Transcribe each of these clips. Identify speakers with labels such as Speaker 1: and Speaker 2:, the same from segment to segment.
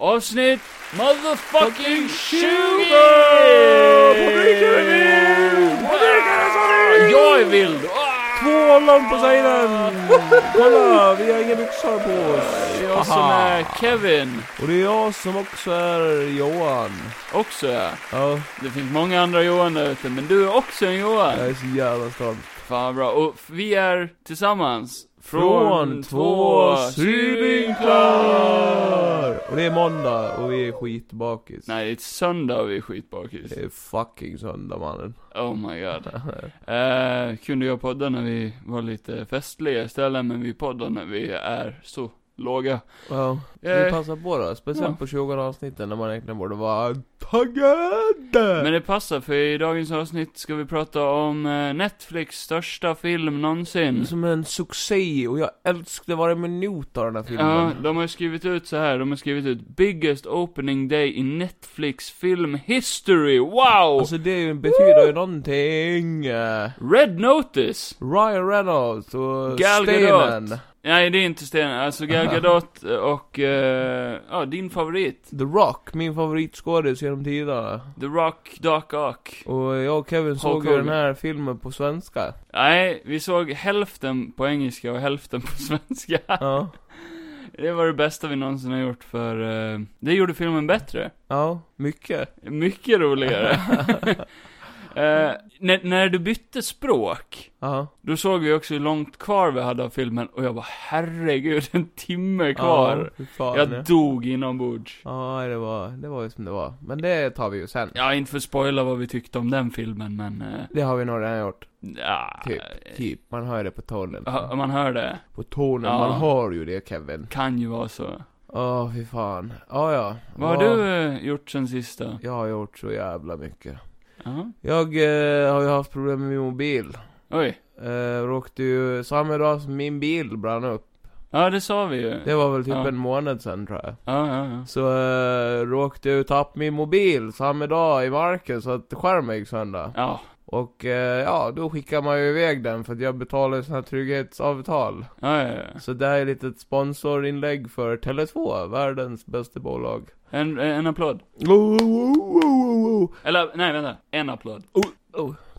Speaker 1: Avsnitt motherfucking 20! Jag är vild! Ah!
Speaker 2: Två lampor på sidan! Kolla, vi har inga byxor på oss.
Speaker 1: Det är jag som är Kevin
Speaker 2: Och det är jag som också är Johan.
Speaker 1: också. ja.
Speaker 2: Ja,
Speaker 1: Det finns många andra Johan där ute, men du är också en Johan.
Speaker 2: jag är så jävla stolt.
Speaker 1: Fan bra, och f- vi är tillsammans
Speaker 2: Från två sydvinklar! Och det är måndag och vi är skitbakis.
Speaker 1: Nej, det är söndag och vi är skitbakis.
Speaker 2: Det är fucking söndag mannen.
Speaker 1: Oh my god. Eh, kunde jag podda när vi var lite festliga istället, men vi poddar när vi är så låga.
Speaker 2: Ja, vi
Speaker 1: Eh,
Speaker 2: passar på då. Speciellt
Speaker 1: ja.
Speaker 2: på 20 avsnitten när man egentligen borde vara taggad!
Speaker 1: Men det passar, för i dagens avsnitt ska vi prata om eh, Netflix största film någonsin.
Speaker 2: Som en succé och jag älskade varje minut av den här filmen.
Speaker 1: Ja, de har ju skrivit ut så här. de har skrivit ut 'Biggest opening day in Netflix film history' Wow!
Speaker 2: Alltså det är ju- betyder ju någonting. Eh,
Speaker 1: Red Notice!
Speaker 2: Ryan Reynolds och
Speaker 1: Gal Gadot.
Speaker 2: Stenen.
Speaker 1: Nej, det är inte Sten, alltså Gal Gadot och, eh, ja, din favorit.
Speaker 2: The Rock, min favoritskådis genom tiderna.
Speaker 1: The Rock, Dark Ock.
Speaker 2: Och jag och Kevin såg ju
Speaker 1: Hogan.
Speaker 2: den här filmen på svenska.
Speaker 1: Nej, vi såg hälften på engelska och hälften på svenska.
Speaker 2: Ja.
Speaker 1: Det var det bästa vi någonsin har gjort för, eh, det gjorde filmen bättre.
Speaker 2: Ja, mycket.
Speaker 1: Mycket roligare. Eh, när, när du bytte språk,
Speaker 2: Ja.
Speaker 1: då såg vi också hur långt kvar vi hade av filmen och jag bara herregud, en timme
Speaker 2: Ja,
Speaker 1: kvar.
Speaker 2: fy fan.
Speaker 1: jag dog inombords.
Speaker 2: Ja, det var, det var ju som det var. Men det tar vi ju sen.
Speaker 1: Ja, inte för att spoila vad vi tyckte om den filmen, men... eh,
Speaker 2: Det har vi nog redan gjort.
Speaker 1: Ja,
Speaker 2: Typ, typ. Man hör det på tonen.
Speaker 1: Ja, man hör det.
Speaker 2: På tonen,
Speaker 1: Ja.
Speaker 2: man hör ju det Kevin.
Speaker 1: Kan ju vara så.
Speaker 2: Åh, fy fan. Ja, ja.
Speaker 1: Vad har
Speaker 2: Ja,
Speaker 1: du eh, gjort sen sista?
Speaker 2: Jag har gjort så jävla mycket.
Speaker 1: Ja.
Speaker 2: Jag eh, har ju haft problem med min mobil.
Speaker 1: Oj.
Speaker 2: Eh, råkade ju, samma dag som min bil brann upp.
Speaker 1: Ja, det sa vi ju.
Speaker 2: Det var väl typ
Speaker 1: Ja.
Speaker 2: en månad sen tror jag.
Speaker 1: Ja, ja, ja.
Speaker 2: Så eh, råkade jag ju tappa min mobil samma dag i marken så att skärmen gick sönder.
Speaker 1: Ja,
Speaker 2: Och eh, ja, då skickar man ju iväg den för att jag betalar sådana här trygghetsavtal.
Speaker 1: ja, ja, ja.
Speaker 2: Så det här är ett litet sponsorinlägg för Tele2, världens bästa bolag.
Speaker 1: En, en applåd.
Speaker 2: Oh, oh, oh, oh, oh.
Speaker 1: Eller, nej vänta. En applåd.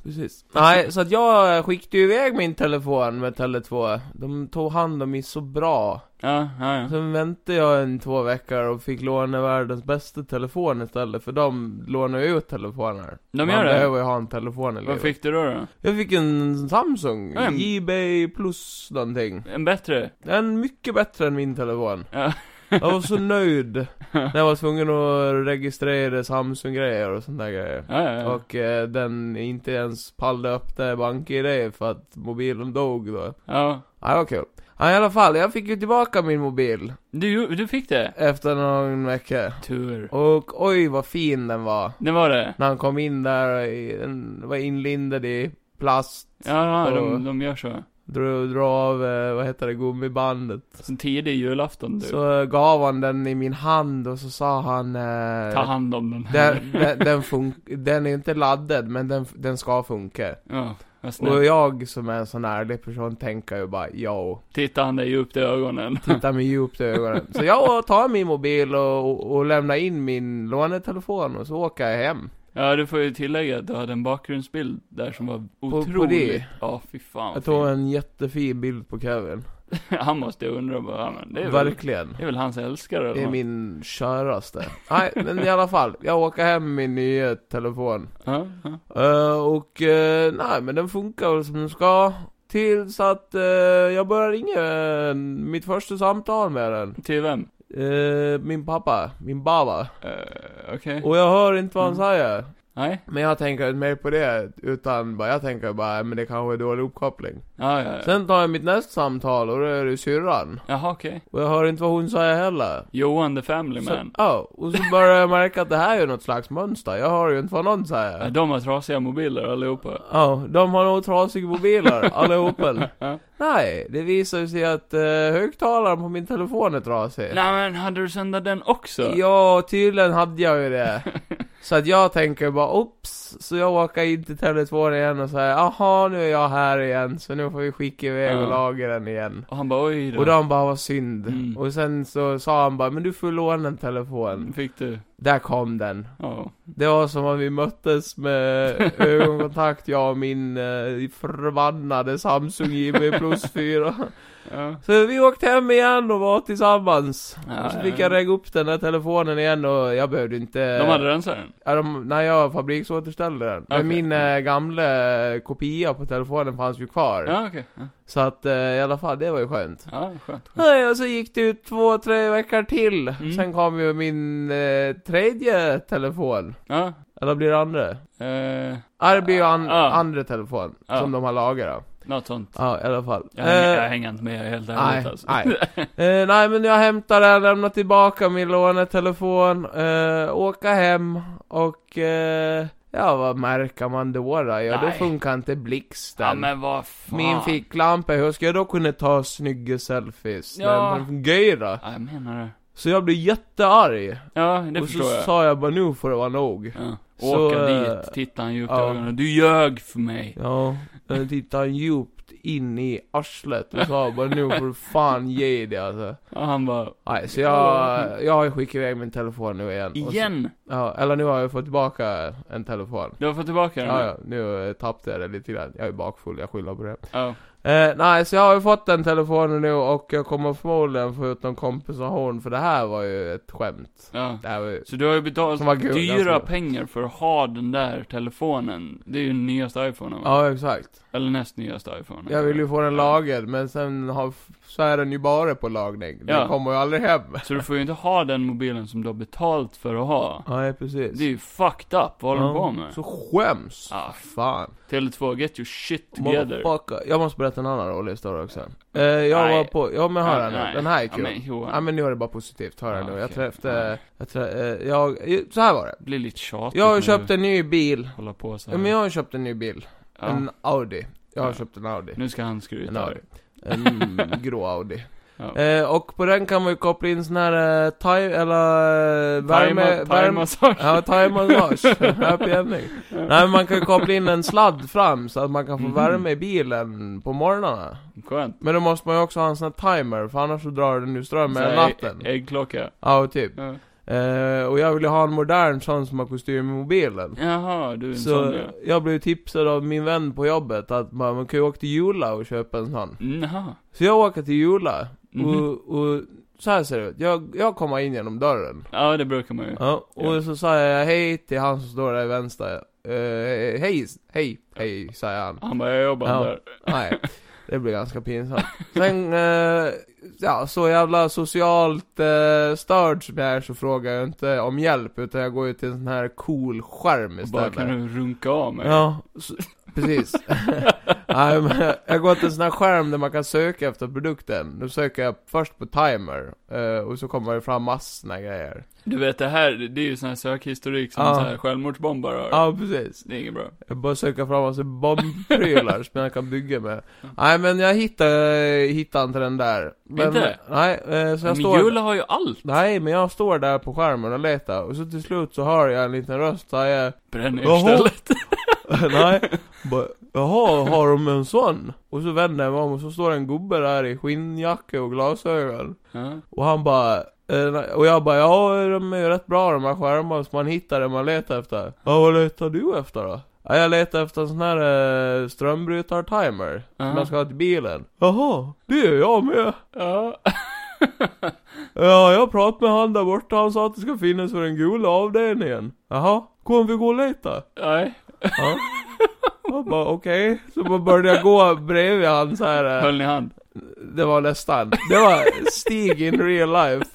Speaker 2: Precis. Nej, så att jag skickade ju iväg min telefon med Tele2. De tog hand om mig så bra.
Speaker 1: Ja, ja, ja.
Speaker 2: Sen väntade jag en två veckor och fick låna världens bästa telefon istället, för de lånar ju ut telefoner.
Speaker 1: De gör
Speaker 2: Man
Speaker 1: det?
Speaker 2: behöver ju ha en telefon i
Speaker 1: Vad
Speaker 2: livet.
Speaker 1: fick du då då?
Speaker 2: Jag fick en Samsung,
Speaker 1: Ja, en-
Speaker 2: eBay plus någonting.
Speaker 1: En bättre?
Speaker 2: Den mycket bättre än min telefon.
Speaker 1: Ja.
Speaker 2: Jag var så nöjd när jag var tvungen att registrera Samsung-grejer och sånt där grejer.
Speaker 1: Ja, ja, ja.
Speaker 2: Och eh, den inte ens pallade upp det bank-id för att mobilen dog då.
Speaker 1: ja.
Speaker 2: Ja, det var kul. Ja, i alla fall, jag fick ju tillbaka min mobil
Speaker 1: Du, du fick det?
Speaker 2: efter någon vecka.
Speaker 1: Tur.
Speaker 2: Och oj vad fin den var.
Speaker 1: Det var det?
Speaker 2: När han kom in där, i- den var inlindad i plast.
Speaker 1: Ja, ja
Speaker 2: Och-
Speaker 1: de, de gör så.
Speaker 2: Drog, drog av, eh, vad heter det, gummibandet.
Speaker 1: Som tidig julafton du.
Speaker 2: Så eh, gav han den i min hand och så sa han... Eh,
Speaker 1: Ta hand om den här.
Speaker 2: den, den, den, fun- den är inte laddad men den, den ska funka.
Speaker 1: Ja, vad
Speaker 2: Och
Speaker 1: snällt.
Speaker 2: jag som är en sån ärlig person tänker ju bara yo,
Speaker 1: Titta han dig djupt i ögonen.
Speaker 2: titta mig djupt i ögonen. Så jag tar min mobil och, och, och lämnar in min lånetelefon och så åker jag hem.
Speaker 1: Ja, du får ju tillägga att du hade en bakgrundsbild där som var
Speaker 2: på
Speaker 1: otrolig.
Speaker 2: det?
Speaker 1: Ja, fy fan.
Speaker 2: Jag
Speaker 1: vad
Speaker 2: tog en jättefin bild på Kevin.
Speaker 1: fin. Han måste ju undra bara, ja, men det är väl,
Speaker 2: Verkligen.
Speaker 1: det är väl hans älskare
Speaker 2: Det är
Speaker 1: eller min...
Speaker 2: min käraste. Nej, men i alla fall. Jag åker hem med min nya telefon.
Speaker 1: ja, ja.
Speaker 2: Eh, och eh, nej, men den funkar väl som den ska. Tills att eh, jag börjar ringa eh, mitt första samtal med den.
Speaker 1: Till vem?
Speaker 2: Eh, min pappa, min baba.
Speaker 1: Eh, Okej.
Speaker 2: Och jag hör inte vad han
Speaker 1: Mm.
Speaker 2: säger.
Speaker 1: Nej?
Speaker 2: Men jag tänker inte mer på det, utan bara, jag tänker bara, men det kanske är dålig uppkoppling.
Speaker 1: Ja, ja, ja.
Speaker 2: Sen tar jag mitt nästa samtal och då är det syrran.
Speaker 1: Jaha, okej.
Speaker 2: Och jag hör inte vad hon säger heller.
Speaker 1: Johan the family
Speaker 2: Så-
Speaker 1: man.
Speaker 2: Ja, och så börjar jag märka att det här är ju något slags mönster. Jag hör ju inte vad någon
Speaker 1: Ja,
Speaker 2: säger.
Speaker 1: de har trasiga mobiler allihopa.
Speaker 2: Ja, de har nog trasiga mobiler, allihopa.
Speaker 1: Ja.
Speaker 2: Nej, det visar ju sig att eh, högtalaren på min telefon är trasig.
Speaker 1: Nej men, hade du sändat den också?
Speaker 2: Ja, tydligen hade jag ju det. Så att jag tänker bara, oops. plats, så jag åker in till Tele2 igen och säger aha nu är jag här igen, så nu får vi skicka iväg
Speaker 1: Ja.
Speaker 2: och laga den igen.
Speaker 1: Och han bara oj då.
Speaker 2: Och då han bara, vad synd.
Speaker 1: Mm.
Speaker 2: Och sen så sa han bara, men du får låna en telefon.
Speaker 1: Fick du?
Speaker 2: Där kom den.
Speaker 1: Ja.
Speaker 2: Det var som om vi möttes med ögonkontakt, jag och min eh, förbannade Samsung JB plus 4.
Speaker 1: ja.
Speaker 2: Så vi åkte hem igen och var tillsammans.
Speaker 1: Ja,
Speaker 2: och så
Speaker 1: ja,
Speaker 2: fick
Speaker 1: ja.
Speaker 2: jag regga upp den där telefonen igen och jag behövde inte...
Speaker 1: De hade rensat den?
Speaker 2: Ja, de, när jag fabriksåterställde den.
Speaker 1: Okej.
Speaker 2: Men min eh, gamla eh, kopia på telefonen fanns ju kvar.
Speaker 1: Ja okej. Ja.
Speaker 2: Så att eh, i alla fall, det var ju skönt.
Speaker 1: Ja, skönt. skönt.
Speaker 2: Nej, och så gick det ut två, tre veckor till.
Speaker 1: Mm.
Speaker 2: Sen kom ju min eh, tredje telefon.
Speaker 1: Ja.
Speaker 2: Eller blir det andra?
Speaker 1: Eh,
Speaker 2: Ja, det blir ju an-
Speaker 1: Ah.
Speaker 2: andra telefon.
Speaker 1: Ah.
Speaker 2: Som de har lagrat.
Speaker 1: något sånt.
Speaker 2: Ja, i alla fall.
Speaker 1: Jag, hänger,
Speaker 2: Eh,
Speaker 1: jag hänger inte med helt
Speaker 2: nej,
Speaker 1: ärligt alltså.
Speaker 2: nej. Eh, nej, men jag hämtar den, lämnar tillbaka min lånetelefon, eh, åka hem och... Eh, ja, vad märker man då då? Ja, då
Speaker 1: Nej.
Speaker 2: funkar inte blixten.
Speaker 1: Ja men vad fan.
Speaker 2: Min ficklampa, hur ska jag då kunna ta snygga selfies?
Speaker 1: Ja.
Speaker 2: Ja. Den fungerar.
Speaker 1: Ja, jag menar det.
Speaker 2: Så jag blev jättearg.
Speaker 1: Ja, det
Speaker 2: och så
Speaker 1: förstår jag.
Speaker 2: sa jag bara nu får det vara nog.
Speaker 1: Ja.
Speaker 2: Så,
Speaker 1: Åka
Speaker 2: eh,
Speaker 1: dit, titta han djupt i
Speaker 2: ja.
Speaker 1: ögonen. Du ljög för mig.
Speaker 2: Ja, jag tittade djupt in i arslet och sa bara nu får du fan ge dig alltså.
Speaker 1: Och han bara,
Speaker 2: Nej, så jag, jag har ju skickat iväg min telefon nu igen. Och Så,
Speaker 1: igen?
Speaker 2: ja, eller nu har jag fått tillbaka en telefon.
Speaker 1: Du har fått tillbaka den?
Speaker 2: Ja, ja, nu eh, tappade jag det lite grann. Jag är bakfull, jag skyller på det.
Speaker 1: ja.
Speaker 2: Eh, nej, så jag har ju fått den telefonen nu och jag kommer förmodligen få ut någon kompensation för det här var ju ett skämt.
Speaker 1: ja.
Speaker 2: Det här var ju...
Speaker 1: Så du har ju betalat
Speaker 2: Som var guld,
Speaker 1: dyra
Speaker 2: alltså.
Speaker 1: pengar för att ha den där telefonen. Det är ju den nyaste iPhonen va?
Speaker 2: Ja, exakt.
Speaker 1: Eller näst nyaste iPhonen.
Speaker 2: Jag vill ju få den lagad, men sen har, så är den ju bara på lagning. Den
Speaker 1: Ja.
Speaker 2: kommer ju aldrig hem.
Speaker 1: Så du får ju inte ha den mobilen som du har betalt för att ha.
Speaker 2: Nej, precis.
Speaker 1: Det är ju fucked up, vad håller du på med?
Speaker 2: Så skäms!
Speaker 1: Ah.
Speaker 2: Fan.
Speaker 1: Tele2, get your shit together.
Speaker 2: Motherfucker. Jag måste berätta en annan rolig historia också. Eh, jag
Speaker 1: Nej.
Speaker 2: var på, ja men hör den
Speaker 1: Ja, nej.
Speaker 2: här. Den här är kul.
Speaker 1: Ja, men, Johan,
Speaker 2: Ja men nu är det bara positivt, hör
Speaker 1: Ja,
Speaker 2: den nu. Jag
Speaker 1: Ah, okej.
Speaker 2: träffade, jag, trä, eh, jag, så här var det.
Speaker 1: det blir lite tjatigt
Speaker 2: Jag har
Speaker 1: när
Speaker 2: ju
Speaker 1: du
Speaker 2: köpt en ny bil.
Speaker 1: håller på så
Speaker 2: Ja
Speaker 1: här.
Speaker 2: men jag har ju köpt en ny bil.
Speaker 1: Ja.
Speaker 2: En Audi. Jag har
Speaker 1: Ja.
Speaker 2: köpt en Audi.
Speaker 1: Nu ska han skryta.
Speaker 2: En Audi. En grå Audi.
Speaker 1: Ja.
Speaker 2: Eh, och på den kan man ju koppla in sån här, eh, time, eller eh, värme... värme
Speaker 1: Thaimassage.
Speaker 2: ja, thai-massage. Happy ending. Nej, men man kan ju koppla in en sladd fram så att man kan få
Speaker 1: Mhm.
Speaker 2: värme i bilen på morgnarna.
Speaker 1: Skönt.
Speaker 2: Men då måste man ju också ha en sån här timer, för annars så drar den ju ström
Speaker 1: Så här,
Speaker 2: hela natten.
Speaker 1: ägg- Äggklocka.
Speaker 2: Ja, och typ.
Speaker 1: Ja.
Speaker 2: Eh, och jag vill ju ha en modern sån som har kostym i mobilen.
Speaker 1: Jaha, du är en sån
Speaker 2: Så
Speaker 1: ja.
Speaker 2: jag blev tipsad av min vän på jobbet att man, man kan ju åka till Jula och köpa en sån.
Speaker 1: Mm, Jaha.
Speaker 2: Så jag åker till Jula
Speaker 1: Mhm.
Speaker 2: och, och så här ser det ut. Jag, jag kommer in genom dörren.
Speaker 1: Ja, det brukar man ju.
Speaker 2: Ja, och
Speaker 1: Ja.
Speaker 2: så sa jag hej till han som står där i vänster. Eh, hej, hej, hej, sa han.
Speaker 1: Han bara, jag jobbar
Speaker 2: Ja.
Speaker 1: där.
Speaker 2: Nej, det blir ganska pinsamt. Sen, eh, ja, så jävla socialt eh, störd som jag är så frågar jag inte om hjälp, utan jag går ju till en sån här cool skärm
Speaker 1: Och bara,
Speaker 2: istället.
Speaker 1: kan du runka av mig?
Speaker 2: Ja, så, precis. Nej, men jag går till en sån här skärm där man kan söka efter produkten. Då söker jag först på timer, eh, och så kommer det fram massor med grejer.
Speaker 1: Du vet det här, det är ju sån här sökhistorik som
Speaker 2: Ja.
Speaker 1: så här självmordsbombare har.
Speaker 2: Ja, precis.
Speaker 1: Det är inget bra.
Speaker 2: Jag bara söker fram massa bombprylar som jag kan bygga med.
Speaker 1: Mm.
Speaker 2: Nej, men jag hittade, hittade inte den där. Men,
Speaker 1: Inte?
Speaker 2: Nej, eh, så
Speaker 1: Men
Speaker 2: jag står...
Speaker 1: Jula har ju allt.
Speaker 2: Nej, men jag står där på skärmen och letar, och så till slut så hör jag en liten röst säga
Speaker 1: Bränn
Speaker 2: Jaha.
Speaker 1: istället.
Speaker 2: Nej, bara, jaha, har de en sån? Och så vänder jag mig om och så står en gubbe där i skinnjacka och glasögon.
Speaker 1: Ja.
Speaker 2: Och han bara, eh, nej. och jag bara, ja de är ju rätt bra de här skärmarna så man hittar det man letar efter. Ja, vad letar du efter då? Ja, jag letar efter en sån här eh, strömbrytar-timer, som
Speaker 1: Ja.
Speaker 2: jag ska ha till bilen. Jaha, det är jag med.
Speaker 1: Ja.
Speaker 2: Ja, jag pratade med han där borta, han sa att det ska finnas för den gula avdelningen. Jaha, kommer vi gå och leta?
Speaker 1: Nej.
Speaker 2: Ja. Jag bara okej, så bara började jag gå bredvid han så här. eh,
Speaker 1: Höll ni hand?
Speaker 2: Det var nästan, det var Stig in real life.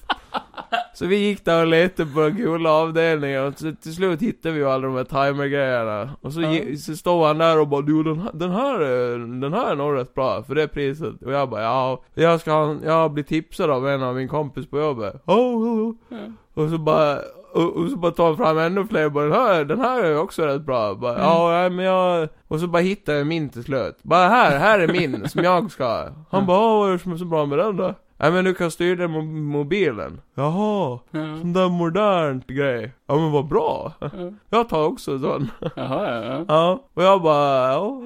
Speaker 2: Så vi gick där och letade på den gula avdelningen och till, till slut hittade vi ju alla de här timergrejerna. Och så,
Speaker 1: Ja.
Speaker 2: ge- så stod han där och bara du den här, den här, eh, den här är nog rätt bra för det priset. Och jag bara ja, jag ska ha, en- jag blir tipsad av en av min kompis på jobbet. Oh, oh, oh.
Speaker 1: Ja.
Speaker 2: Och så bara, och, och så bara tar han fram ännu fler, bara den här, den här är ju också rätt bra. Bara, ja, nej, men jag... Och så bara hittar jag min till slut. Bara här, här är min, som jag ska ha. Han bara, "Ja, vad är det som är så bra med den då? "Ja, Nej men du kan styra den med mobilen. Jaha,
Speaker 1: Ja.
Speaker 2: sån där modern grej. Ja men vad bra.
Speaker 1: Ja.
Speaker 2: Jag tar också en sån.
Speaker 1: Jaha, ja. ja.
Speaker 2: Ja, och jag bara, ja.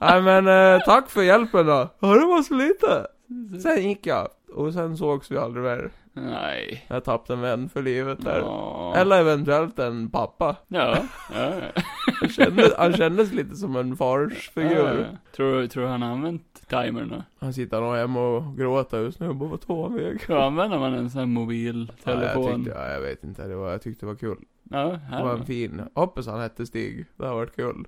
Speaker 2: Nej men eh, tack för hjälpen då. Ja det var så lite. Sen gick jag. Och sen sågs vi aldrig mer.
Speaker 1: Nej.
Speaker 2: Jag tappade en vän för livet där.
Speaker 1: Ja.
Speaker 2: Eller eventuellt en pappa.
Speaker 1: Ja. ja.
Speaker 2: Han kändes, han kändes lite som en farsfigur.
Speaker 1: Ja. Tror, tror han har använt timern
Speaker 2: Han sitter nog hemma och gråter just nu och bara, vad tog han vägen?
Speaker 1: då? Använder man en sån här
Speaker 2: Ja, jag,
Speaker 1: mobiltelefon?
Speaker 2: tyckte, ja, jag vet inte, det var, jag tyckte det var kul.
Speaker 1: Ja,
Speaker 2: Det
Speaker 1: här
Speaker 2: var en
Speaker 1: då.
Speaker 2: fin, hoppas han hette Stig. Det har varit kul.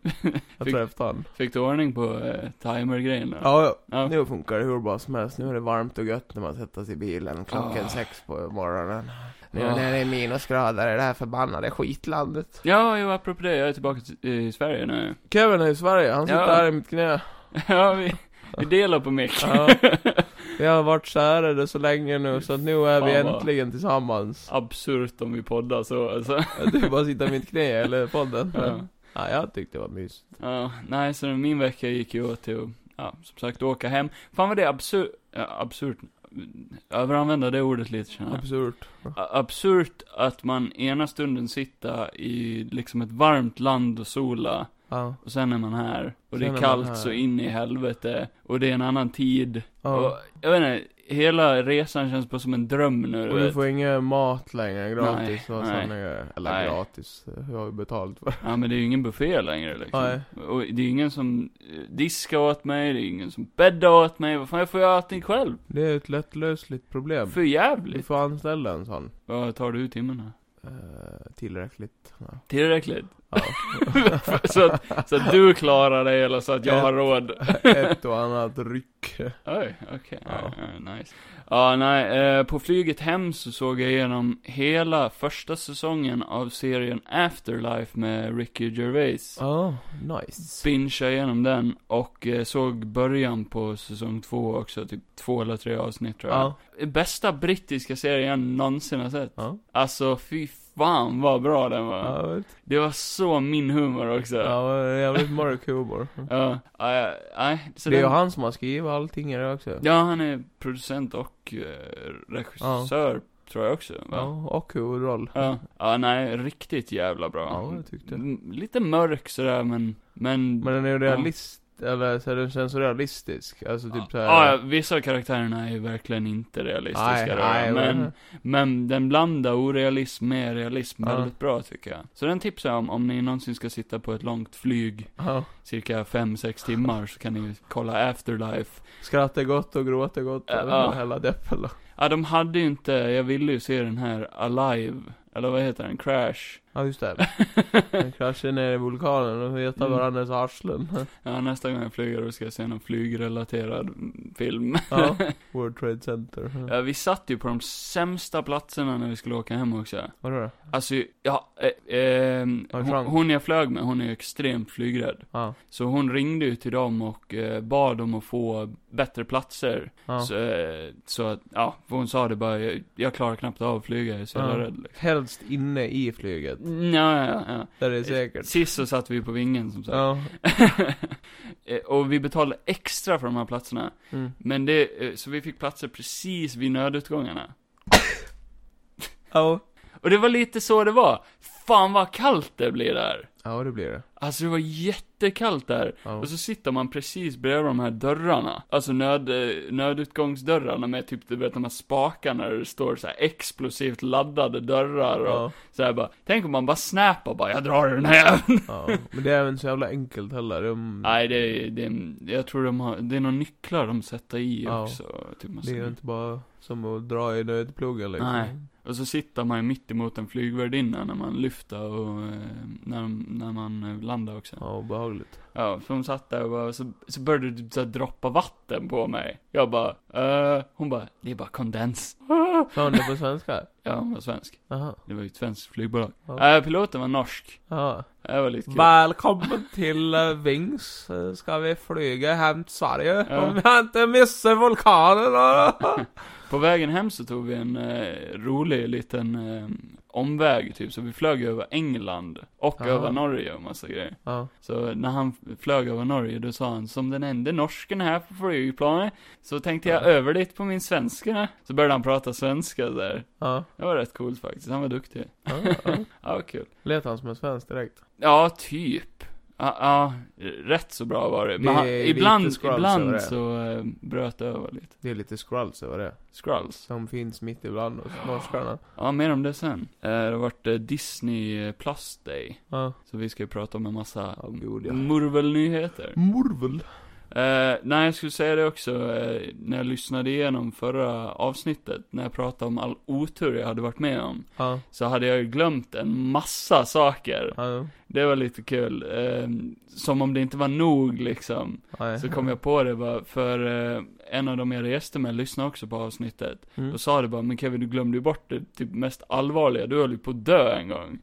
Speaker 2: Jag
Speaker 1: Fick-
Speaker 2: träffade han.
Speaker 1: Fick du ordning på eh, timergrejen då?
Speaker 2: Ja, ja.
Speaker 1: Ja.
Speaker 2: Nu funkar det hur bra som helst. Nu är det varmt och gött när man sätter sig i bilen klockan
Speaker 1: Ah.
Speaker 2: sex på morgonen. Nu
Speaker 1: Ah.
Speaker 2: när det är minusgrader i det här förbannade skitlandet.
Speaker 1: Ja, jo, apropå det, jag är tillbaka t- i Sverige nu.
Speaker 2: Kevin är i Sverige, han sitter
Speaker 1: Ja.
Speaker 2: här i mitt knä.
Speaker 1: ja, vi, vi delar på mick.
Speaker 2: Ja. Vi har varit särade så länge nu så att nu är vi
Speaker 1: Fan vad-
Speaker 2: äntligen tillsammans.
Speaker 1: Absurt om vi poddar så alltså.
Speaker 2: Du bara sitter i mitt knä eller podden.
Speaker 1: Ja.
Speaker 2: Ja, jag tyckte det var mys.
Speaker 1: ja. Nej, så min vecka gick ju åt till att, ja, som sagt, åka hem. Fan vad det är absurt, ja, absurt. Överanvända det ordet lite känner jag.
Speaker 2: Absurt.
Speaker 1: A- Absurt att man ena stunden sitter i liksom ett varmt land och sola.
Speaker 2: Ja.
Speaker 1: Och sen är man här. Och
Speaker 2: Sen är
Speaker 1: det är
Speaker 2: man här.
Speaker 1: kallt så in i helvete. Och det är en annan tid. Och,
Speaker 2: Ja.
Speaker 1: jag vet inte, hela resan känns bara som en dröm nu,
Speaker 2: Och
Speaker 1: du
Speaker 2: du
Speaker 1: vet.
Speaker 2: får ingen mat längre gratis
Speaker 1: Nej,
Speaker 2: och
Speaker 1: nej.
Speaker 2: sådana grejer. Eller
Speaker 1: Nej.
Speaker 2: gratis, eh, jag har ju betalt för.
Speaker 1: Ja men det är ju ingen buffé längre liksom.
Speaker 2: Nej.
Speaker 1: Och det är ju ingen som eh, diskar åt mig, det är ingen som bäddar åt mig. Vad fan, jag får göra allting själv.
Speaker 2: Det är ett lättlösligt problem.
Speaker 1: För
Speaker 2: Du
Speaker 1: jävligt.
Speaker 2: får anställa en sån.
Speaker 1: Vad tar du timmen här?
Speaker 2: Eh, tillräckligt. Ja.
Speaker 1: Tillräckligt?
Speaker 2: Ja.
Speaker 1: så, att, så att du klarar dig eller så att jag har råd?
Speaker 2: Ett och annat ryck.
Speaker 1: Oj, okej.
Speaker 2: Ja.
Speaker 1: Ja. nice. Ja, nej. Eh, på flyget hem så såg jag igenom hela första säsongen av serien Afterlife med Ricky Gervais.
Speaker 2: Ja, nice.
Speaker 1: Bingeade igenom den och eh, såg början på säsong två också, typ två eller tre avsnitt tror jag.
Speaker 2: Ja.
Speaker 1: Bästa brittiska serien jag någonsin har sett.
Speaker 2: Ja.
Speaker 1: Alltså fy fan vad bra den var.
Speaker 2: Ja, vet.
Speaker 1: Det var så min humor också.
Speaker 2: ja, det är jävligt mörk humor.
Speaker 1: Ja, nej, nej, så
Speaker 2: Det är ju
Speaker 1: den-
Speaker 2: han som har skrivit allting i det också.
Speaker 1: Ja, han är producent och eh, regissör, tror jag också. Va?
Speaker 2: Ja, och huvudroll.
Speaker 1: Ja. ja. nej, riktigt jävla bra.
Speaker 2: Ja, jag tyckte.
Speaker 1: M- Lite mörk sådär, men... Men,
Speaker 2: Men den är ju realist, eller så den känns så realistisk. Alltså typ såhär.
Speaker 1: Ja, ja, vissa av karaktärerna är ju verkligen inte realistiska då, men, men den blandar orealism med realism
Speaker 2: Ja.
Speaker 1: väldigt bra tycker jag. Så den tipsar jag om, om ni någonsin ska sitta på ett långt flyg,
Speaker 2: Ja.
Speaker 1: cirka 5-6 timmar, så kan ni kolla Afterlife.
Speaker 2: Skratta gott och gråta gott och
Speaker 1: Ja, ja.
Speaker 2: hela deppen då.
Speaker 1: Ja, de hade ju inte, jag ville ju se den här Alive, eller vad heter den? Crash.
Speaker 2: Ja just det. Den kraschar ner i vulkanen och hetar
Speaker 1: Mm.
Speaker 2: varandras arslen.
Speaker 1: Ja, nästa gång jag flyger då ska jag se någon flygrelaterad mm, film.
Speaker 2: Ja. World Trade Center.
Speaker 1: Ja, vi satt ju på de sämsta platserna när vi skulle åka hem också.
Speaker 2: Vadå då?
Speaker 1: Alltså, ja, eh, eh,
Speaker 2: Har du
Speaker 1: hon,
Speaker 2: sjans?
Speaker 1: hon jag flög med, hon är ju extremt flygrädd.
Speaker 2: Ja.
Speaker 1: Så hon ringde ju till dem och eh, bad om att få bättre platser.
Speaker 2: ja.
Speaker 1: Så, eh, så att, ja, för hon sa det bara, jag, jag klarar knappt av att flyga, jag är så jävla
Speaker 2: Ja.
Speaker 1: rädd. liksom.
Speaker 2: Helst inne i flyget.
Speaker 1: Ja, ja, ja.
Speaker 2: Där det är säkert.
Speaker 1: Sist så satt vi på vingen som sagt.
Speaker 2: Ja.
Speaker 1: Eh, och vi betalade extra för de här platserna.
Speaker 2: Mm.
Speaker 1: Men det, eh, så vi fick platser precis vid nödutgångarna.
Speaker 2: Ja.
Speaker 1: Och det var lite så det var. Fan vad kallt det blir där.
Speaker 2: Ja det blir det.
Speaker 1: Alltså det var jättekallt där.
Speaker 2: Ja.
Speaker 1: Och så sitter man precis bredvid de här dörrarna. Alltså nöd, eh, nödutgångsdörrarna med typ, du vet de här spakarna där det står så här explosivt laddade dörrar och
Speaker 2: Ja.
Speaker 1: så här bara. Tänk om man bara snappar bara, jag drar i den här jäveln."
Speaker 2: ja. Men det är även så jävla enkelt heller. De,
Speaker 1: Nej, det är, det är, jag tror de har, det är några nycklar de sätter i
Speaker 2: Ja.
Speaker 1: också. Typ massa
Speaker 2: det är ju inte bara som att dra i nödplogen liksom.
Speaker 1: Nej. Och så sitter man ju mitt emot en flygvärdinna när man lyfter och eh, när, när man eh, landar också. Ja,
Speaker 2: Ja, obehagligt.
Speaker 1: för hon satt där och bara, så, så började det typ så här droppa vatten på mig. Jag bara, eh, hon bara, det är bara kondens.
Speaker 2: Sa hon det på svenska?
Speaker 1: Ja, hon var svensk.
Speaker 2: Jaha.
Speaker 1: Det var ju ett svenskt flygbolag.
Speaker 2: Ja.
Speaker 1: Eh, piloten var norsk.
Speaker 2: Ja.
Speaker 1: Det var lite kul.
Speaker 2: Välkommen till eh, Wings. Eh, Ska vi flyga hem till Sverige?
Speaker 1: Ja.
Speaker 2: Om jag inte missar vulkanen då.
Speaker 1: På vägen hem så tog vi en eh, rolig liten eh, omväg typ, så vi flög över England och
Speaker 2: Aha.
Speaker 1: över Norge och massa grejer.
Speaker 2: Ja.
Speaker 1: Så när han flög över Norge, då sa han som den enda norsken här på flygplanet, så tänkte jag
Speaker 2: Ja.
Speaker 1: över dit på min svenska. Så började han prata svenska där.
Speaker 2: Ja.
Speaker 1: Det var rätt coolt faktiskt, han var duktig.
Speaker 2: ja, ja.
Speaker 1: Ja, kul.
Speaker 2: Lät han som en svensk direkt?
Speaker 1: Ja, typ. Ja, ja, rätt så bra var det.
Speaker 2: Det
Speaker 1: Men han,
Speaker 2: är lite
Speaker 1: ibland,
Speaker 2: Skrulls över det.
Speaker 1: ibland så eh, bröt det över lite.
Speaker 2: Det är lite scrolls över det.
Speaker 1: Skrulls.
Speaker 2: Som finns mitt ibland hos norskarna.
Speaker 1: Ja, mer om det sen. Eh, Det har varit eh, Disney eh, Plus Day.
Speaker 2: Ja.
Speaker 1: Så vi ska ju prata om en massa
Speaker 2: Ja, god, ja.
Speaker 1: murvelnyheter.
Speaker 2: Morvel.
Speaker 1: Eh, nej, jag skulle säga det också, eh, när jag lyssnade igenom förra avsnittet, när jag pratade om all otur jag hade varit med om,
Speaker 2: Ja.
Speaker 1: så hade jag ju glömt en massa saker.
Speaker 2: Ja.
Speaker 1: Det var lite kul. Eh, som om det inte var nog liksom.
Speaker 2: Nej.
Speaker 1: Så kom jag på det bara, för eh, en av de jag reste med lyssnade också på avsnittet.
Speaker 2: Mm.
Speaker 1: Och sa det bara, men Kevin du glömde ju bort det typ mest allvarliga, du höll ju på att dö en gång.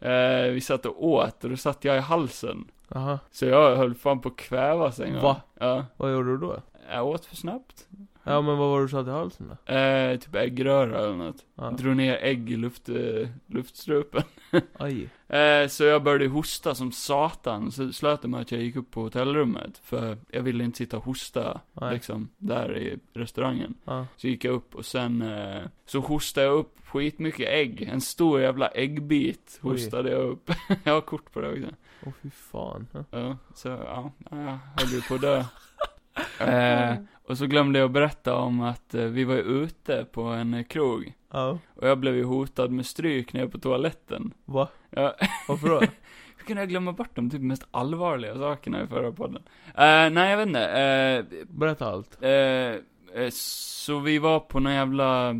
Speaker 1: eh, vi satt och åt, och då satt jag i halsen.
Speaker 2: Aha.
Speaker 1: Så jag höll fan på att kvävas en gång.
Speaker 2: Va?
Speaker 1: Ja.
Speaker 2: Vad gjorde du då?
Speaker 1: Jag åt för snabbt.
Speaker 2: Ja men vad var det du satt i halsen då?
Speaker 1: Eh, typ äggröra eller något.
Speaker 2: Ja.
Speaker 1: Drog ner ägg i luft, eh, luftstrupen.
Speaker 2: Aj.
Speaker 1: Eh, så jag började hosta som satan. Så slöt det med att jag gick upp på hotellrummet. För jag ville inte sitta och hosta,
Speaker 2: Nej.
Speaker 1: liksom, där i restaurangen.
Speaker 2: Ja.
Speaker 1: Så gick jag upp och sen, eh, så hostade jag upp skitmycket ägg. En stor jävla äggbit
Speaker 2: Oj.
Speaker 1: hostade jag upp. jag har kort på det också.
Speaker 2: Åh fy fan. Ja.
Speaker 1: Ja, så ja, jag höll ju på att dö. eh, och så glömde jag att berätta om att eh, vi var ju ute på en eh, krog.
Speaker 2: Ja.
Speaker 1: Och jag blev ju hotad med stryk när jag var på toaletten.
Speaker 2: Va?
Speaker 1: Ja,
Speaker 2: Varför då?
Speaker 1: hur kunde jag glömma bort de typ mest allvarliga sakerna i förra podden? Eh, nej, jag vet inte. Eh,
Speaker 2: Berätta allt.
Speaker 1: Eh, eh, så vi var på någon jävla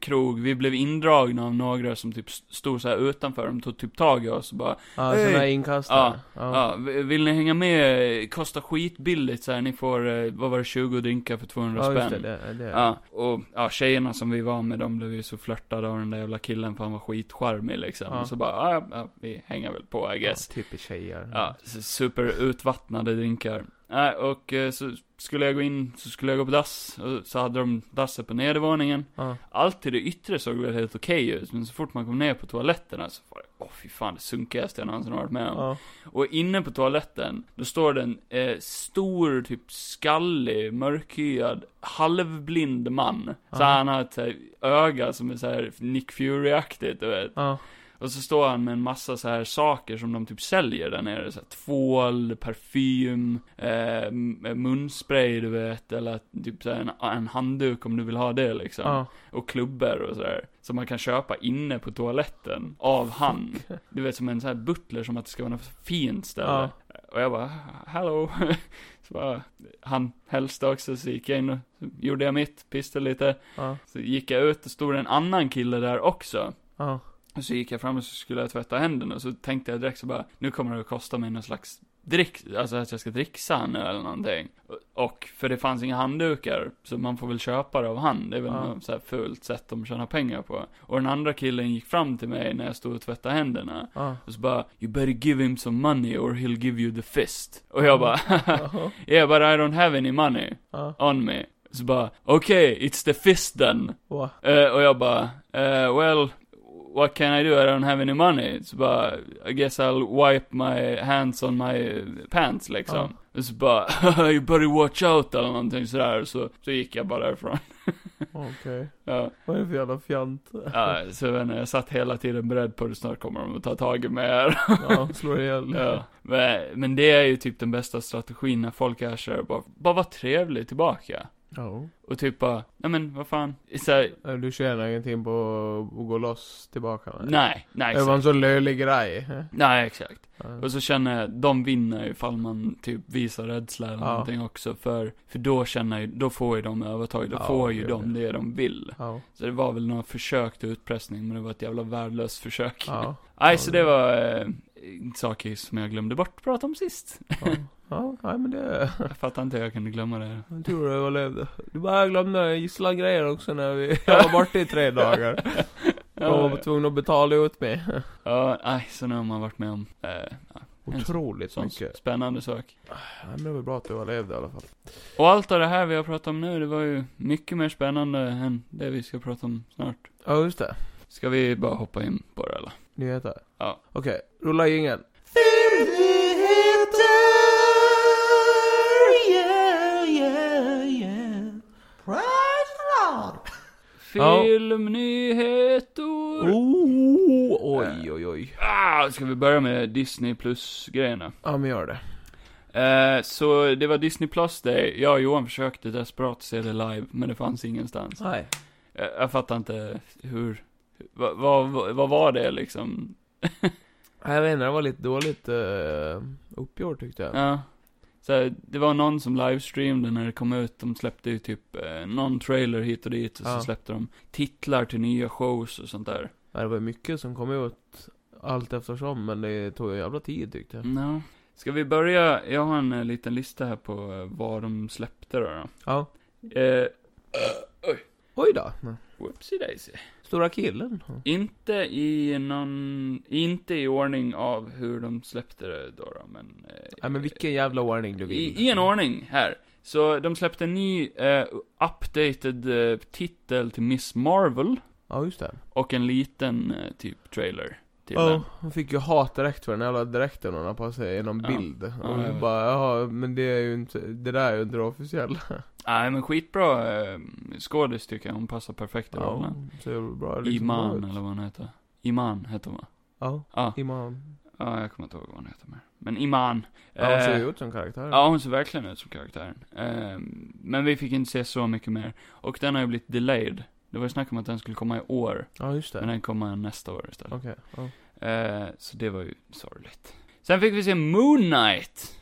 Speaker 1: krog, vi blev indragna av några som typ stod så här utanför, de tog typ tag i oss och bara
Speaker 2: Ja,
Speaker 1: Hej.
Speaker 2: såna här inkastare. Ja.
Speaker 1: Ja, v- vill ni hänga med? Kostar skitbilligt så här. ni får, eh, vad var det, 20 drinkar för 200
Speaker 2: Ja, just det.
Speaker 1: spänn.
Speaker 2: det, det.
Speaker 1: Ja, och ja, tjejerna som vi var med, de blev ju så flörtade av den där jävla killen för han var skitcharmig liksom.
Speaker 2: Ja.
Speaker 1: Och så bara, ja, ja, vi hänger väl på I guess.
Speaker 2: Ja, typiskt tjejer.
Speaker 1: Ja, s- superutvattnade drinkar. Nej, och eh, så skulle jag gå in, så skulle jag gå på dass, och så hade de dasset på nedervåningen.
Speaker 2: Ja.
Speaker 1: Allt i det yttre såg väl helt okej ut, men så fort man kom ner på toaletterna så var det, åh fy fan, det sunkigaste jag någonsin har varit med om.
Speaker 2: Ja.
Speaker 1: Och inne på toaletten, då står det en eh, stor, typ skallig, mörkhyad, halvblind man. Så
Speaker 2: Aha.
Speaker 1: han har ett så här, öga som är så här Nick Fury-aktigt, du vet.
Speaker 2: Ja.
Speaker 1: Och så står han med en massa så här saker som de typ säljer där nere. Så här, tvål, parfym, eh, m- munspray, du vet. Eller att typ så här, en, en handduk om du vill ha det liksom.
Speaker 2: Ja.
Speaker 1: Och klubbor och sådär. Som man kan köpa inne på toaletten. Av han. Du vet som en sån här butler som att det ska vara något fint ställe.
Speaker 2: Ja.
Speaker 1: Och jag bara, hello. Så bara, han hälsade också, så gick jag in och så gjorde jag mitt, pissade lite.
Speaker 2: Ja.
Speaker 1: Så gick jag ut och stod en annan kille där också.
Speaker 2: Ja.
Speaker 1: Och så gick jag fram och så skulle jag tvätta händerna och så tänkte jag direkt så bara, nu kommer det att kosta mig någon slags drick, alltså att jag ska dricksa han nu eller någonting. Och, för det fanns inga handdukar, så man får väl köpa det av han. Det är väl
Speaker 2: Ja.
Speaker 1: något så här fult sätt de tjänar pengar på. Och den andra killen gick fram till mig när jag stod och tvättade händerna.
Speaker 2: Ja.
Speaker 1: Och så bara, you better give him some money or he'll give you the fist. Och jag bara,
Speaker 2: Ja.
Speaker 1: yeah but I don't have any money
Speaker 2: Ja.
Speaker 1: on me. Så bara, okay, it's the fist then.
Speaker 2: Va?
Speaker 1: Eh, och jag bara, eh, well, what can I do? I don't have any money. Så bara, I guess I'll wipe my hands on my eh, pants liksom. Och så bara, you better watch out eller någonting sådär. Så, så gick jag bara därifrån.
Speaker 2: Okej.
Speaker 1: ja,
Speaker 2: Vad är det för jävla fjant?
Speaker 1: ja, så jag, vet inte, jag satt hela tiden beredd på det, snart kommer de att ta tag i mig här.
Speaker 2: Ja, slår ihjäl.
Speaker 1: ja. men, men det är ju typ den bästa strategin när folk är såhär, bara, bara vara trevlig tillbaka.
Speaker 2: Ja.
Speaker 1: Och typ bara, nej men vad fan, så här,
Speaker 2: Ja, Du tjänar ingenting på att gå loss tillbaka? va?
Speaker 1: nej, nej,
Speaker 2: Det
Speaker 1: exakt.
Speaker 2: var en så löjlig grej.
Speaker 1: nej exakt.
Speaker 2: Ja.
Speaker 1: Och så känner jag, de vinner ju ifall man typ visar rädsla eller
Speaker 2: Ja.
Speaker 1: någonting också, för, för då känner ju, då får ju de övertag, då
Speaker 2: Ja,
Speaker 1: får ju
Speaker 2: det är
Speaker 1: de det de vill.
Speaker 2: Ja.
Speaker 1: Så det var väl några försök till utpressning, men det var ett jävla värdelöst försök.
Speaker 2: Ja.
Speaker 1: Nej,
Speaker 2: Ja,
Speaker 1: så
Speaker 2: det-
Speaker 1: det var eh, saker som jag glömde bort prata om sist.
Speaker 2: Ja. Ja, nej men det...
Speaker 1: Jag fattar inte hur jag kunde glömma det.
Speaker 2: Jag tror du överlevde. Du bara glömde gissla grejer också när vi... Jag var borta i tre dagar. Jag
Speaker 1: Ja,
Speaker 2: var tvungen att betala ut mig.
Speaker 1: ja, nej, så nu har man varit med om, eh, ja,
Speaker 2: Otroligt
Speaker 1: Sån
Speaker 2: mycket.
Speaker 1: spännande sak.
Speaker 2: Nej, men det var bra att du överlevde i alla fall.
Speaker 1: Och allt av det här vi har pratat om nu, det var ju mycket mer spännande än det vi ska prata om snart.
Speaker 2: Ja, just det.
Speaker 1: Ska vi bara hoppa in på det eller?
Speaker 2: Nyheter.
Speaker 1: Ja.
Speaker 2: Okej, rulla jingeln. Ja.
Speaker 1: Filmnyheter!
Speaker 2: Oh,
Speaker 1: Äh.
Speaker 2: oj, oj, oj.
Speaker 1: Ah, ska vi börja med Disney plus-grejerna?
Speaker 2: Ja, men gör det.
Speaker 1: Eh, så det var Disney plus Day. Jag och Johan försökte desperat se det live, men det fanns ingenstans.
Speaker 2: Nej.
Speaker 1: Eh, jag fattar inte hur... Vad va, va, vad var det liksom?
Speaker 2: Jag vet inte, det var lite dåligt uh, uppgjort tyckte jag.
Speaker 1: Ja. Så här, det var någon som livestreamade när det kom ut. De släppte ju typ eh, någon trailer hit och dit. Och så
Speaker 2: Ja.
Speaker 1: släppte de titlar till nya shows och sånt där.
Speaker 2: Nej, Det var mycket som kom ut allt eftersom, men det tog en jävla tid tyckte jag.
Speaker 1: Ja. Ska vi börja? Jag har en eh, liten lista här på eh, vad de släppte då. då.
Speaker 2: Ja.
Speaker 1: Eh,
Speaker 2: Oj då. Ja.
Speaker 1: whoopsie daisy.
Speaker 2: Stora killen. Ja.
Speaker 1: Inte i någon, inte i ordning av hur de släppte det då, då men... eh,
Speaker 2: Nej, men vilken jävla warning du vill.
Speaker 1: I, I en ordning här. Så de släppte en ny, eh, updated eh, titel till Miss Marvel.
Speaker 2: Ja, just det.
Speaker 1: Och en liten eh, typ trailer till den.
Speaker 2: Ja, hon fick ju hat direkt för den jävla dräkten hon har på sig i någon
Speaker 1: Ja.
Speaker 2: bild.
Speaker 1: Ja,
Speaker 2: Och
Speaker 1: jag
Speaker 2: vi
Speaker 1: vet.
Speaker 2: bara, ja men det är ju inte, det där är ju inte det officiella.
Speaker 1: Nej men skitbra eh, skådis tycker jag, hon passar perfekt i
Speaker 2: Ja,
Speaker 1: rollen.
Speaker 2: ser ju bra liksom bra
Speaker 1: Iman
Speaker 2: ut.
Speaker 1: eller vad hon heter. Iman heter hon va?
Speaker 2: Ja,
Speaker 1: Ja,
Speaker 2: Iman.
Speaker 1: ja, jag kommer inte ihåg vad hon heter mer. Men Iman.
Speaker 2: Ja, hon ser
Speaker 1: eh,
Speaker 2: ju ut som karaktär.
Speaker 1: Ja, hon ser verkligen ut som karaktären. Eh, men vi fick inte se så mycket mer. Och den har ju blivit delayed. Det var ju snack om att den skulle komma i år,
Speaker 2: Ja, just
Speaker 1: men
Speaker 2: det.
Speaker 1: den kommer nästa år istället.
Speaker 2: Okej. ja.
Speaker 1: Eh, så det var ju sorgligt. Sen fick vi se Moon Knight.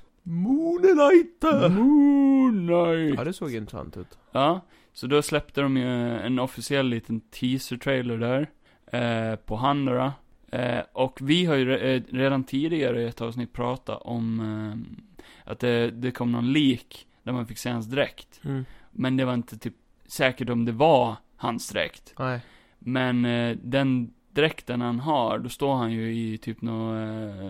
Speaker 2: Moonlighter!
Speaker 1: Moon
Speaker 2: Ja,
Speaker 1: Knight.
Speaker 2: det såg intressant ut.
Speaker 1: Ja, så då släppte de ju en officiell liten teaser-trailer där. Eh, på Handra. Eh, och vi har ju re- eh, redan tidigare i ett avsnitt pratat om eh, att det, det kom någon leak där man fick se hans dräkt. Men det var inte typ säkert om det var hans dräkt.
Speaker 2: Nej.
Speaker 1: Men eh, den dräkten han har, då står han ju i typ någon eh,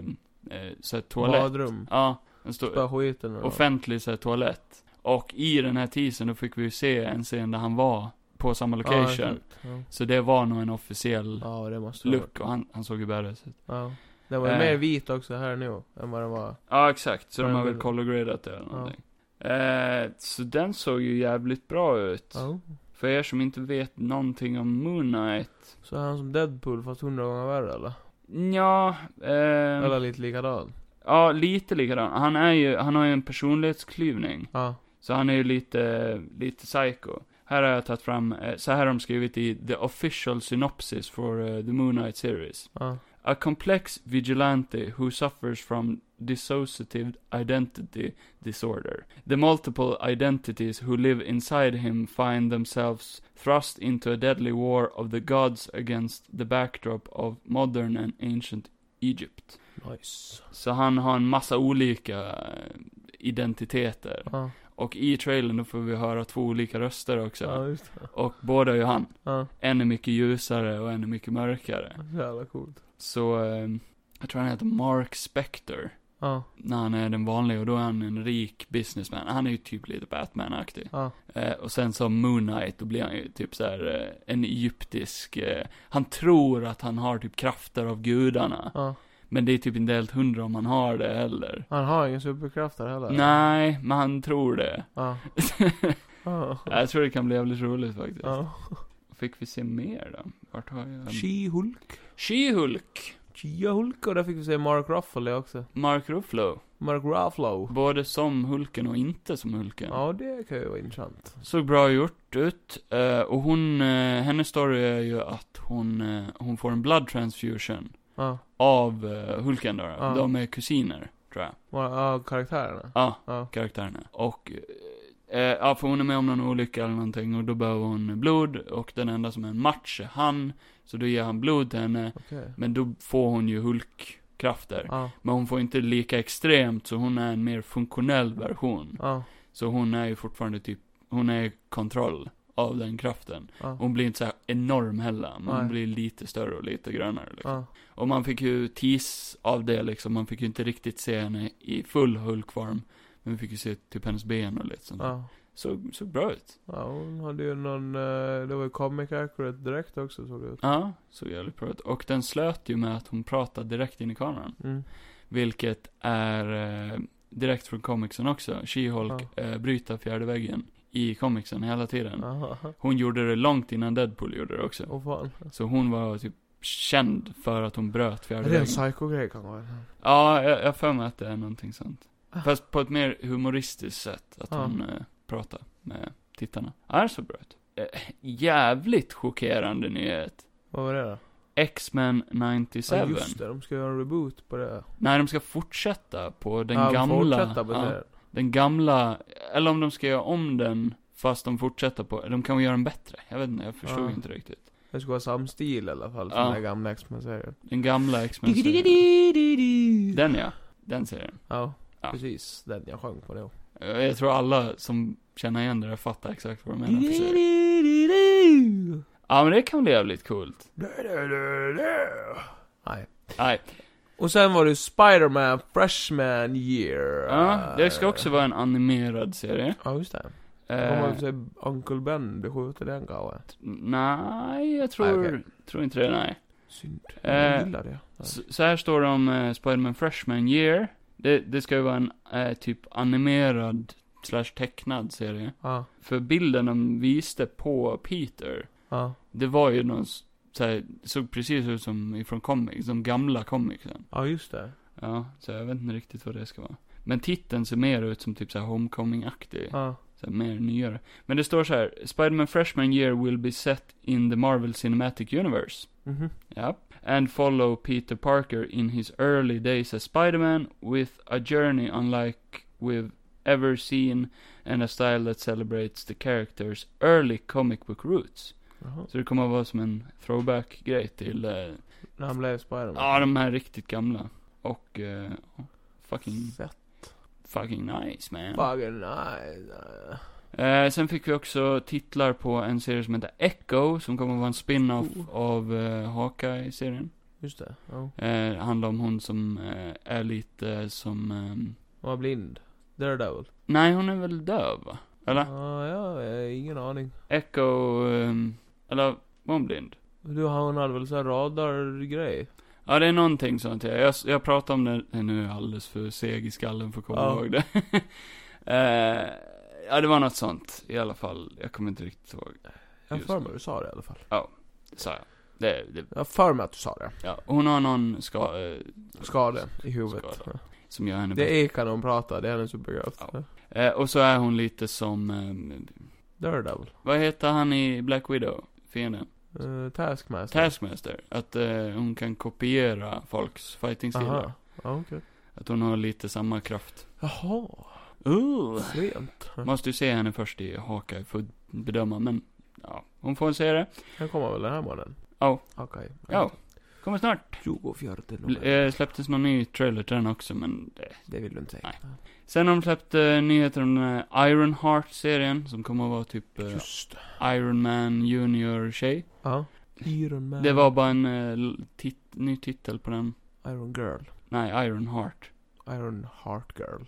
Speaker 1: eh, så här toalett.
Speaker 2: Badrum.
Speaker 1: Ja, han står
Speaker 2: Spöa skiten ur dem.
Speaker 1: offentlig så här, toalett. Och i den här teasern då fick vi ju se en scen där han var på samma
Speaker 2: Ja,
Speaker 1: location.
Speaker 2: exakt. Ja.
Speaker 1: så det var nog en officiell
Speaker 2: Ja, det måste det ha varit.
Speaker 1: look och han, han såg ju badass ut.
Speaker 2: Ja. Den var ju
Speaker 1: Eh.
Speaker 2: mer vit också här nu, än vad den var.
Speaker 1: Ja, exakt. Så de
Speaker 2: Ja,
Speaker 1: har
Speaker 2: det-
Speaker 1: väl color-gradat det eller någonting. Eh, så den såg ju jävligt bra ut.
Speaker 2: Ja.
Speaker 1: För er som inte vet någonting om Moon Knight.
Speaker 2: Så är han som Deadpool fast hundra gånger värre eller?
Speaker 1: Ja, ehm,
Speaker 2: Eller lite likadan?
Speaker 1: ja, lite likadan. Han är ju, han har ju en personlighetsklyvning.
Speaker 2: Ja.
Speaker 1: Så han är ju lite, lite psycho. Här har jag tagit fram, eh, så här har de skrivit i the official synopsis for eh, the Moon Knight series.
Speaker 2: Ja.
Speaker 1: A complex vigilante who suffers from dissociative identity disorder. The multiple identities who live inside him find themselves thrust into a deadly war of the gods against the backdrop of modern and ancient Egypt.
Speaker 2: Nice.
Speaker 1: Så han har en massa olika eh, identiteter.
Speaker 2: Ja,
Speaker 1: Och i trailern då får vi höra två olika röster också.
Speaker 2: ja just det.
Speaker 1: Och båda är ju han.
Speaker 2: Ja,
Speaker 1: En är mycket ljusare och en är mycket mörkare.
Speaker 2: så jävla coolt.
Speaker 1: Så, eh, jag tror han heter Mark Spector.
Speaker 2: Ja,
Speaker 1: När han är den vanliga och då är han en rik businessman. Han är ju typ lite Batman-aktig.
Speaker 2: ja.
Speaker 1: Eh, och sen som Moon Knight, då blir han ju typ så här eh, en egyptisk, eh, han tror att han har typ krafter av gudarna.
Speaker 2: ja.
Speaker 1: Men det är typ inte helt hundra om han har det heller.
Speaker 2: Han har ingen superkrafter heller.
Speaker 1: Nej, men han tror det.
Speaker 2: Ja. Ja.
Speaker 1: jag tror det kan bli jävligt roligt faktiskt.
Speaker 2: ja.
Speaker 1: Fick vi se mer då? Vart har jag...
Speaker 2: She-Hulk.
Speaker 1: She-Hulk,
Speaker 2: She-Hulk och där fick vi se Mark Ruffalo också.
Speaker 1: Mark Ruffalo.
Speaker 2: Mark Ruffalo.
Speaker 1: Både som Hulken och inte som Hulken.
Speaker 2: Ja, det kan ju vara intressant.
Speaker 1: Såg bra gjort ut. Eh, och hon, eh, hennes story är ju att hon, eh, hon får en blood transfusion
Speaker 2: Ja.
Speaker 1: av eh, Hulken då.
Speaker 2: Ja.
Speaker 1: De är kusiner, tror jag.
Speaker 2: Mar- Ja, karaktärerna.
Speaker 1: Ja,
Speaker 2: Ja.
Speaker 1: karaktärerna. Och, eh, eh, ja för hon är med om någon olycka eller någonting och då behöver hon blod. Och den enda som är en match är han. Så då ger han blod till henne.
Speaker 2: Okej.
Speaker 1: Men då får hon ju Hulk-krafter.
Speaker 2: Ja.
Speaker 1: Men hon får inte lika extremt, så hon är en mer funktionell version.
Speaker 2: Ja.
Speaker 1: Så hon är ju fortfarande typ, hon är kontroll av den kraften.
Speaker 2: Ja.
Speaker 1: Hon blir inte så här enorm heller, men hon
Speaker 2: Nej.
Speaker 1: blir lite större och lite grönare liksom.
Speaker 2: Ja.
Speaker 1: Och man fick ju tease av det liksom, man fick ju inte riktigt se henne i full Hulkform. Men vi fick ju se typ hennes ben och lite sånt.
Speaker 2: Ja.
Speaker 1: Såg, såg bra ut.
Speaker 2: ja, hon hade ju någon, eh, det var ju comic accurate direkt också såg det ut.
Speaker 1: Ja, såg jävligt bra ut. Och den slöt ju med att hon pratade direkt in i kameran.
Speaker 2: Mm.
Speaker 1: Vilket är eh, direkt från comicsen också. She-Hulk eh, bryter fjärde väggen i comicsen hela tiden.
Speaker 2: Aha.
Speaker 1: Hon gjorde det långt innan Deadpool gjorde det också.
Speaker 2: Åh fan.
Speaker 1: Så hon var typ känd för att hon bröt
Speaker 2: Är
Speaker 1: fjärde
Speaker 2: det en
Speaker 1: väggen.
Speaker 2: psycho-grej kanske?
Speaker 1: Ja, jag jag har för mig att det är någonting sånt.
Speaker 2: Ah.
Speaker 1: Fast på ett mer humoristiskt sätt. Att
Speaker 2: Ja.
Speaker 1: hon eh, pratar med tittarna. Är så bra ut. Eh, jävligt chockerande nyhet.
Speaker 2: Vad var det då?
Speaker 1: X-Men 97.
Speaker 2: Ja, just det, de ska göra en reboot på det.
Speaker 1: Nej, de ska fortsätta på den
Speaker 2: ja, de
Speaker 1: gamla.
Speaker 2: Fortsätta på
Speaker 1: ja,
Speaker 2: det.
Speaker 1: Den gamla, eller om de ska göra om den, fast de fortsätter på, de kan väl göra den bättre. Jag vet inte, jag förstod
Speaker 2: Ja.
Speaker 1: inte riktigt.
Speaker 2: Det ska vara samma stil i alla fall, som
Speaker 1: Ja.
Speaker 2: den här gamla X-Men-serien.
Speaker 1: Den gamla X-Men serien.
Speaker 2: Den.
Speaker 1: Den ja, den serien.
Speaker 2: Ja,
Speaker 1: Ja.
Speaker 2: precis. Den jag sjöng på då.
Speaker 1: Eh, Jag tror alla som känner igen det där fattar exakt vad de menar för serie.
Speaker 2: Du-du-du-du-du.
Speaker 1: Ja men det kan bli jävligt coolt.
Speaker 2: Du-du-du-du. Nej.
Speaker 1: Nej,
Speaker 2: Och sen var det Spider-Man Freshman Year.
Speaker 1: ja, det ska också vara en animerad serie.
Speaker 2: Ja, just det. Om
Speaker 1: Eh,
Speaker 2: man säger Uncle Ben blir skjuten i den kanske.
Speaker 1: nej, jag tror,
Speaker 2: Nej, okej.
Speaker 1: tror inte det, nej.
Speaker 2: Synd.
Speaker 1: Eh,
Speaker 2: Jag gillar det.
Speaker 1: Så, så här står det om eh, Spider-Man Freshman Year. Det, det ska ju vara en eh, typ animerad slash tecknad serie.
Speaker 2: Ja.
Speaker 1: För bilden de visste på Peter,
Speaker 2: Ja.
Speaker 1: det var ju någon s- så här, såg precis ut som ifrån comics, de gamla comicsen.
Speaker 2: Ja, just det.
Speaker 1: Ja, så jag vet inte riktigt vad det ska vara. Men titeln ser mer ut som typ så här Homecoming-aktig.
Speaker 2: Ja.
Speaker 1: Så här, mer nyare. Men det står så här, Spider-Man Freshman Year will be set in the Marvel Cinematic Universe.
Speaker 2: Mhm.
Speaker 1: Yep. And follow Peter Parker in his early days as Spider-Man with a journey unlike we've ever seen and a style that celebrates the character's early comic book roots.
Speaker 2: Jaha.
Speaker 1: Så det kommer att vara som en throwback-grej till, eh, ja
Speaker 2: När han blev Spider-Man.
Speaker 1: de här riktigt gamla. Och, eh, fucking,
Speaker 2: Fett.
Speaker 1: fucking nice man.
Speaker 2: Fucking nice.
Speaker 1: Eh, sen fick vi också titlar på en serie som heter Echo, som kommer att vara en spin-off
Speaker 2: Oh.
Speaker 1: av eh, Hawkeye-serien.
Speaker 2: Just det. Ja.
Speaker 1: Eh, handlar om hon som eh, är lite som... ehm,
Speaker 2: Han var blind. Daredevil.
Speaker 1: nej, hon är väl döv, va? Eller?
Speaker 2: Ja, ja, jag har ingen aning.
Speaker 1: Echo... ehm, eller var hon blind?
Speaker 2: Du, han hade väl sån här radargrej?
Speaker 1: Ja, det är någonting sånt. Jag, jag, jag pratar om det... eh, Nu är jag alldeles för seg i skallen för att komma
Speaker 2: Ja.
Speaker 1: ihåg det. eh, ja, det var något sånt i alla fall. Jag kommer inte riktigt ihåg.
Speaker 2: Jag har
Speaker 1: Just
Speaker 2: för
Speaker 1: det.
Speaker 2: mig du sa det i alla fall.
Speaker 1: Sa jag. Det, det,
Speaker 2: Jag har för mig att du sa det.
Speaker 1: ja. Hon har någon ska, eh,
Speaker 2: Skada i huvudet.
Speaker 1: Skada. som gör henne
Speaker 2: Det är kan hon prata, det är hennes superkraft.
Speaker 1: Ja. eh, Och så är hon lite som... ehm,
Speaker 2: Daredevil.
Speaker 1: vad heter han i Black Widow? Fienden?
Speaker 2: Uh, Taskmaster.
Speaker 1: Taskmaster, att eh, hon kan kopiera folks fighting-stilar.
Speaker 2: Aha. Ja, okej.
Speaker 1: Att hon har lite samma kraft.
Speaker 2: Jaha.
Speaker 1: Ooh.
Speaker 2: Sent.
Speaker 1: Måste ju se henne först i Hawkeye för att bedöma, men ja, hon får se det.
Speaker 2: Den kommer väl den här månaden?
Speaker 1: Ja.
Speaker 2: Okej.
Speaker 1: Ja, kommer snart.
Speaker 2: 24
Speaker 1: L-
Speaker 2: november.
Speaker 1: eh, släpptes någon ny trailer till den också, men det.
Speaker 2: Det vill du inte säga.
Speaker 1: Sen har de släppt eh, nyheter om den här Ironheart-serien, som kommer att vara typ eh,
Speaker 2: Just det.
Speaker 1: Iron Man Junior-tjej.
Speaker 2: Ja. Iron Man.
Speaker 1: Det var bara en eh, l- tit ny titel på den.
Speaker 2: Iron Girl.
Speaker 1: Nej, Ironheart.
Speaker 2: Iron Heart Girl.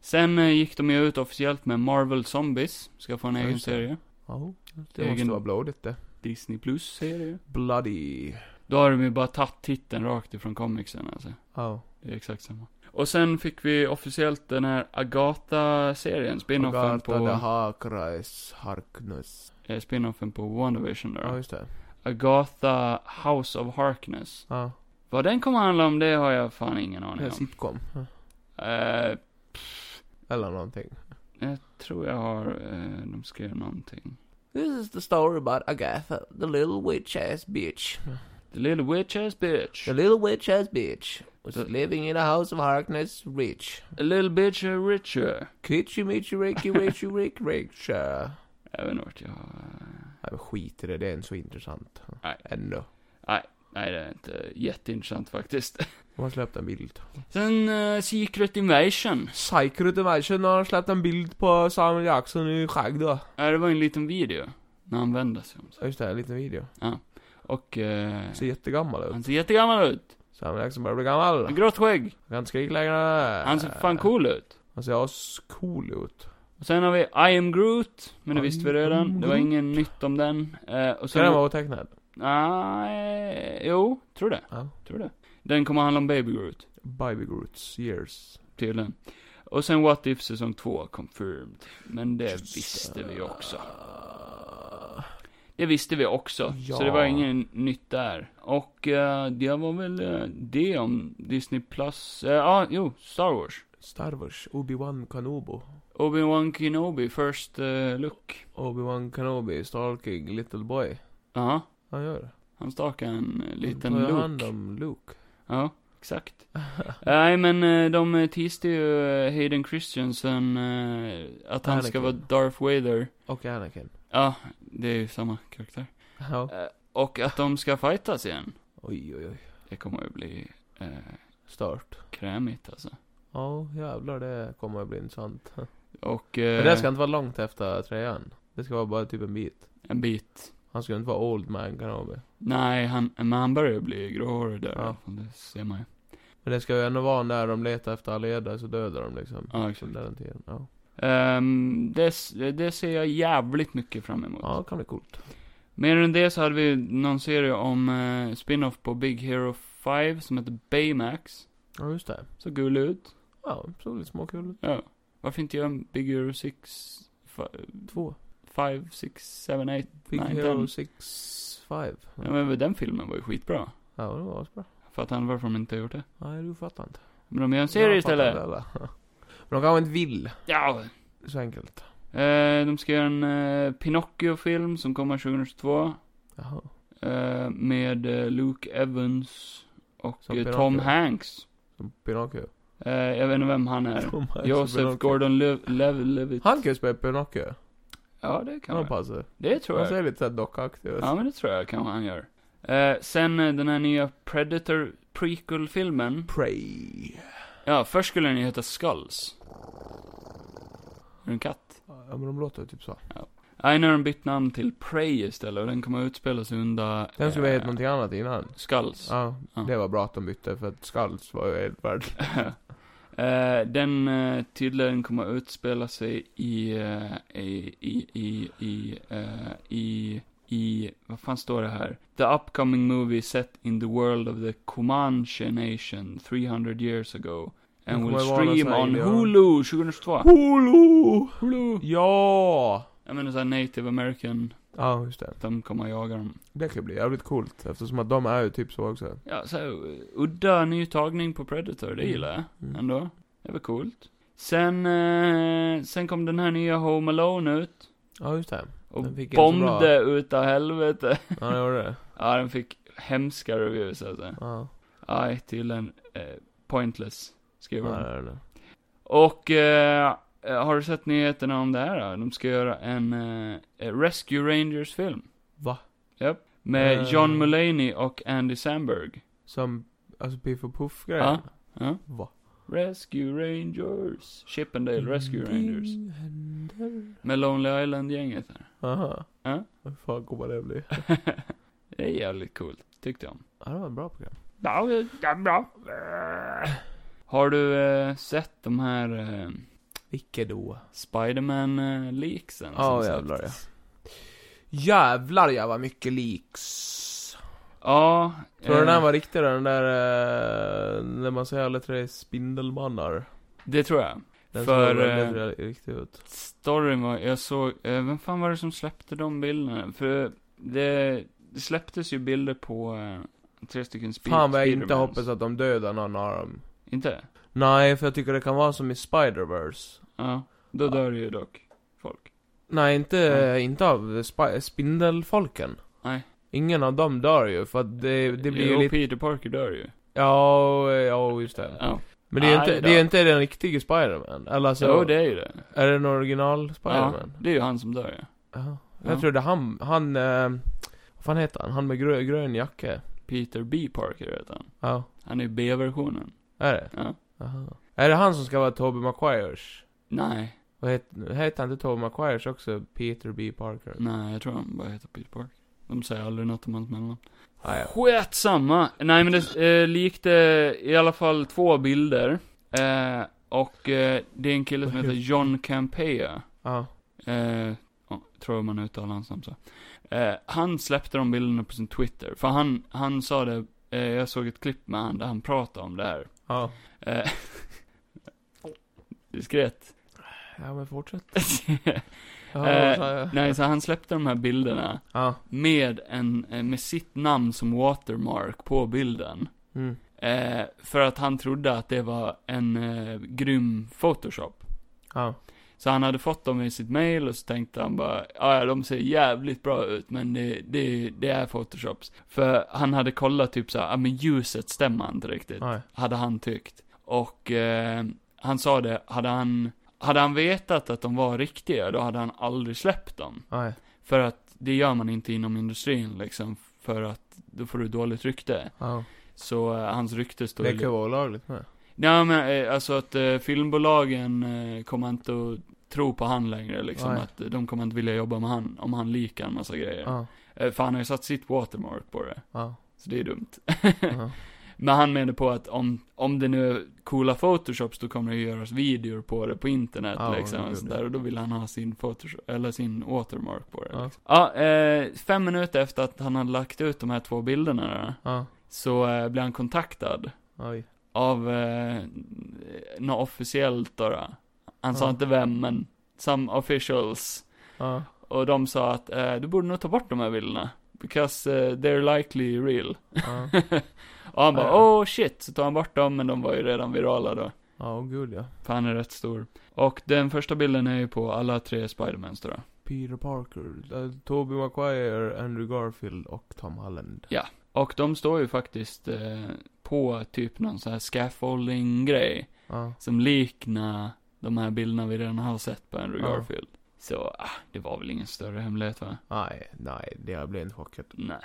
Speaker 1: Sen eh, gick de ju ut officiellt med Marvel Zombies, ska få en
Speaker 2: Ja,
Speaker 1: egen
Speaker 2: just det.
Speaker 1: serie.
Speaker 2: Ja. Det
Speaker 1: Egen-
Speaker 2: måste vara blodigt det.
Speaker 1: Disney Plus-serie.
Speaker 2: Bloody.
Speaker 1: Då har de ju bara tagit titeln rakt ifrån comicsen alltså.
Speaker 2: Ja.
Speaker 1: Det är exakt samma. Och sen fick vi officiellt den här Agatha-serien, spin-offen
Speaker 2: Agatha the
Speaker 1: på,
Speaker 2: Harkness. Harkness.
Speaker 1: eh, spin-offen på WandaVision där.
Speaker 2: Ja, just det.
Speaker 1: Agatha House of Harkness.
Speaker 2: Ja.
Speaker 1: Vad den kommer handla om, det har jag fan ingen
Speaker 2: Det är
Speaker 1: aning
Speaker 2: en
Speaker 1: om.
Speaker 2: sitcom.
Speaker 1: Eh,
Speaker 2: Eller någonting.
Speaker 1: jag tror jag har, eh, de skrev någonting.
Speaker 2: This is the story about Agatha, the little witch ass bitch.
Speaker 1: The little witch ass bitch.
Speaker 2: The little witch ass bitch was
Speaker 1: The-
Speaker 2: living in a house of Harkness rich.
Speaker 1: A little bitch a richer.
Speaker 2: Kitchy mitchy ricky richy rick rich. uh.
Speaker 1: Jag vet inte vart jag har...
Speaker 2: Nej men skit i det, det är inte så intressant.
Speaker 1: Nej.
Speaker 2: Ändå.
Speaker 1: Nej, det är inte jätteintressant faktiskt.
Speaker 2: De har släppt en bild.
Speaker 1: Sen eh, Secret Invasion.
Speaker 2: Psycho Dimension har släppt en bild på Samuel Jackson i skägg då.
Speaker 1: Ja, det var en liten video. när han vänder sig om sig.
Speaker 2: Ja, just det, här, en liten video.
Speaker 1: Och, eh,
Speaker 2: Ser jättegammal ut.
Speaker 1: han ser jättegammal ut.
Speaker 2: Så han liksom börjar bli
Speaker 1: Han
Speaker 2: gammal.
Speaker 1: har grått skägg.
Speaker 2: Han kan inte skrika längre.
Speaker 1: Han ser fan cool ut.
Speaker 2: Han ser ascool ut.
Speaker 1: Och sen har vi I am Groot, men det
Speaker 2: I
Speaker 1: visste vi
Speaker 2: am
Speaker 1: redan. Det var
Speaker 2: Groot.
Speaker 1: ingen nytt om den. Eh, och
Speaker 2: Ska den
Speaker 1: sen...
Speaker 2: vara otecknad?
Speaker 1: Nej, jo, tror det.
Speaker 2: Ja.
Speaker 1: Tror det. Den kommer handla om Baby Groot,
Speaker 2: Baby Groots years.
Speaker 1: tydligen. Och sen What If säsong 2, confirmed. Men det visste vi också. Det visste vi också.
Speaker 2: Ja.
Speaker 1: Så det var ingen nytt där. Och eh, det var väl eh, det om Disney Plus. Ja, ah, jo, Star Wars.
Speaker 2: Star Wars, Obi-Wan Kanobo.
Speaker 1: Obi-Wan Kenobi, first eh, look.
Speaker 2: Obi-Wan Kanobi, stalking little boy.
Speaker 1: Ja,
Speaker 2: Han gör det.
Speaker 1: han stakar en eh, liten
Speaker 2: Han tar
Speaker 1: look.
Speaker 2: hand om Luke.
Speaker 1: Ja, exakt. Nej, men eh, de teasade ju eh, Hayden Christensen, eh, att han ska vara
Speaker 2: Anakin.
Speaker 1: Darth Vader.
Speaker 2: Och Anakin.
Speaker 1: Ja, det är ju samma karaktär.
Speaker 2: Ja.
Speaker 1: Eh, Och att de ska fightas igen.
Speaker 2: Oj, oj, oj.
Speaker 1: Det kommer ju bli eh,
Speaker 2: Start.
Speaker 1: krämigt alltså.
Speaker 2: Ja, jävlar det kommer att bli intressant.
Speaker 1: Eh. Och
Speaker 2: Men det
Speaker 1: eh,
Speaker 2: ska inte vara långt efter trean. Det ska vara bara typ en bit.
Speaker 1: en bit.
Speaker 2: Han ska inte vara old man Kenobi.
Speaker 1: Nej, han, men han börjar ju bli gråhårig där.
Speaker 2: Ja.
Speaker 1: Det ser man ju.
Speaker 2: Men det ska ju ändå vara när de letar efter alla ledare så dödar de liksom.
Speaker 1: Ja, exakt.
Speaker 2: Under den tiden. Ja.
Speaker 1: Ehm, det, s- det ser jag jävligt mycket fram emot.
Speaker 2: ja, det kan bli coolt.
Speaker 1: Mer än det så hade vi någon serie om eh, spin-off på Big Hero 5 som heter Baymax.
Speaker 2: Ja, just det.
Speaker 1: Så gullig ut.
Speaker 2: Ja, så lite småkul.
Speaker 1: Ja. Varför inte göra en Big Hero 6,
Speaker 2: Två.
Speaker 1: 5, 6, 7, 8?
Speaker 2: Big
Speaker 1: Nej,
Speaker 2: Hero
Speaker 1: den-
Speaker 2: 6, 5.
Speaker 1: Ja, men den filmen var ju skitbra.
Speaker 2: Ja, det var asbra.
Speaker 1: Fattar han varför de inte har gjort det?
Speaker 2: Nej, du fattar inte.
Speaker 1: Men de gör en serie
Speaker 2: Jag fattar
Speaker 1: istället.
Speaker 2: inte alla. Men de kanske inte vill.
Speaker 1: Ja.
Speaker 2: Så enkelt.
Speaker 1: Eh, de ska göra en eh, Pinocchio-film som kommer 2022.
Speaker 2: Jaha.
Speaker 1: Eh, med eh, Luke Evans och
Speaker 2: Som
Speaker 1: eh, Tom
Speaker 2: Pinocchio.
Speaker 1: Hanks.
Speaker 2: Som Pinocchio.
Speaker 1: Eh, jag vet inte vem han är.
Speaker 2: Som Max
Speaker 1: Joseph
Speaker 2: Pinocchio.
Speaker 1: Gordon Lev- Lev- Levitt.
Speaker 2: Han kan ju spela Pinocchio.
Speaker 1: Ja, det kan
Speaker 2: Kan han
Speaker 1: vara.
Speaker 2: passa?
Speaker 1: Det tror
Speaker 2: Han
Speaker 1: jag.
Speaker 2: ser lite såhär dockaktig ut.
Speaker 1: Ja, men det tror jag kanske han gör. Eh, sen eh, den här nya Predator prequel-filmen.
Speaker 2: Prey.
Speaker 1: Ja, först skulle den ju heta Skulls. Är det en katt?
Speaker 2: Ja men de låter typ så.
Speaker 1: Nej, nu har de bytt namn till Prey istället och den kommer att utspela sig under...
Speaker 2: Den skulle
Speaker 1: eh,
Speaker 2: heta någonting annat innan.
Speaker 1: Skulls.
Speaker 2: Ja,
Speaker 1: Ja.
Speaker 2: det var bra att de bytte för att Skulls var ju Edward.
Speaker 1: Eh, den eh, tydligen kommer att utspela sig i, eh, i, i, i, i, eh, i, i, vad fan står det här? The upcoming movie set in the world of the Comanche nation 300 years ago.
Speaker 2: Det
Speaker 1: And will
Speaker 2: kommer vara någon
Speaker 1: stream
Speaker 2: sån här
Speaker 1: on
Speaker 2: indian.
Speaker 1: Hulu 2022.
Speaker 2: Hulu!
Speaker 1: Hulu!
Speaker 2: Ja!
Speaker 1: Jag menar såhär native american,
Speaker 2: Ja, just det.
Speaker 1: de kommer att jaga dem.
Speaker 2: Det kan bli jävligt coolt eftersom att de är ju typ så också.
Speaker 1: Ja, så här, eh, udda nytagning på Predator, det
Speaker 2: Mm.
Speaker 1: gillar jag.
Speaker 2: Mm.
Speaker 1: ändå. Det var coolt. Sen, eh, sen kom den här nya Home Alone ut.
Speaker 2: Ja, just det.
Speaker 1: Och
Speaker 2: Den fick inte så bra.
Speaker 1: bombade utav helvete.
Speaker 2: Ja, det gjorde det.
Speaker 1: ja, den fick hemska reviews alltså.
Speaker 2: Ja.
Speaker 1: Aj, till en eh, pointless,
Speaker 2: Ja,
Speaker 1: skriver
Speaker 2: det
Speaker 1: de.
Speaker 2: är det.
Speaker 1: Och, eh, eh, har du sett nyheterna om det här då? De ska göra en eh, Rescue Rangers-film.
Speaker 2: Va?
Speaker 1: Japp. Med
Speaker 2: Eh.
Speaker 1: John Mulaney och Andy Samberg.
Speaker 2: Som, alltså Piff och Puff-grejen?
Speaker 1: Ja. ja.
Speaker 2: Va?
Speaker 1: Rescue Rangers. Chippendale Rescue Rangers.
Speaker 2: Ingenting händer.
Speaker 1: Med Lonely Island-gänget här.
Speaker 2: Aha.
Speaker 1: Ja.
Speaker 2: Vad fan kommer det bli?
Speaker 1: det är jävligt coolt, tyckte jag.
Speaker 2: Ja, det var en bra program.
Speaker 1: Ja, det är bra. Har du eh, sett de här eh,
Speaker 2: Vilket då?
Speaker 1: Spiderman-leaksen?
Speaker 2: Ja, jävlar, ja. Jävlar jag var mycket leaks.
Speaker 1: Ja.
Speaker 2: Tror du
Speaker 1: eh,
Speaker 2: den här var riktig då? Den där, eh, när man ser alla tre spindelmannar.
Speaker 1: Det tror jag.
Speaker 2: Den
Speaker 1: För,
Speaker 2: såg väldigt
Speaker 1: eh,
Speaker 2: re- riktig ut.
Speaker 1: Storyn var, jag såg, eh, vem fan var det som släppte de bilderna? För det, det släpptes ju bilder på eh, tre stycken spe-
Speaker 2: Fan vad jag inte
Speaker 1: Spidermans.
Speaker 2: hoppas att de dödar någon av dem.
Speaker 1: Inte?
Speaker 2: Nej, för jag tycker det kan vara som i Spider-Verse.
Speaker 1: Ja. Då dör ju dock folk.
Speaker 2: Nej, inte, inte av spi- spindelfolken.
Speaker 1: Nej.
Speaker 2: Ingen av dem dör ju, för att det, det blir ju
Speaker 1: jo,
Speaker 2: lite...
Speaker 1: Peter Parker dör ju.
Speaker 2: Ja, ja, just det.
Speaker 1: Ja.
Speaker 2: Men det är ju
Speaker 1: Nej
Speaker 2: inte,
Speaker 1: då.
Speaker 2: det är ju inte den riktiga Spider-Man. Eller alltså,
Speaker 1: Jo, det är ju det.
Speaker 2: är det en original
Speaker 1: Ja,
Speaker 2: Spider-Man?
Speaker 1: det är ju han som dör ja.
Speaker 2: Jaha.
Speaker 1: Ja.
Speaker 2: Jag trodde han, han, eh, vad fan heter han? Han med grö, grön jacka.
Speaker 1: Peter B. Parker heter han.
Speaker 2: Ja,
Speaker 1: Han är ju B-versionen.
Speaker 2: är det?
Speaker 1: Ja.
Speaker 2: Jaha. Är det han som ska vara Tobey Maguires?
Speaker 1: Nej.
Speaker 2: Och het, heter han inte Tobey Maguires också? Peter B. Parker?
Speaker 1: Nej, jag tror han bara heter Peter Park. De säger aldrig något om hans mellannamn.
Speaker 2: Ah, ja.
Speaker 1: Skitsamma! Nej men det eh, likte i alla fall två bilder. Eh, och eh, det är en kille som heter John Campea.
Speaker 2: Ah.
Speaker 1: Eh, ja, tror man uttalar hans namn så. Eh, han släppte de bilderna på sin Twitter. För han, han sa det, eh, jag såg ett klipp med han där han pratade om det här.
Speaker 2: Ja.
Speaker 1: Eh, diskret.
Speaker 2: Ja men fortsätt. Ja,
Speaker 1: Eh,
Speaker 2: sa jag.
Speaker 1: Nej, så han släppte de här bilderna
Speaker 2: Ja.
Speaker 1: med en, eh, med sitt namn som watermark på bilden.
Speaker 2: Mm.
Speaker 1: Eh, för att han trodde att det var en eh, grym photoshop.
Speaker 2: Ja.
Speaker 1: Så han hade fått dem i sitt mail och så tänkte han bara, "Ja, ja de ser jävligt bra ut men det, det, det är photoshops. För han hade kollat typ såhär, ja men ljuset stämmer inte riktigt
Speaker 2: Nej.
Speaker 1: hade han tyckt. Och eh, han sa det, hade han, hade han vetat att de var riktiga, då hade han aldrig släppt dem.
Speaker 2: Nej.
Speaker 1: För att det gör man inte inom industrin liksom, för att då får du dåligt rykte.
Speaker 2: Ja.
Speaker 1: Så eh, hans rykte står
Speaker 2: Det kan ju
Speaker 1: ju...
Speaker 2: vara olagligt med.
Speaker 1: Nej men eh, alltså att eh, filmbolagen eh, kommer inte att tro på han längre liksom.
Speaker 2: Nej.
Speaker 1: Att eh, de kommer inte vilja jobba med han, om han likar en massa grejer.
Speaker 2: Ja.
Speaker 1: Eh, för han har ju satt sitt watermark på det.
Speaker 2: Ja.
Speaker 1: Så det är dumt.
Speaker 2: Ja.
Speaker 1: Men han menar på att om, om det nu är coola photoshops då kommer det ju göras videor på det på internet
Speaker 2: Ja,
Speaker 1: liksom
Speaker 2: gud,
Speaker 1: och sådär.
Speaker 2: ja.
Speaker 1: Och då vill han ha sin photoshop, eller sin watermark på det.
Speaker 2: Ja.
Speaker 1: Liksom. Ja, eh, fem minuter efter att han hade lagt ut de här två bilderna då,
Speaker 2: Ja.
Speaker 1: så eh, blir han kontaktad
Speaker 2: Oj.
Speaker 1: av eh, något officiellt då. då. Han sa
Speaker 2: Ja.
Speaker 1: inte vem, men some officials.
Speaker 2: Ja.
Speaker 1: Och de sa att eh, du borde nog ta bort de här bilderna. Because eh, they're likely real.
Speaker 2: Ja.
Speaker 1: och han bara,
Speaker 2: Ja, ja.
Speaker 1: oh shit, så tar han bort dem, men de var ju redan virala då.
Speaker 2: Ja, oh, gud ja.
Speaker 1: För han är rätt stor. Och den första bilden är ju på alla tre Spidermans då.
Speaker 2: Peter Parker, eh, Tobey Maguire, Andrew Garfield och Tom Holland.
Speaker 1: Och de står ju faktiskt eh, på typ någon sån här scaffolding-grej.
Speaker 2: Ja.
Speaker 1: Som liknar de här bilderna vi redan har sett på Andrew
Speaker 2: Ja.
Speaker 1: Garfield. Så, ah, det var väl ingen större hemlighet va?
Speaker 2: Nej, nej, det jag blev inte chockad.
Speaker 1: Nej.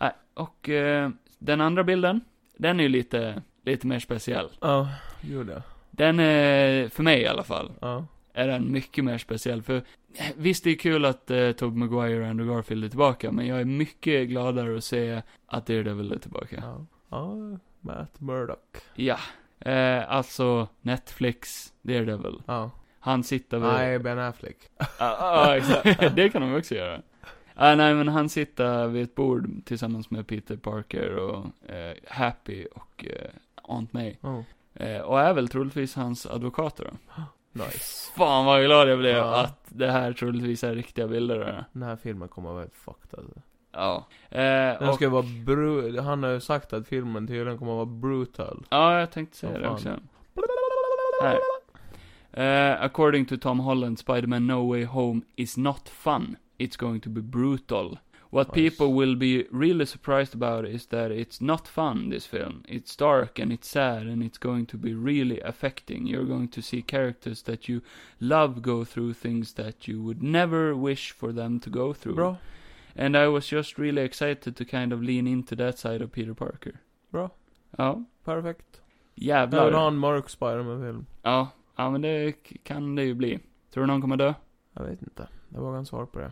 Speaker 1: Nej. Och eh, den andra bilden, den är ju lite, lite mer speciell.
Speaker 2: Ja, gud ja.
Speaker 1: Den är, för mig i alla fall,
Speaker 2: Ja.
Speaker 1: är den mycket mer speciell. För eh, visst, det är kul att eh, Tobey Maguire och Andrew Garfield är tillbaka, men jag är mycket gladare att se att Daredevil är tillbaka.
Speaker 2: Ja. ja. Matt Murdock.
Speaker 1: Ja. Eh, alltså, Netflix, Daredevil.
Speaker 2: Ja.
Speaker 1: Han sitter vid...
Speaker 2: Nej, Ben Affleck.
Speaker 1: Ja, ja, exakt. det kan de också göra. Ah, nej, men han sitter vid ett bord tillsammans med Peter Parker och eh, Happy och eh, Aunt May.
Speaker 2: Oh.
Speaker 1: Eh, och är väl troligtvis hans advokater då.
Speaker 2: Nice.
Speaker 1: Fan vad glad jag blev
Speaker 2: Ja.
Speaker 1: att det här troligtvis är riktiga bilder. Då.
Speaker 2: Den här filmen kommer att vara helt fucked alltså.
Speaker 1: Ja. Eh,
Speaker 2: Den
Speaker 1: och,
Speaker 2: ska vara bru- Han har ju sagt att filmen tydligen kommer att vara brutal.
Speaker 1: ja, jag tänkte säga
Speaker 2: Som
Speaker 1: det
Speaker 2: fan.
Speaker 1: också. Här. Eh, according to Tom Holland, Spider-Man No Way Home is not fun. It's going to be brutal. What
Speaker 2: Nice.
Speaker 1: people will be really surprised about is that it's not fun, this film. It's dark and it's sad and it's going to be really affecting. You're going to see characters that you love go through things that you would never wish for them to go through.
Speaker 2: Bra,
Speaker 1: And I was just really excited to kind of lean into that side of Peter Parker.
Speaker 2: Bra.
Speaker 1: Ja.
Speaker 2: perfekt. Jag vill ha
Speaker 1: Jävlar.
Speaker 2: en mörk Spiderman-film.
Speaker 1: Ja. Ja, men det k- kan det ju bli. Tror du någon kommer dö?
Speaker 2: Jag vet inte. Jag vågar inte svara på det.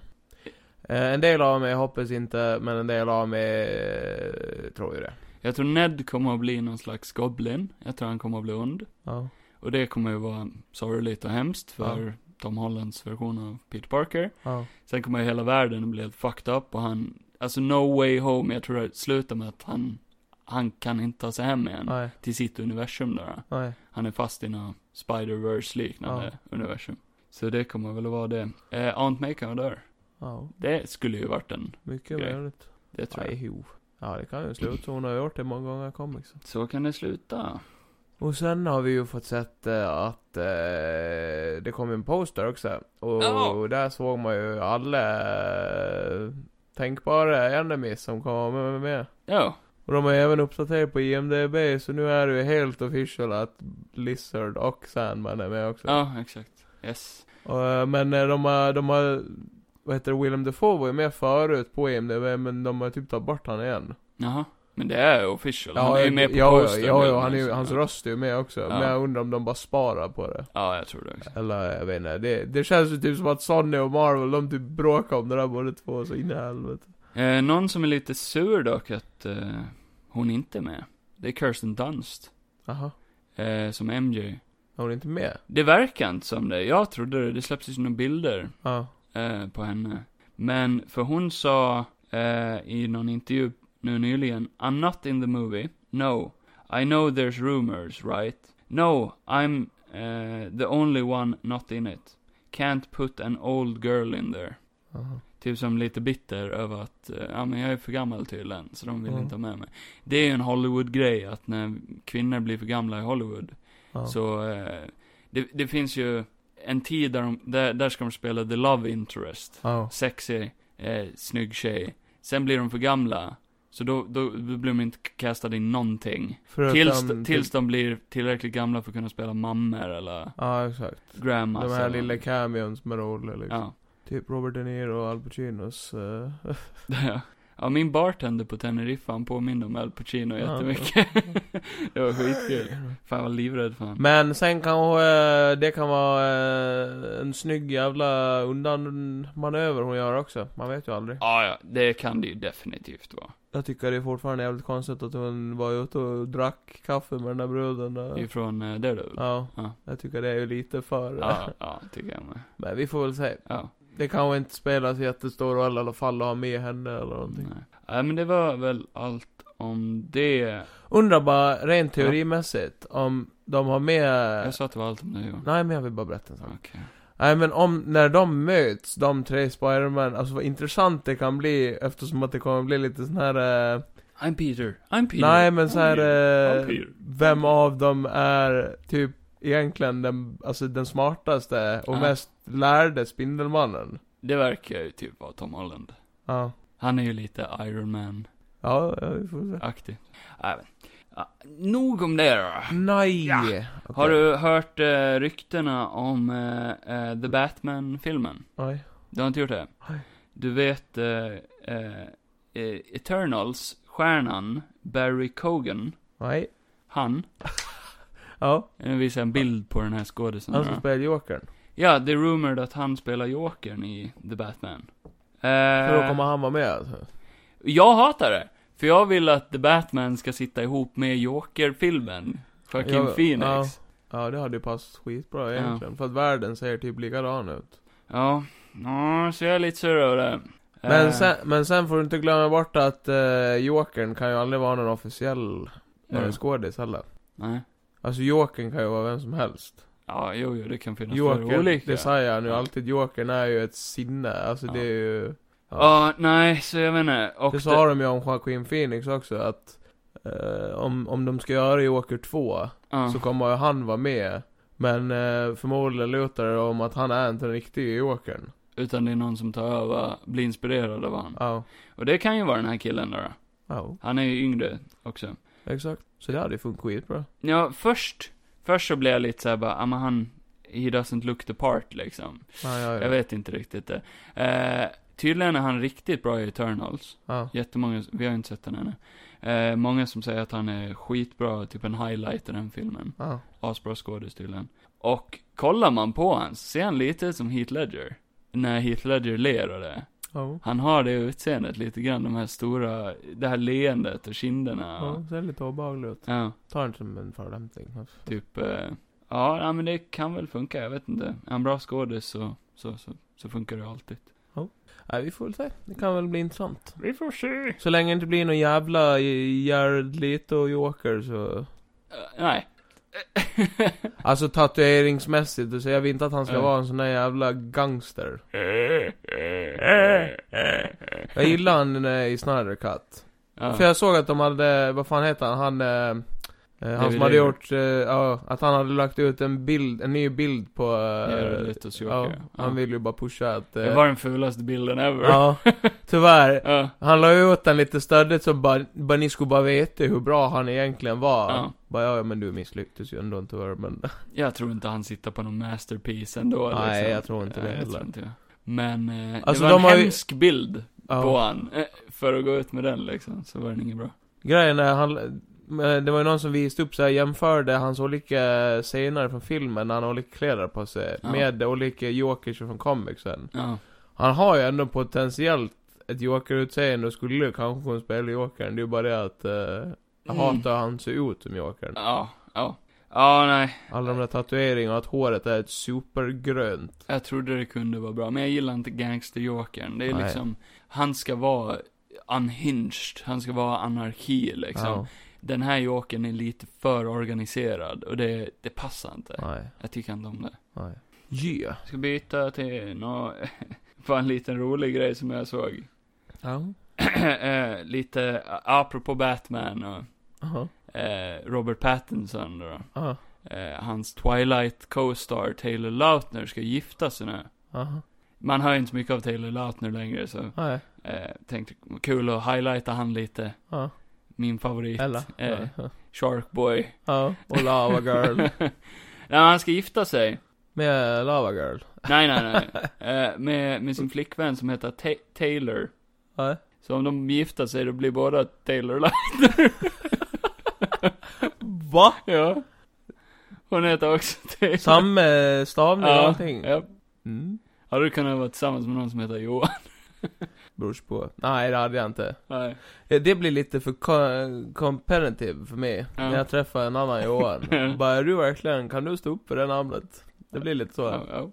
Speaker 2: Eh, en del av mig hoppas inte, men en del av mig eh, tror ju det.
Speaker 1: Jag tror Ned kommer att bli någon slags goblin. Jag tror han kommer att bli ond.
Speaker 2: Ja.
Speaker 1: Och det kommer ju vara sorgligt och hemskt för Tom Hollands version av Peter Parker.
Speaker 2: Ja.
Speaker 1: Sen kommer ju hela världen att bli helt fucked up och han, alltså no way home, jag tror det slutar med att han, han kan inte ta sig hem igen.
Speaker 2: Nej.
Speaker 1: Till sitt universum där.
Speaker 2: Nej.
Speaker 1: Han är fast i något Spider-Verse liknande universum. Så det kommer väl att vara det. Eh, Aunt May kan vara där.
Speaker 2: Ja.
Speaker 1: Det skulle ju varit en,
Speaker 2: Mycket
Speaker 1: Grej.
Speaker 2: möjligt.
Speaker 1: det tror jag.
Speaker 2: Nej, jo. Ja, det kan ju sluta så. Hon har gjort det många gånger i comicsen.
Speaker 1: Så kan det sluta.
Speaker 2: Och sen har vi ju fått sett eh, att eh, det kom en poster också. Och
Speaker 1: Ja.
Speaker 2: där såg man ju alla eh, tänkbara enemies som kom med. med.
Speaker 1: Ja,
Speaker 2: Och de har även uppdaterat på IMDB, så nu är det ju helt official att Lizard och Sandman är med också.
Speaker 1: ja exakt. Yes.
Speaker 2: Och, eh, men eh, de har, de har, vad heter det, Willem Dafoe var ju med förut på IMDB, men de har typ tagit bort han igen.
Speaker 1: Jaha. Men det är official,
Speaker 2: Ja,
Speaker 1: han är ju med på
Speaker 2: ja,
Speaker 1: postern.
Speaker 2: Ja,
Speaker 1: eller
Speaker 2: ja, han är, ju-
Speaker 1: något
Speaker 2: hans
Speaker 1: sånt.
Speaker 2: röst är ju med också.
Speaker 1: Ja.
Speaker 2: Men jag undrar om de bara sparar på det.
Speaker 1: Ja, jag tror det också.
Speaker 2: Eller jag vet inte, det, det känns ju typ som att Sony och Marvel, de typ bråkar om det där båda två så in i helvete.
Speaker 1: Eh, någon som är lite sur dock att eh, hon inte är med. Det är Kirsten Dunst,
Speaker 2: Jaha,
Speaker 1: eh, som MJ.
Speaker 2: är hon inte med?
Speaker 1: Det verkar inte som det, jag trodde det, det släpptes ju några bilder
Speaker 2: Ja.
Speaker 1: eh, på henne. Men, för hon sa eh, i någon intervju nu nyligen, I'm not in the movie, no. I know there's rumors, right? No, I'm eh, the only one not in it. Can't put an old girl in there.
Speaker 2: Aha.
Speaker 1: Typ som lite bitter över att, eh, ja men jag är för gammal tydligen, så de vill
Speaker 2: Mm.
Speaker 1: inte ha med mig. Det är ju en Hollywood-grej att när kvinnor blir för gamla i Hollywood,
Speaker 2: Ja.
Speaker 1: så, eh, det, det finns ju en tid där de, där, där ska de spela the love interest.
Speaker 2: Ja.
Speaker 1: Sexy, eh, snygg tjej. Sen blir de för gamla, så då, då blir de inte kastade i någonting.
Speaker 2: Förutom
Speaker 1: Tills,
Speaker 2: typ-
Speaker 1: tills de blir tillräckligt gamla för att kunna spela mammor eller
Speaker 2: Ja, exakt.
Speaker 1: grandmas.
Speaker 2: De här
Speaker 1: eller-
Speaker 2: lilla cameons som är roliga liksom.
Speaker 1: Ja.
Speaker 2: Typ Robert De Niro och Al Pacinos. eh,
Speaker 1: Ja. Ja, min bartender på Teneriffa, han påminner om Al Pacino
Speaker 2: Ja.
Speaker 1: jättemycket. det var skitkul. Fan, jag var livrädd för honom.
Speaker 2: Men sen kanske eh, det kan vara eh, en snygg jävla undanmanöver hon gör också. Man vet ju aldrig.
Speaker 1: Ja, ja, det kan det ju definitivt vara.
Speaker 2: Jag tycker det är fortfarande jävligt konstigt att hon var ute och drack kaffe med den där bruden där.
Speaker 1: Ifrån eh, Daredevil.
Speaker 2: Ja.
Speaker 1: Ja.
Speaker 2: Jag tycker det är ju lite för... eh.
Speaker 1: Ja, ja, tycker jag med.
Speaker 2: Men vi får väl se.
Speaker 1: Ja.
Speaker 2: Det kanske inte spelar så jättestor roll i alla fall att ha med henne eller någonting.
Speaker 1: Nej. Ja, men det var väl allt om
Speaker 2: Äh.
Speaker 1: det.
Speaker 2: Undrar bara, rent teorimässigt, om de har med...
Speaker 1: Jag sa att det var allt om det, Johan.
Speaker 2: Nej men jag vill bara berätta en sak.
Speaker 1: Okej.
Speaker 2: Nej men om, när de möts, de tre Spiderman, alltså vad intressant det kan bli eftersom att det kommer bli lite sån här... eh,
Speaker 1: I'm Peter. I'm Peter.
Speaker 2: nej men så
Speaker 1: I'm
Speaker 2: här,
Speaker 1: Peter.
Speaker 2: eh,
Speaker 1: I'm Peter.
Speaker 2: vem av dem är typ egentligen den, alltså den smartaste och
Speaker 1: Ja.
Speaker 2: mest lärde Spindelmannen?
Speaker 1: Det verkar ju typ vara Tom Holland.
Speaker 2: Ja.
Speaker 1: Han är ju lite Iron Man-aktig.
Speaker 2: Ja, ja, vi får se.
Speaker 1: Nej, men. Ja, nog om det då.
Speaker 2: Nej!
Speaker 1: Ja.
Speaker 2: Okej.
Speaker 1: Har du hört eh, ryktena om eh, eh, The Batman-filmen?
Speaker 2: Nej.
Speaker 1: Du har inte gjort det?
Speaker 2: Nej.
Speaker 1: Du vet eh, eh, eh, Eternals-stjärnan Barry Cogan,
Speaker 2: Nej.
Speaker 1: han,
Speaker 2: Ja,
Speaker 1: nu visar jag en bild på den här skådisen.
Speaker 2: han
Speaker 1: då.
Speaker 2: som spelar Jokern.
Speaker 1: Ja, det är rumored att han spelar Jokern i The Batman.
Speaker 2: För då kommer
Speaker 1: Eh,
Speaker 2: han vara med alltså.
Speaker 1: jag hatar det! För jag vill att The Batman ska sitta ihop med Joker-filmen. Joaquin
Speaker 2: Jag-
Speaker 1: Phoenix.
Speaker 2: ja. Ja, det hade ju passat skitbra egentligen. För att världen ser typ likadan ut.
Speaker 1: Ja, ja så jag är lite sur över det. Eh,
Speaker 2: Men sen, men sen får du inte glömma bort att uh, Jokern kan ju aldrig vara någon officiell eh,
Speaker 1: Nej.
Speaker 2: skådis heller.
Speaker 1: Nej.
Speaker 2: Alltså Jokern kan ju vara vem som helst.
Speaker 1: Ja, jo, jo, det kan finnas flera
Speaker 2: Jokern,
Speaker 1: olika.
Speaker 2: det säger jag nu
Speaker 1: Ja.
Speaker 2: alltid, Jokern är ju ett sinne. Alltså
Speaker 1: Ja.
Speaker 2: det är ju...
Speaker 1: Ja, nej, så jag menar. Och
Speaker 2: det
Speaker 1: det,
Speaker 2: sa de ju om Joaquin Phoenix också att eh, om, om de ska göra Joker 2
Speaker 1: ja.
Speaker 2: så kommer ju han vara med. Men eh, förmodligen lutar det om att han är inte den riktiga
Speaker 1: Mm.
Speaker 2: Jokern.
Speaker 1: utan det är någon som tar över, blir inspirerad av han.
Speaker 2: Ja.
Speaker 1: Och det kan ju vara den här killen då.
Speaker 2: Ja,
Speaker 1: Han är ju yngre också.
Speaker 2: exakt. Så det hade ju funkat skitbra.
Speaker 1: Ja, först, först så blev jag lite såhär bara, ah, men han, he doesn't look the part liksom.
Speaker 2: Ja, ja, ja.
Speaker 1: Jag vet inte riktigt det. Eh, tydligen är han riktigt bra i Eternals.
Speaker 2: Ja.
Speaker 1: Jättemånga, vi har ju inte sett den ännu. Eh, många som säger att han är skitbra, typ en highlight i den filmen.
Speaker 2: Ja.
Speaker 1: asbra skådis tydligen. Och kollar man på han så ser han lite ut som Heath Ledger. När Heath Ledger ler och det.
Speaker 2: Ja.
Speaker 1: Han har det utseendet lite grann, de här stora, det här leendet och kinderna.
Speaker 2: Ja,
Speaker 1: Och,
Speaker 2: det ser lite obehaglig ut.
Speaker 1: ja,
Speaker 2: Ta inte som en förolämpning. alltså.
Speaker 1: typ, eh, ja, nej, men det kan väl funka, jag vet inte. Är han bra skådis så, så, så, så funkar det alltid.
Speaker 2: Nej, vi får väl se. Det kan väl bli intressant.
Speaker 1: Vi får se.
Speaker 2: Så länge det inte blir någon jävla Jared Leto och Joker så...
Speaker 1: nej.
Speaker 2: Alltså tatueringsmässigt, då säger vi inte att han ska
Speaker 1: Mm.
Speaker 2: vara en sån där jävla gangster. Jag gillar han eh, i Snyder Cut.
Speaker 1: Ja.
Speaker 2: För jag såg att de hade, vad fan heter han, han... eh, Eh, han
Speaker 1: David
Speaker 2: som hade
Speaker 1: Ayer.
Speaker 2: gjort, eh, ja, att han hade lagt ut en bild, en ny bild på... eh,
Speaker 1: Jared Letos Joker,
Speaker 2: ja,
Speaker 1: ja.
Speaker 2: han ville ju bara pusha att... eh,
Speaker 1: Det var den fulaste bilden ever.
Speaker 2: ja, tyvärr.
Speaker 1: Ja.
Speaker 2: Han la ju ut den lite stöddigt så bara, bara ni skulle bara veta hur bra han egentligen var.
Speaker 1: Ja.
Speaker 2: Bara, ja, ja men du misslyckades ju ändå tyvärr men...
Speaker 1: Jag tror inte han sitter på någon masterpiece ändå.
Speaker 2: Nej,
Speaker 1: liksom.
Speaker 2: jag tror inte det
Speaker 1: Nej, jag
Speaker 2: heller.
Speaker 1: tror inte det. Men eh,
Speaker 2: Alltså,
Speaker 1: det var
Speaker 2: de
Speaker 1: en
Speaker 2: har ju-
Speaker 1: hemsk bild
Speaker 2: Ja.
Speaker 1: på han. Eh, för att gå ut med den liksom, så var den ingen bra.
Speaker 2: Grejen är, han, eh, det var ju någon som visade upp så här, jämförde hans olika scener från filmen när han har olika kläder på sig
Speaker 1: Ja.
Speaker 2: med olika jokers från comicsen.
Speaker 1: Ja.
Speaker 2: Han har ju ändå potentiellt ett jokerutseende och skulle ju kanske kunna spela jokern. Det är ju bara det att eh, jag
Speaker 1: Mm.
Speaker 2: hatar hur han ser ut som jokern.
Speaker 1: Ja, ja. Ja, nej.
Speaker 2: Alla de där tatueringarna och att håret är ett supergrönt.
Speaker 1: Jag trodde det kunde vara bra, men jag gillar inte gangsterjokern. Det är
Speaker 2: Nej.
Speaker 1: liksom, han ska vara unhinged, han ska vara anarki liksom.
Speaker 2: Ja,
Speaker 1: Den här jokern är lite för organiserad och det, det passar inte.
Speaker 2: nej,
Speaker 1: Jag tycker inte om det.
Speaker 2: nej. Yeah.
Speaker 1: Jag ska byta till nå, bara en liten rolig grej som jag såg.
Speaker 2: Ja.
Speaker 1: Eh, lite apropå Batman och
Speaker 2: Aha.
Speaker 1: eh, Robert Pattinson då.
Speaker 2: Aha.
Speaker 1: Eh, hans Twilight co-star Taylor Lautner ska gifta sig nu.
Speaker 2: Aha.
Speaker 1: Man hör ju inte så mycket av Taylor Lautner längre så
Speaker 2: Nej.
Speaker 1: eh, tänkte kul att highlighta han lite.
Speaker 2: Ja.
Speaker 1: Min favorit,
Speaker 2: Eller?
Speaker 1: eh,
Speaker 2: Ja.
Speaker 1: Sharkboy.
Speaker 2: Ja. Och Lava Girl.
Speaker 1: Nej, men han ska gifta sig.
Speaker 2: Med Lava Girl.
Speaker 1: Nej, nej, nej. Eh, med, med sin flickvän som heter Ta- Taylor.
Speaker 2: Ja.
Speaker 1: Så om de gifter sig då blir båda Taylor Lautner.
Speaker 2: Va?
Speaker 1: Ja. Hon heter också Taylor.
Speaker 2: Samma stavning och
Speaker 1: ja,
Speaker 2: allting?
Speaker 1: ja.
Speaker 2: Mm.
Speaker 1: Har du kunnat vara tillsammans med någon som heter Johan?
Speaker 2: Brors på. Nej, det hade jag inte.
Speaker 1: Nej.
Speaker 2: Ja, Det blir lite för co- competitive för mig.
Speaker 1: Ja.
Speaker 2: När jag träffar en annan Johan.
Speaker 1: Ja.
Speaker 2: Bara, är du verkligen, kan du stå upp för det namnet? Det blir lite så.
Speaker 1: Ja, ja.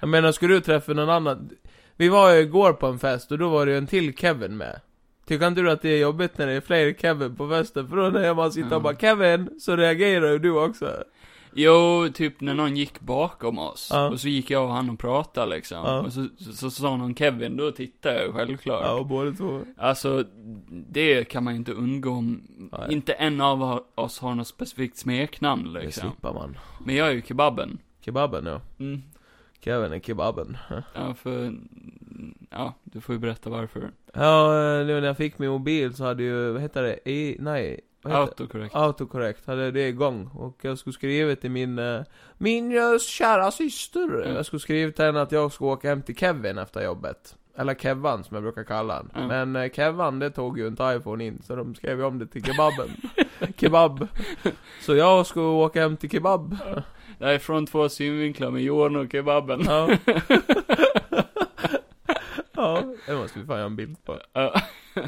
Speaker 2: Jag menar, skulle du träffa någon annan? Vi var ju igår på en fest och då var det ju en till Kevin med. Tycker inte du att det är jobbigt när det är fler Kevin på festen? För då när man sitter och
Speaker 1: Ja.
Speaker 2: bara 'Kevin' så reagerar ju du också.
Speaker 1: Jo, typ när någon gick bakom oss.
Speaker 2: Ja.
Speaker 1: Och så gick jag och han och pratade liksom.
Speaker 2: Ja.
Speaker 1: Och så, så, så sa någon Kevin, då tittade jag självklart.
Speaker 2: Ja, och båda två.
Speaker 1: Alltså, det kan man ju inte undgå om
Speaker 2: Nej.
Speaker 1: inte en av ha- oss har något specifikt smeknamn
Speaker 2: Det
Speaker 1: liksom.
Speaker 2: slipper man.
Speaker 1: Men jag är ju kebaben.
Speaker 2: Kebaben ja.
Speaker 1: Mm.
Speaker 2: Kevin är kebaben.
Speaker 1: Ja, för, ja, du får ju berätta varför.
Speaker 2: Ja, eh, nu när jag fick min mobil så hade ju, vad heter det? E, nej, vad heter
Speaker 1: Autokorrekt.
Speaker 2: Autocorrect hade det igång och jag skulle skriva till min, eh, min eh, kära syster.
Speaker 1: Mm.
Speaker 2: Jag skulle skriva till henne att jag skulle åka hem till Kevin efter jobbet. Eller Kevan som jag brukar kalla han.
Speaker 1: Mm.
Speaker 2: Men eh, Kevan det tog ju inte iPhone in så de skrev ju om det till kebaben. Kebab. Så jag skulle åka hem till kebab.
Speaker 1: Det här är från två synvinklar med Johan och kebaben.
Speaker 2: Ja. ja, det måste vi fan göra en bild på.
Speaker 1: Ja.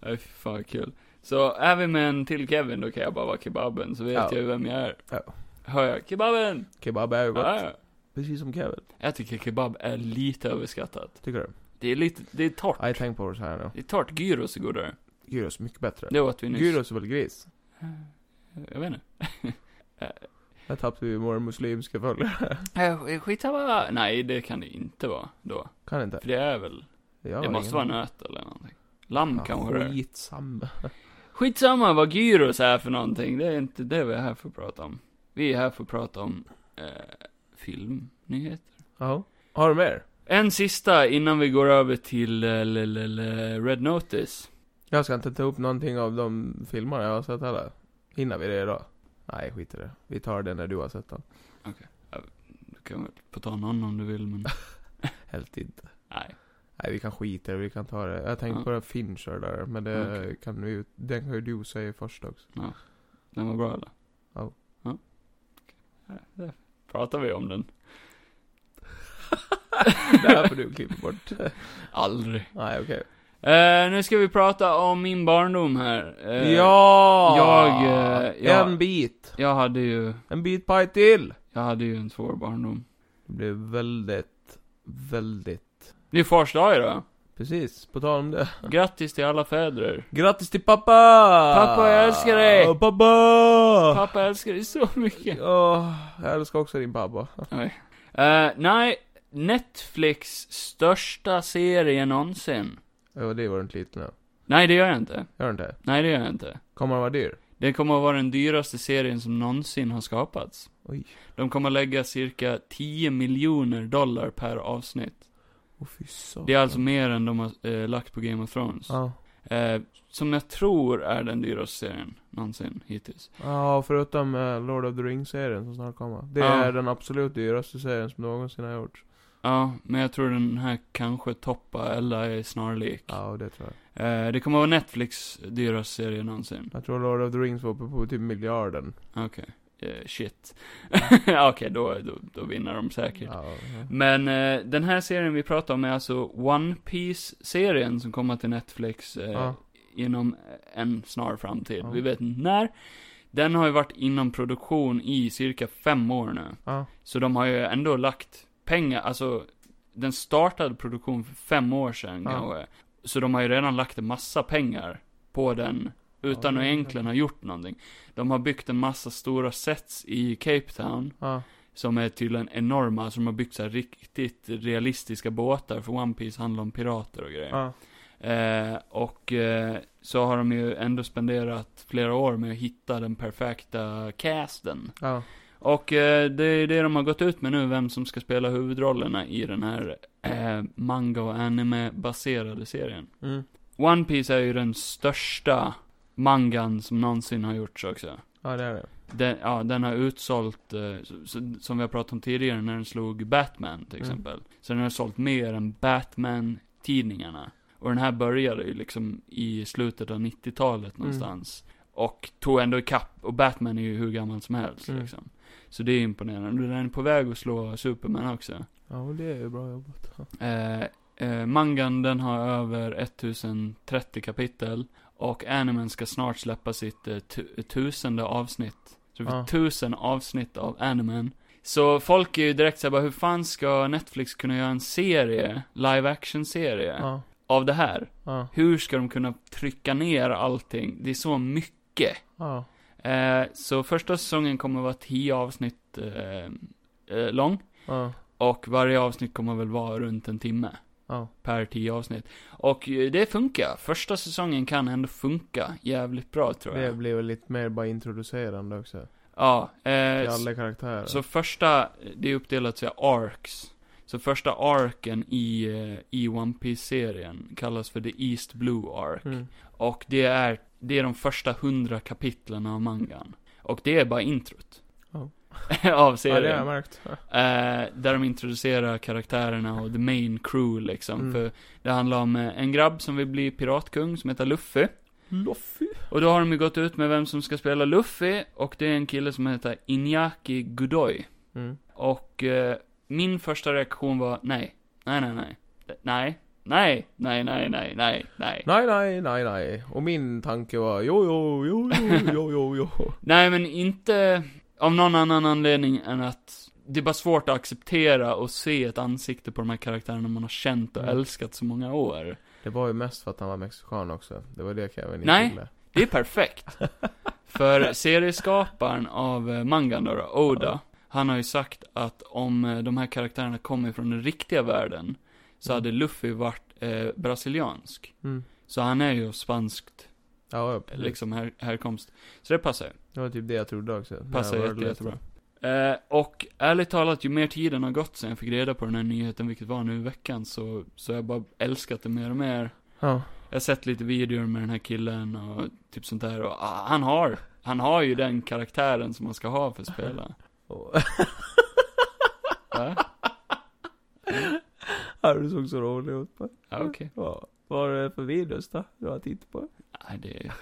Speaker 1: Ja, fy fan vad kul. Så är vi med en till Kevin, då kan jag bara vara kebaben, så vet
Speaker 2: Ja.
Speaker 1: jag ju vem jag är.
Speaker 2: Ja.
Speaker 1: Hör jag kebaben?
Speaker 2: Kebab är ju gott.
Speaker 1: Ja.
Speaker 2: Precis som Kevin.
Speaker 1: Jag tycker kebab är lite överskattat.
Speaker 2: Tycker du?
Speaker 1: Det är lite, det är torrt.
Speaker 2: Ja, Jag tänkte på det så här nu.
Speaker 1: Det är torrt, gyros är godare.
Speaker 2: Gyros är mycket bättre.
Speaker 1: Det åt vi nyss.
Speaker 2: Gyros är väl gris?
Speaker 1: Jag vet inte.
Speaker 2: Här tappade vi våra muslimska följare.
Speaker 1: Eh, Skitsamma. Nej, det kan det inte vara då.
Speaker 2: Kan inte.
Speaker 1: För det är väl,
Speaker 2: Jag
Speaker 1: det
Speaker 2: har
Speaker 1: måste
Speaker 2: ingen-
Speaker 1: vara nöt eller någonting. Lamm kanske det
Speaker 2: ja,
Speaker 1: är.
Speaker 2: Skitsamma.
Speaker 1: Skitsamma vad gyros är för någonting, det är inte det vi är här för att prata om. Vi är här för att prata om eh, filmnyheter.
Speaker 2: Ja. Har du mer?
Speaker 1: En sista innan vi går över till eh, le- le- le- Red Notice.
Speaker 2: Jag ska inte ta upp någonting av de filmer jag har sett heller. Hinner vi det idag? Nej, skit i det. Vi tar det när du har sett dem.
Speaker 1: Du kan väl få ta någon om du vill, men
Speaker 2: Helt inte.
Speaker 1: nej.
Speaker 2: Nej, vi kan skita i det. Vi kan ta det. Jag tänkte
Speaker 1: Ja.
Speaker 2: på den Fincher där, men det
Speaker 1: Okej.
Speaker 2: kan vi Den kan ju du säga först också.
Speaker 1: Den var bra eller?
Speaker 2: Ja.
Speaker 1: ja. Okej. Ja, där Pratar vi om den?
Speaker 2: Där får du klippa bort.
Speaker 1: Aldrig.
Speaker 2: Nej, okej.
Speaker 1: Eh, nu ska vi prata om min barndom här. Eh,
Speaker 2: ja!
Speaker 1: jag, eh, jag-
Speaker 2: En bit.
Speaker 1: Jag hade ju,
Speaker 2: En bit paj till.
Speaker 1: jag hade ju en svår barndom.
Speaker 2: Det blev väldigt, väldigt
Speaker 1: Det är fars dag idag.
Speaker 2: Precis, på tal om det.
Speaker 1: Grattis till alla fäder.
Speaker 2: Grattis till pappa!
Speaker 1: Pappa, jag älskar dig!
Speaker 2: Åh, Pappa!
Speaker 1: Pappa älskar dig så mycket.
Speaker 2: Åh, jag älskar också din pappa.
Speaker 1: Eh, nej, Netflix största serie någonsin.
Speaker 2: Ja, det var inte lite nu.
Speaker 1: Nej, det gör jag inte.
Speaker 2: Gör den det?
Speaker 1: Nej, det gör jag inte.
Speaker 2: Kommer den vara dyr?
Speaker 1: Det kommer att vara den dyraste serien som någonsin har skapats.
Speaker 2: Oj.
Speaker 1: De kommer att lägga cirka 10 miljoner dollar per avsnitt.
Speaker 2: Åh fy satan.
Speaker 1: Det är alltså mer än de har eh, lagt på Game of Thrones.
Speaker 2: Ja.
Speaker 1: Eh, som jag tror är den dyraste serien någonsin hittills.
Speaker 2: Ja, förutom eh, Lord of the Rings-serien som snart kommer. Det
Speaker 1: Ja.
Speaker 2: är den absolut dyraste serien som någonsin har gjorts.
Speaker 1: Ja, men jag tror den här kanske toppar eller är snarlik.
Speaker 2: Ja, och det tror jag.
Speaker 1: Eh, det kommer vara Netflix dyraste serie någonsin.
Speaker 2: Jag tror Lord of the Rings var uppe på typ miljarden.
Speaker 1: Eh, shit. Okej, då, då, då vinner de säkert.
Speaker 2: Mm. Ja,
Speaker 1: Men eh, den här serien vi pratar om är alltså One Piece-serien som kommer till Netflix eh,
Speaker 2: Ja.
Speaker 1: inom eh, en snar framtid.
Speaker 2: Ja.
Speaker 1: Vi vet inte när. Den har ju varit inom produktion i cirka fem år nu.
Speaker 2: ja.
Speaker 1: Så de har ju ändå lagt pengar, alltså den startade produktion för fem år sedan
Speaker 2: Ja.
Speaker 1: kanske. Så de har ju redan lagt en massa pengar på den utan
Speaker 2: Ja,
Speaker 1: att
Speaker 2: det är
Speaker 1: egentligen ha gjort någonting. De har byggt en massa stora sets i Cape Town.
Speaker 2: ja.
Speaker 1: Som är tydligen enorma, som har byggt så här riktigt realistiska båtar, för One Piece handlar om pirater och grejer.
Speaker 2: ja.
Speaker 1: Eh, och eh, så har de ju ändå spenderat flera år med att hitta den perfekta casten.
Speaker 2: ja.
Speaker 1: Och eh, det är det de har gått ut med nu, vem som ska spela huvudrollerna i den här eh, manga och anime-baserade serien.
Speaker 2: Mm.
Speaker 1: One Piece är ju den största mangan som någonsin har gjorts också.
Speaker 2: ja det är det.
Speaker 1: Den, ja, den har utsålt, eh, s- s- som vi har pratat om tidigare, när den slog Batman till
Speaker 2: Mm.
Speaker 1: exempel. Så den har sålt mer än Batman-tidningarna. Och den här började ju liksom i slutet av 90-talet
Speaker 2: Mm.
Speaker 1: någonstans. Och tog ändå ikapp, och Batman är ju hur gammal som helst
Speaker 2: Mm.
Speaker 1: liksom. Så det är imponerande. Den är på väg att slå Superman också.
Speaker 2: Ja, och det är ju bra jobbat. Ja.
Speaker 1: Eh, eh, mangan den har över 1030 kapitel. Och animen ska snart släppa sitt eh, tu- tusende avsnitt. Så vi får
Speaker 2: Ja.
Speaker 1: tusen avsnitt av animen. Så folk är ju direkt såhär bara, hur fan ska Netflix kunna göra en serie, live action serie,
Speaker 2: Ja.
Speaker 1: av det här?
Speaker 2: Ja.
Speaker 1: Hur ska de kunna trycka ner allting? Det är så mycket.
Speaker 2: Ja.
Speaker 1: Eh, så första säsongen kommer vara 10 avsnitt eh, eh, lång.
Speaker 2: Ja.
Speaker 1: Och varje avsnitt kommer väl vara runt en timme
Speaker 2: Ja.
Speaker 1: per 10 avsnitt. Och eh, det funkar. Första säsongen kan ändå funka jävligt bra typ, tror
Speaker 2: Det
Speaker 1: jag.
Speaker 2: blir väl lite mer bara introducerande också.
Speaker 1: Ja,
Speaker 2: Till
Speaker 1: eh,
Speaker 2: alla karaktärer.
Speaker 1: så första, det är uppdelat så här arcs. Så första arken i, eh, i One Piece-serien kallas för The East Blue Arc.
Speaker 2: Mm.
Speaker 1: Och det är, det är de första hundra kapitlen av mangan. Och det är bara introt.
Speaker 2: Ja.
Speaker 1: av
Speaker 2: Ja, det har
Speaker 1: serien.
Speaker 2: jag märkt. Ja.
Speaker 1: Eh, där de introducerar karaktärerna och the main crew liksom.
Speaker 2: Mm.
Speaker 1: För det handlar om eh, en grabb som vill bli piratkung som heter Luffy.
Speaker 2: Luffy.
Speaker 1: Och då har de ju gått ut med vem som ska spela Luffy och det är en kille som heter Inyaki Godoy.
Speaker 2: Mm.
Speaker 1: Och eh, min första reaktion var nej, nej, nej, nej, nej, nej, nej, nej, nej, nej, nej.
Speaker 2: Nej, nej, nej, nej. Och min tanke var jo, jo, jo, jo, jo, jo, jo.
Speaker 1: Nej men inte av någon annan anledning än att det är bara svårt att acceptera och se ett ansikte på de här karaktärerna man har känt och
Speaker 2: Mm.
Speaker 1: älskat så många år.
Speaker 2: Det var ju mest för att han var mexikan också. Det var det Kevin inte
Speaker 1: Nej.
Speaker 2: gillade.
Speaker 1: Det är perfekt. För serieskaparen av eh, mangan då, då, Oda,
Speaker 2: Ja.
Speaker 1: han har ju sagt att om eh, de här karaktärerna kommer från den riktiga världen, så
Speaker 2: Mm.
Speaker 1: hade Luffy varit eh, brasiliansk.
Speaker 2: Mm.
Speaker 1: Så han är ju av spanskt,
Speaker 2: Ja, ja, precis.
Speaker 1: liksom här, härkomst. Så det passar ju.
Speaker 2: Det var typ det jag trodde också.
Speaker 1: Passar
Speaker 2: När jag
Speaker 1: jätte,
Speaker 2: var
Speaker 1: jättebra.
Speaker 2: liten.
Speaker 1: Eh, och ärligt talat, ju mer tiden har gått sen jag fick reda på den här nyheten, vilket var nu i veckan, så, så har jag bara älskat det mer och mer.
Speaker 2: Ja.
Speaker 1: Jag har sett lite videor med den här killen och typ sånt där och ah, han har, han har ju den karaktären som man ska ha för att spela.
Speaker 2: Och-
Speaker 1: Va?
Speaker 2: Ja, du såg så rolig ut.
Speaker 1: Ja, okej.
Speaker 2: Ja. Vad är det för videos då? Du har tittat på?
Speaker 1: Nej, det är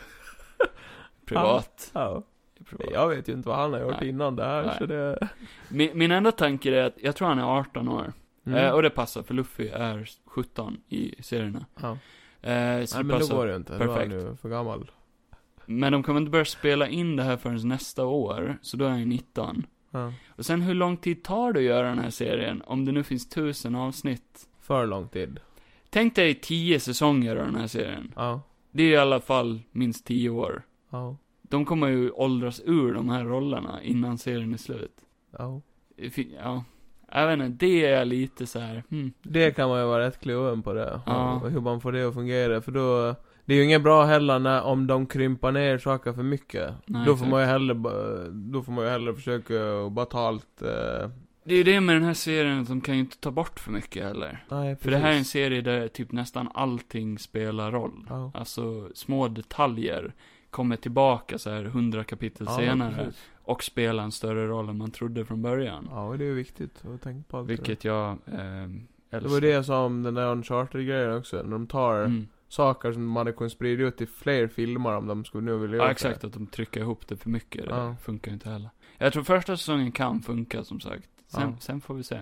Speaker 1: privat.
Speaker 2: Ja.
Speaker 1: Det är privat.
Speaker 2: Jag vet ju inte vad han har gjort
Speaker 1: Nej.
Speaker 2: innan det här,
Speaker 1: Nej.
Speaker 2: så det...
Speaker 1: Min, min enda tanke är att jag tror han är 18 år.
Speaker 2: Mm.
Speaker 1: Eh, och det passar, för Luffy är 17 i serierna.
Speaker 2: Ja.
Speaker 1: Eh, så det
Speaker 2: Nej, men då
Speaker 1: passar.
Speaker 2: går det ju inte. Då är han
Speaker 1: Perfekt.
Speaker 2: ju för gammal.
Speaker 1: Men de kommer inte börja spela in det här förrän nästa år, så då är han ju 19.
Speaker 2: Ja.
Speaker 1: Och sen hur lång tid tar det att göra den här serien, om det nu finns tusen avsnitt?
Speaker 2: För lång tid.
Speaker 1: Tänk dig 10 säsonger av den här serien.
Speaker 2: Ja.
Speaker 1: Det är i alla fall minst 10 år.
Speaker 2: Ja.
Speaker 1: De kommer ju åldras ur de här rollerna innan serien är slut.
Speaker 2: Ja.
Speaker 1: Det fin- Ja. Jag vet inte, det är lite så här. Hmm.
Speaker 2: Det kan man ju vara rätt kluven på det.
Speaker 1: Ja.
Speaker 2: Och hur man får det att fungera. För då... Det är ju inget bra heller när, om de krympar ner saker för mycket.
Speaker 1: Nej,
Speaker 2: då, får man
Speaker 1: exakt.
Speaker 2: ju hellre, ba- då får man ju hellre försöka och bara ta allt... Eh,
Speaker 1: Det är ju det med den här serien, att de kan ju inte ta bort för mycket heller.
Speaker 2: nej,
Speaker 1: För det här är en serie där typ nästan allting spelar roll.
Speaker 2: Ja.
Speaker 1: Alltså, små detaljer kommer tillbaka så här 100 kapitel
Speaker 2: Ja,
Speaker 1: Alltså, senare.
Speaker 2: precis.
Speaker 1: Och spelar en större roll än man trodde från början.
Speaker 2: Ja, och det är ju viktigt att tänka på allt det där.
Speaker 1: Vilket jag eh, älskar.
Speaker 2: Det var det jag sa om den där Uncharted-grejen också, när de tar
Speaker 1: Mm.
Speaker 2: saker som man hade kunnat sprida ut till fler filmer om de skulle nu vilja
Speaker 1: Ja,
Speaker 2: göra
Speaker 1: exakt. Att de trycker ihop det för mycket, det
Speaker 2: Ja.
Speaker 1: funkar ju inte heller. Jag tror första säsongen kan funka, som sagt. Sen,
Speaker 2: Ja.
Speaker 1: sen får vi se.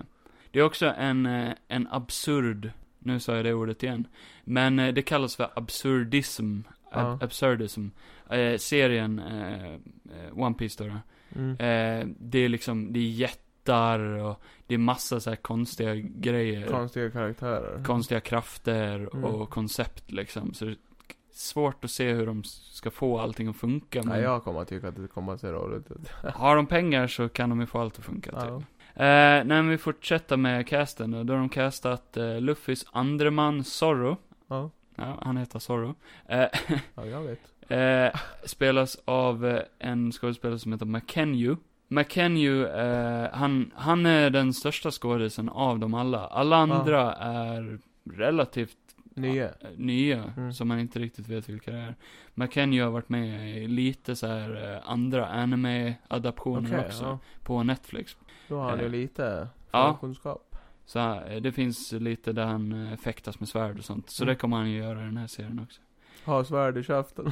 Speaker 1: Det är också en, eh, en absurd, nu sa jag det ordet igen, men eh, det kallas för absurdism. Ab
Speaker 2: Ja.
Speaker 1: Absurdism. Eh, serien, eh, eh, One Piece då. då.
Speaker 2: det. Mm.
Speaker 1: Eh, det är liksom, det är jättar och det är massa så här konstiga grejer.
Speaker 2: Konstiga karaktärer.
Speaker 1: konstiga krafter
Speaker 2: Mm.
Speaker 1: och koncept liksom. Så det är svårt att se hur de s- ska få allting att funka. Men
Speaker 2: Nej, jag kommer att tycka att det kommer att se roligt ut.
Speaker 1: har de pengar så kan de ju få allt att funka till.
Speaker 2: Ja.
Speaker 1: Eh, nej, men vi fortsätter med casten då. Då har de castat eh, Luffys andre man Zorro.
Speaker 2: Ja.
Speaker 1: Ja, han heter Zorro. Eh,
Speaker 2: ja, jag vet.
Speaker 1: eh, spelas av eh, en skådespelare som heter McKenyu. McKenyu, eh, han, han är den största skådisen av dem alla. Alla andra är relativt
Speaker 2: Nya.
Speaker 1: eh, nya,
Speaker 2: Mm.
Speaker 1: som man inte riktigt vet vilka det är. McKenny har varit med i lite så här eh, andra anime-adaptioner
Speaker 2: Okej,
Speaker 1: också,
Speaker 2: ja.
Speaker 1: på Netflix.
Speaker 2: Då har han ju
Speaker 1: Eh.
Speaker 2: lite
Speaker 1: Ja.
Speaker 2: kunskap.
Speaker 1: Så eh, det finns lite där han eh, fäktas med svärd och sånt, så
Speaker 2: Mm.
Speaker 1: det kommer han ju göra i den här serien också.
Speaker 2: Har svärd i käften.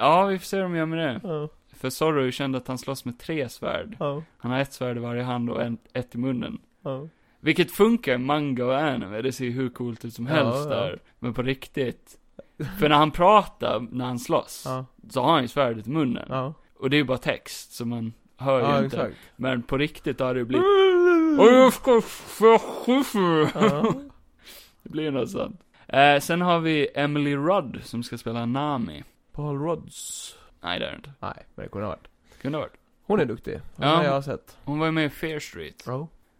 Speaker 1: Ja, vi får se om de gör med det.
Speaker 2: Ja,
Speaker 1: För Zorro är ju känd att han slåss med tre svärd.
Speaker 2: ja,
Speaker 1: Han har ett svärd i varje hand och en, ett i munnen.
Speaker 2: ja.
Speaker 1: Vilket funkar i manga och anime, det ser ju hur coolt ut som
Speaker 2: Ja,
Speaker 1: helst
Speaker 2: ja.
Speaker 1: där. Men på riktigt. För när han pratar, när han slåss,
Speaker 2: Ja,
Speaker 1: så har han ju svärdet i munnen.
Speaker 2: ja.
Speaker 1: Och det är ju bara text, så man hör
Speaker 2: Ja,
Speaker 1: ju inte.
Speaker 2: exakt.
Speaker 1: Men på riktigt har det ju blivit... Oj,
Speaker 2: Oj,
Speaker 1: jag ska få-
Speaker 2: Ja.
Speaker 1: Det blir ju något sånt. Eh, sen har vi Emily Rudd som ska spela Nami.
Speaker 2: Paul Rods.
Speaker 1: Nej, det är det inte.
Speaker 2: Nej, men det kunde ha varit.
Speaker 1: Kunde ha varit.
Speaker 2: Hon är duktig. Hon
Speaker 1: Ja.
Speaker 2: har jag sett.
Speaker 1: Hon var ju med i Fear Street.
Speaker 2: Ja,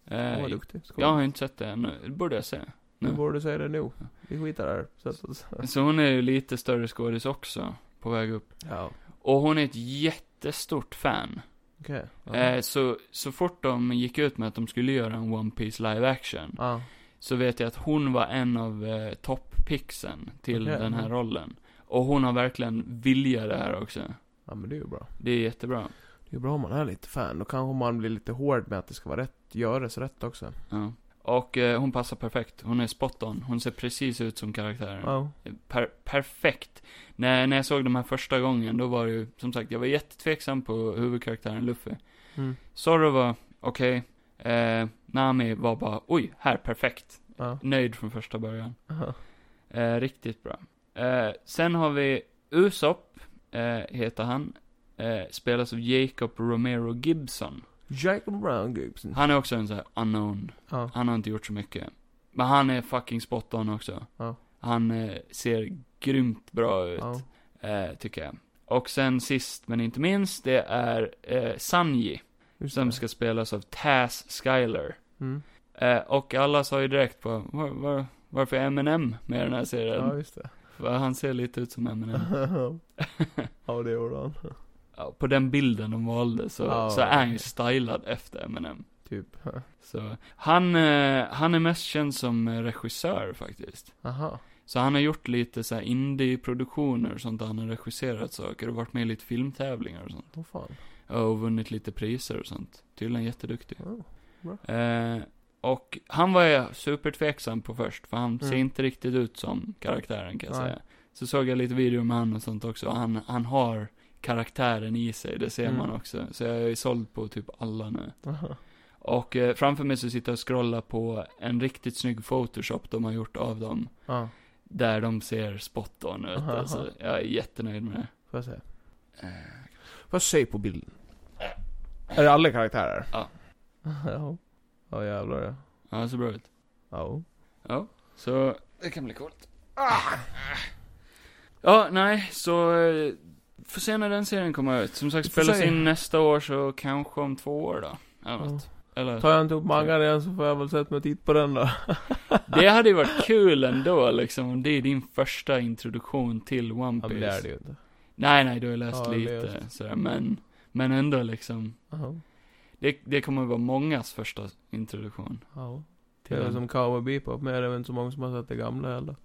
Speaker 2: hon var
Speaker 1: Eh,
Speaker 2: duktig. Skål.
Speaker 1: jag har ju inte sett det ännu. Det borde jag se.
Speaker 2: Nu
Speaker 1: nu.
Speaker 2: borde säga det nu. Vi skiter där. Så att,
Speaker 1: Så hon är ju lite större skådis också, på väg upp.
Speaker 2: ja,
Speaker 1: Och hon är ett jättestort fan.
Speaker 2: okej.
Speaker 1: Eh, så, så fort de gick ut med att de skulle göra en One Piece live action,
Speaker 2: Ja.
Speaker 1: så vet jag att hon var en av eh, topppixen till
Speaker 2: Okej.
Speaker 1: den här
Speaker 2: Mm.
Speaker 1: rollen. Och hon har verkligen vilja det här också.
Speaker 2: ja, men det är ju bra.
Speaker 1: Det är jättebra.
Speaker 2: Det är ju bra om man är lite fan. Då kanske man blir lite hård med att det ska vara rätt, göras rätt också.
Speaker 1: Ja. Och eh, hon passar perfekt. Hon är spot on. Hon ser precis ut som karaktären.
Speaker 2: Ja.
Speaker 1: Per- perfekt. När, när jag såg de här första gången, då var det ju, som sagt, jag var jättetveksam på huvudkaraktären Luffy.
Speaker 2: Mm.
Speaker 1: Zorro var okej. Eh, Nami var bara, oj, här, perfekt.
Speaker 2: Ja.
Speaker 1: Nöjd från första början.
Speaker 2: Ja.
Speaker 1: Eh, riktigt bra. Eh, sen har vi Usopp, eh, heter han. Eh, spelas av Jacob Romero Gibson.
Speaker 2: Jacob Brown Gibson.
Speaker 1: Han är också en sån här unknown.
Speaker 2: Ja.
Speaker 1: Han har inte gjort så mycket. Men han är fucking spot on också.
Speaker 2: Ja.
Speaker 1: Han eh, ser grymt bra ut,
Speaker 2: Ja.
Speaker 1: eh, tycker jag. Och sen sist men inte minst, det är eh, Sanji.
Speaker 2: Just
Speaker 1: Som
Speaker 2: det.
Speaker 1: ska spelas av Taz Skyler.
Speaker 2: Mm.
Speaker 1: Eh, och alla sa ju direkt på, var, var, varför är M&M med i den här serien?
Speaker 2: Ja, just det.
Speaker 1: För han ser lite ut som M&M.
Speaker 2: ja, det gjorde han.
Speaker 1: Ja, på den bilden de valde så,
Speaker 2: Ja,
Speaker 1: så är han ju
Speaker 2: okej.
Speaker 1: stylad efter Eminem.
Speaker 2: Typ.
Speaker 1: Så, han, eh, han är mest känd som eh, regissör faktiskt.
Speaker 2: Aha.
Speaker 1: Så han har gjort lite så här indie-produktioner och sånt där han har regisserat saker och varit med i lite filmtävlingar och sånt.
Speaker 2: Åh fan.
Speaker 1: Och vunnit lite priser och sånt. Tydligen jätteduktig.
Speaker 2: Ja.
Speaker 1: Eh, och han var jag supertveksam på först, för han ser
Speaker 2: Mm.
Speaker 1: inte riktigt ut som karaktären kan jag
Speaker 2: Nej.
Speaker 1: säga. Så såg jag lite video med han och sånt också, och han, han har karaktären i sig, det ser
Speaker 2: Mm.
Speaker 1: man också. Så jag är såld på typ alla nu. Och eh, framför mig så sitter jag och scrollar på en riktigt snygg photoshop de har gjort av dem.
Speaker 2: Ja.
Speaker 1: Där de ser spot on ut,
Speaker 2: Aha, aha.
Speaker 1: alltså, jag är jättenöjd med det.
Speaker 2: Får jag se?
Speaker 1: Eh,
Speaker 2: Får jag se på bilden? Är det alla karaktärer?
Speaker 1: Ja.
Speaker 2: ja. Ja jävlar ja.
Speaker 1: Ja, det ser bra ut.
Speaker 2: Ja.
Speaker 1: Ja, så... Det kan bli coolt. Ja, nej, så... eh, Får se när den serien kommer ut. Som sagt,
Speaker 2: Får
Speaker 1: spelas
Speaker 2: se.
Speaker 1: in nästa år, så kanske om två år då. Eller något. Eller,
Speaker 2: Tar jag inte upp mangan igen så får jag väl sätta mig och titta på den då.
Speaker 1: det hade ju varit kul ändå liksom, om det är din första introduktion till One
Speaker 2: Ja
Speaker 1: Piece.
Speaker 2: men det är det ju inte.
Speaker 1: Nej, nej, du har ju läst
Speaker 2: Ja,
Speaker 1: lite
Speaker 2: läst.
Speaker 1: sådär, men, men ändå liksom.
Speaker 2: Ja.
Speaker 1: Det, det kommer vara mångas första introduktion.
Speaker 2: Ja. Det
Speaker 1: Till
Speaker 2: är väl
Speaker 1: en-
Speaker 2: som Cowboy Bebop men det är väl inte så många som har sett det gamla heller.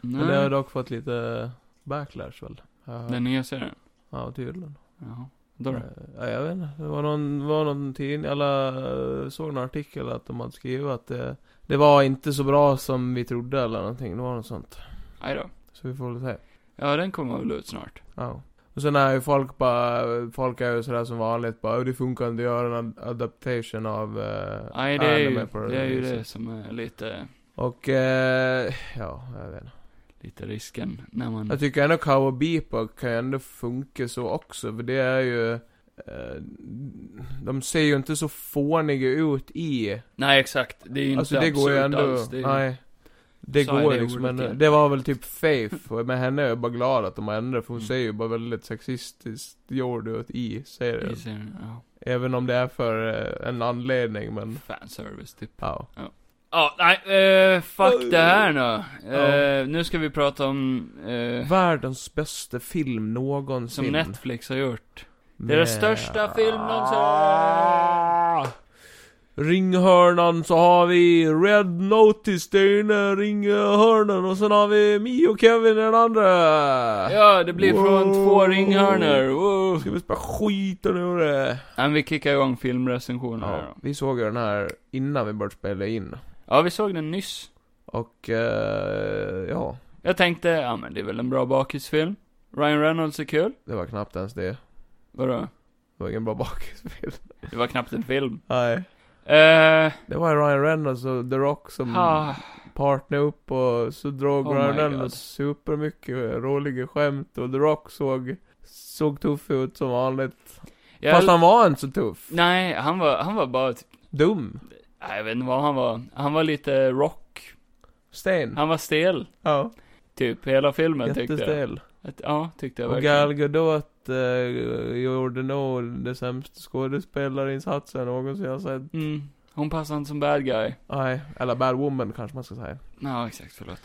Speaker 2: Men det har
Speaker 1: nej,
Speaker 2: dock fått lite backlash väl? Ja.
Speaker 1: den nya serien.
Speaker 2: Ja tydligen. Eh,
Speaker 1: Jaha. Då då?
Speaker 2: Ja, jag vet inte. Det var någon, var någon tidning, eller eh, såg en artikel att de hade skrivit att det, det var inte så bra som vi trodde eller någonting. Det var något sånt.
Speaker 1: Aj då.
Speaker 2: Så vi får väl se.
Speaker 1: Ja, den kommer väl ut snart.
Speaker 2: Ja. Och sen är ju folk bara, folk är ju sådär som vanligt bara, "Åh, det funkar inte att göra en ad- adaptation av eh,
Speaker 1: Nej, det är ju,
Speaker 2: anime på
Speaker 1: det, är ju
Speaker 2: viset."
Speaker 1: det som är lite,
Speaker 2: Och, eh, ja, jag vet inte.
Speaker 1: lite risken när man...
Speaker 2: Jag tycker ändå Cowboy Bebop kan ju ändå funka så också, för det är ju, eh, de ser ju inte så fåniga ut i,
Speaker 1: Nej, exakt. Det är ju inte
Speaker 2: alltså det går ju
Speaker 1: absurt
Speaker 2: ändå,
Speaker 1: alls. Det är,
Speaker 2: nej. Det
Speaker 1: Sa jag
Speaker 2: går
Speaker 1: det
Speaker 2: liksom,
Speaker 1: ordet
Speaker 2: men
Speaker 1: igen?
Speaker 2: det var väl typ Faith, och med henne är jag bara glad att de har ändrat, för hon
Speaker 1: Mm.
Speaker 2: ser ju bara väldigt sexistiskt gjord ut i serien.
Speaker 1: i sin- ja,
Speaker 2: Även om det är för eh, en anledning, men
Speaker 1: fanservice, typ.
Speaker 2: ja.
Speaker 1: Ja, nej, eh, fuck
Speaker 2: Oj.
Speaker 1: det här nu.
Speaker 2: Ja.
Speaker 1: Eh, nu ska vi prata om, eh,
Speaker 2: Världens bästa film någonsin.
Speaker 1: som Netflix har gjort.
Speaker 2: Med- Ah!
Speaker 1: Deras största film någonsin.
Speaker 2: Ringhörnan så har vi Red Notice, det är ena ringhörnan och sen har vi Mio och Kevin i den andra.
Speaker 1: Ja, det blir från
Speaker 2: Wow.
Speaker 1: två ringhörnor. Wow.
Speaker 2: Ska vi spela skiten ur det?
Speaker 1: Men vi kickar igång filmrecensioner här
Speaker 2: Ja,
Speaker 1: då.
Speaker 2: vi såg ju den här innan vi började spela in.
Speaker 1: Ja, vi såg den nyss.
Speaker 2: Och, eh, ja.
Speaker 1: Jag tänkte, ja men det är väl en bra bakisfilm. Ryan Reynolds är kul.
Speaker 2: Det var knappt ens det.
Speaker 1: Vadå?
Speaker 2: Det var ingen bra bakisfilm.
Speaker 1: Det var knappt en film.
Speaker 2: Nej.
Speaker 1: Eh,
Speaker 2: Det var Ryan Reynolds och The Rock som
Speaker 1: ha,
Speaker 2: partnade upp och så drog
Speaker 1: Oh
Speaker 2: Ryan
Speaker 1: my
Speaker 2: Reynolds supermycket roliga skämt och The Rock såg, såg tuff ut som vanligt.
Speaker 1: jag,
Speaker 2: Fast han var inte så tuff.
Speaker 1: Nej, han var, han var bara, typ,
Speaker 2: Dum.
Speaker 1: nej, jag vet inte vad han var. Han var lite rock.
Speaker 2: Sten.
Speaker 1: Han var stel,
Speaker 2: ja.
Speaker 1: typ, hela filmen tyckte jag.
Speaker 2: Mm. Jättestel.
Speaker 1: Att, ja, tyckte jag
Speaker 2: Och
Speaker 1: verkligen.
Speaker 2: Gal Gadot eh, gjorde nog den sämsta skådespelarinsatsen någonsin jag sett.
Speaker 1: Mm, hon passar inte som bad guy.
Speaker 2: Nej, eller Bad Woman kanske man ska säga.
Speaker 1: Ja, exakt, förlåt.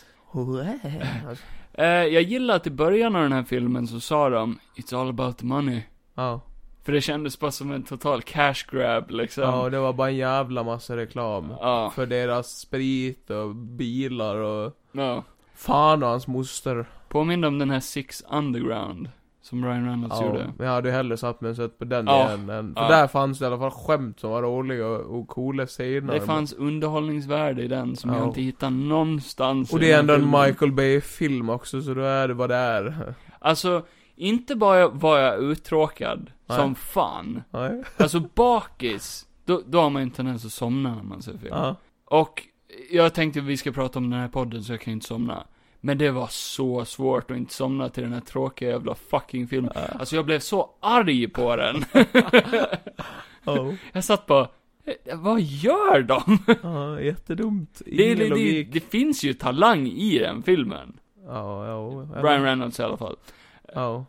Speaker 1: Eh, jag gillar att i början av den här filmen så sa de, It's all about the money.
Speaker 2: Ja.
Speaker 1: För det kändes bara som en total cash grab liksom.
Speaker 2: ja, och det var bara en jävla massa reklam.
Speaker 1: Ja,
Speaker 2: För deras sprit och bilar och...
Speaker 1: ja.
Speaker 2: Fan och hans moster.
Speaker 1: Påminner om den här Six Underground, som Ryan Reynolds
Speaker 2: Ja,
Speaker 1: gjorde.
Speaker 2: men jag hade ju hellre satt mig och sett på den
Speaker 1: Ja.
Speaker 2: igen än, För
Speaker 1: Ja.
Speaker 2: där fanns det i alla fall skämt som var roliga och, och coola scener.
Speaker 1: Det fanns underhållningsvärde i den som jag
Speaker 2: Ja.
Speaker 1: inte hittar någonstans
Speaker 2: Och
Speaker 1: i
Speaker 2: det är
Speaker 1: den
Speaker 2: ändå
Speaker 1: här
Speaker 2: en
Speaker 1: filmen.
Speaker 2: Michael Bay-film också, så då är det vad det är.
Speaker 1: Alltså, inte bara var jag uttråkad,
Speaker 2: Nej.
Speaker 1: som fan.
Speaker 2: Nej.
Speaker 1: Alltså bakis, då, då har man ju en tendens att somna när man ser film.
Speaker 2: Ja.
Speaker 1: Och jag tänkte vi ska prata om den här podden så jag kan ju inte somna. Men det var så svårt att inte somna till den här tråkiga jävla fucking filmen. Alltså jag blev så arg på den.
Speaker 2: Oh.
Speaker 1: jag satt bara, "Eh, vad gör de?
Speaker 2: Ja, jättedumt.
Speaker 1: Det, är-
Speaker 2: Ingen
Speaker 1: det, det,
Speaker 2: logik.
Speaker 1: det finns ju talang i den filmen.
Speaker 2: Ja, ja. ja.
Speaker 1: Ryan Reynolds i alla fall,
Speaker 2: Ja.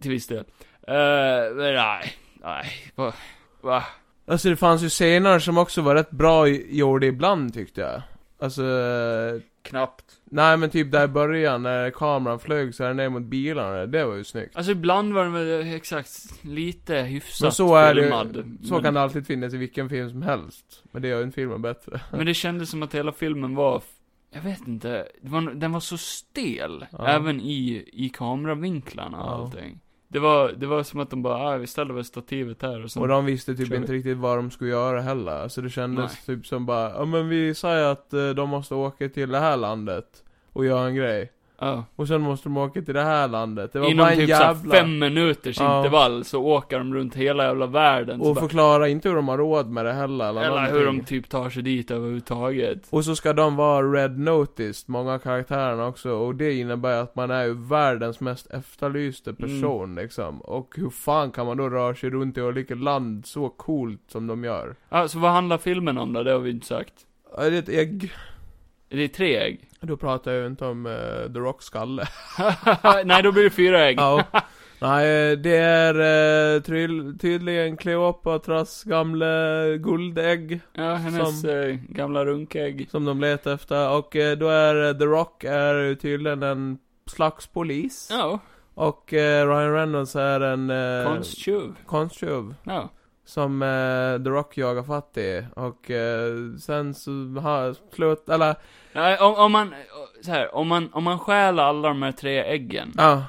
Speaker 1: till viss del. Eh, men nej, nej, va, va?
Speaker 2: Alltså det fanns ju scener som också var rätt bra gjorda ibland tyckte jag. Alltså,
Speaker 1: Knappt.
Speaker 2: nej men typ där i början när kameran flög så här ner mot bilarna, det var ju snyggt.
Speaker 1: Alltså ibland var den väl exakt lite hyfsat
Speaker 2: Men så är det ju-
Speaker 1: filmad.
Speaker 2: Så
Speaker 1: men-
Speaker 2: kan det alltid finnas i vilken film som helst. Men det gör ju inte filmen bättre.
Speaker 1: Men det kändes som att hela filmen var, f- jag vet inte, det var, den var så stel.
Speaker 2: Ja.
Speaker 1: Även i, i kameravinklarna och
Speaker 2: Ja.
Speaker 1: allting. Det var, det var som att de bara, ah, vi ställer väl stativet här och sen,
Speaker 2: Och de visste typ
Speaker 1: Kör vi.
Speaker 2: inte riktigt vad de skulle göra heller. Så det kändes typ som bara, ja men vi säger att eh, de måste åka till det här landet och göra en grej.
Speaker 1: ja.
Speaker 2: Och sen måste de åka till det här landet. Det var
Speaker 1: Inom
Speaker 2: bara en
Speaker 1: typ såhär
Speaker 2: jävla...
Speaker 1: fem minuters
Speaker 2: Ja.
Speaker 1: intervall så åker de runt hela jävla världen. så
Speaker 2: Och förklara inte hur de har råd med det heller.
Speaker 1: bara,
Speaker 2: Eller,
Speaker 1: eller
Speaker 2: någonting.
Speaker 1: hur de typ tar sig dit överhuvudtaget.
Speaker 2: Och så ska de vara red noticed, många av karaktärerna också. Och det innebär att man är ju världens mest efterlyste person liksom. Och hur fan kan man då röra sig runt i olika land så coolt som de gör?
Speaker 1: Ja, så vad handlar filmen om då? Det har vi inte sagt.
Speaker 2: Ja, Det är ett ägg.
Speaker 1: Är det tre ägg?
Speaker 2: Då pratar jag ju inte om eh, The Rocks skalle.
Speaker 1: Nej, då blir det fyra ägg.
Speaker 2: Ja. Nej, eh, det är eh, tryll- tydligen Kleopatras gamla guldägg.
Speaker 1: Ja, hennes
Speaker 2: Som-
Speaker 1: eh, gamla runkägg.
Speaker 2: Som de letar efter. Och eh, då är eh, The Rock är ju tydligen en slags polis.
Speaker 1: Ja,
Speaker 2: Och eh, Ryan Reynolds är en eh,
Speaker 1: konsttjuv.
Speaker 2: konsttjuv.
Speaker 1: Ja.
Speaker 2: Som eh, The Rock jagar fatt i. Och eh, sen så har slut, eller,
Speaker 1: Nej, om, om man, så här, om man, om man stjäl alla de här tre äggen,
Speaker 2: ja.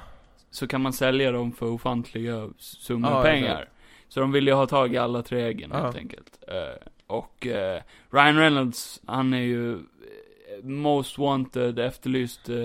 Speaker 1: så kan man sälja dem för ofantliga summor
Speaker 2: Ja,
Speaker 1: pengar.
Speaker 2: exakt.
Speaker 1: Så de vill ju ha tag i alla tre äggen
Speaker 2: Ja.
Speaker 1: helt enkelt. Eh, och eh, Ryan Reynolds, han är ju eh, most wanted, efterlyst eh,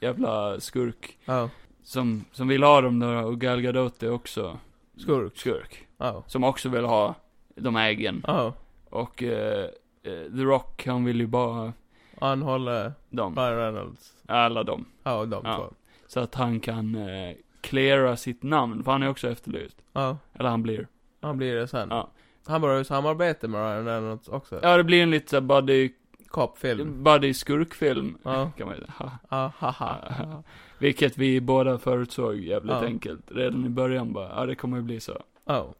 Speaker 1: jävla skurk.
Speaker 2: Ja.
Speaker 1: Som, som vill ha dem där och Gal Gadot är också
Speaker 2: Skurk.
Speaker 1: skurk.
Speaker 2: Ja.
Speaker 1: Som också vill ha de äggen.
Speaker 2: Ja.
Speaker 1: Och eh, eh, The Rock, han vill ju bara ha
Speaker 2: Han håller
Speaker 1: dem.
Speaker 2: Ryan Reynolds.
Speaker 1: Alla dem.
Speaker 2: Ja, och de
Speaker 1: Ja.
Speaker 2: två.
Speaker 1: Så att han kan eh, cleara sitt namn, för han är också efterlyst.
Speaker 2: Ja.
Speaker 1: Eller han blir.
Speaker 2: Han blir det sen.
Speaker 1: Ja.
Speaker 2: Han börjar ju samarbeta med Ryan Reynolds också.
Speaker 1: Ja, Mm. det blir en lite såhär buddy,
Speaker 2: Cop-film.
Speaker 1: buddy skurkfilm.
Speaker 2: Ja.
Speaker 1: Kan man säga. Ha.
Speaker 2: Ja, haha.
Speaker 1: Ha. Vilket vi båda förutsåg jävligt
Speaker 2: Ja.
Speaker 1: enkelt. Redan i början bara, ja det kommer ju bli så.
Speaker 2: Ja.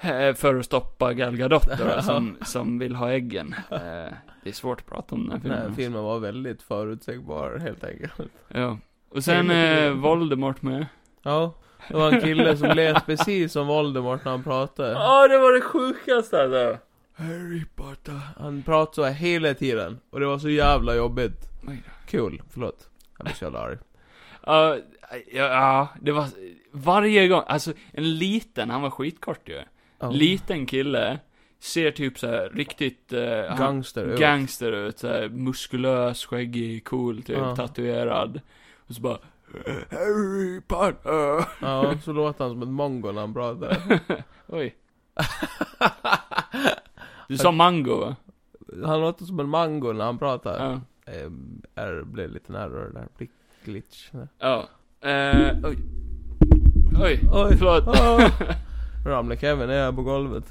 Speaker 1: Eh, För att stoppa Gal Gadot då,
Speaker 2: Ja.
Speaker 1: som, som vill ha äggen. Eh, Det är svårt att prata om den här
Speaker 2: Den
Speaker 1: filmen.
Speaker 2: här filmen var väldigt förutsägbar helt enkelt.
Speaker 1: Ja. Och sen
Speaker 2: Hej,
Speaker 1: eh,
Speaker 2: Matilda.
Speaker 1: Voldemort med.
Speaker 2: Ja. Det var en kille som lät precis som Voldemort när han pratade.
Speaker 1: Ja, det var det sjukaste alltså.
Speaker 2: Harry Potter. Han pratade så här hela tiden. Och det var så jävla jobbigt.
Speaker 1: Oj
Speaker 2: Kul. förlåt. Jag blir så jävla arg.
Speaker 1: Ja, ja, ja, det var varje gång, alltså en liten, han var skitkort ju.
Speaker 2: Ja.
Speaker 1: Liten kille, ser typ så här riktigt, eh, han-
Speaker 2: Gangster. ut.
Speaker 1: gangster ut, så här, muskulös, skäggig, cool typ,
Speaker 2: Ja.
Speaker 1: tatuerad. Och så bara, Harry Potter.
Speaker 2: Ja, så låter han som ett mongo när han pratar.
Speaker 1: Oj. Du sa mango va?
Speaker 2: Han låter som en mango när han pratar.
Speaker 1: Ja.
Speaker 2: Eh, är, blev lite nervös där. Blick, glitch. där.
Speaker 1: Ja. Eh, oj. Oj,
Speaker 2: Oj.
Speaker 1: förlåt.
Speaker 2: Ah. Ramlade Kevin ner på golvet.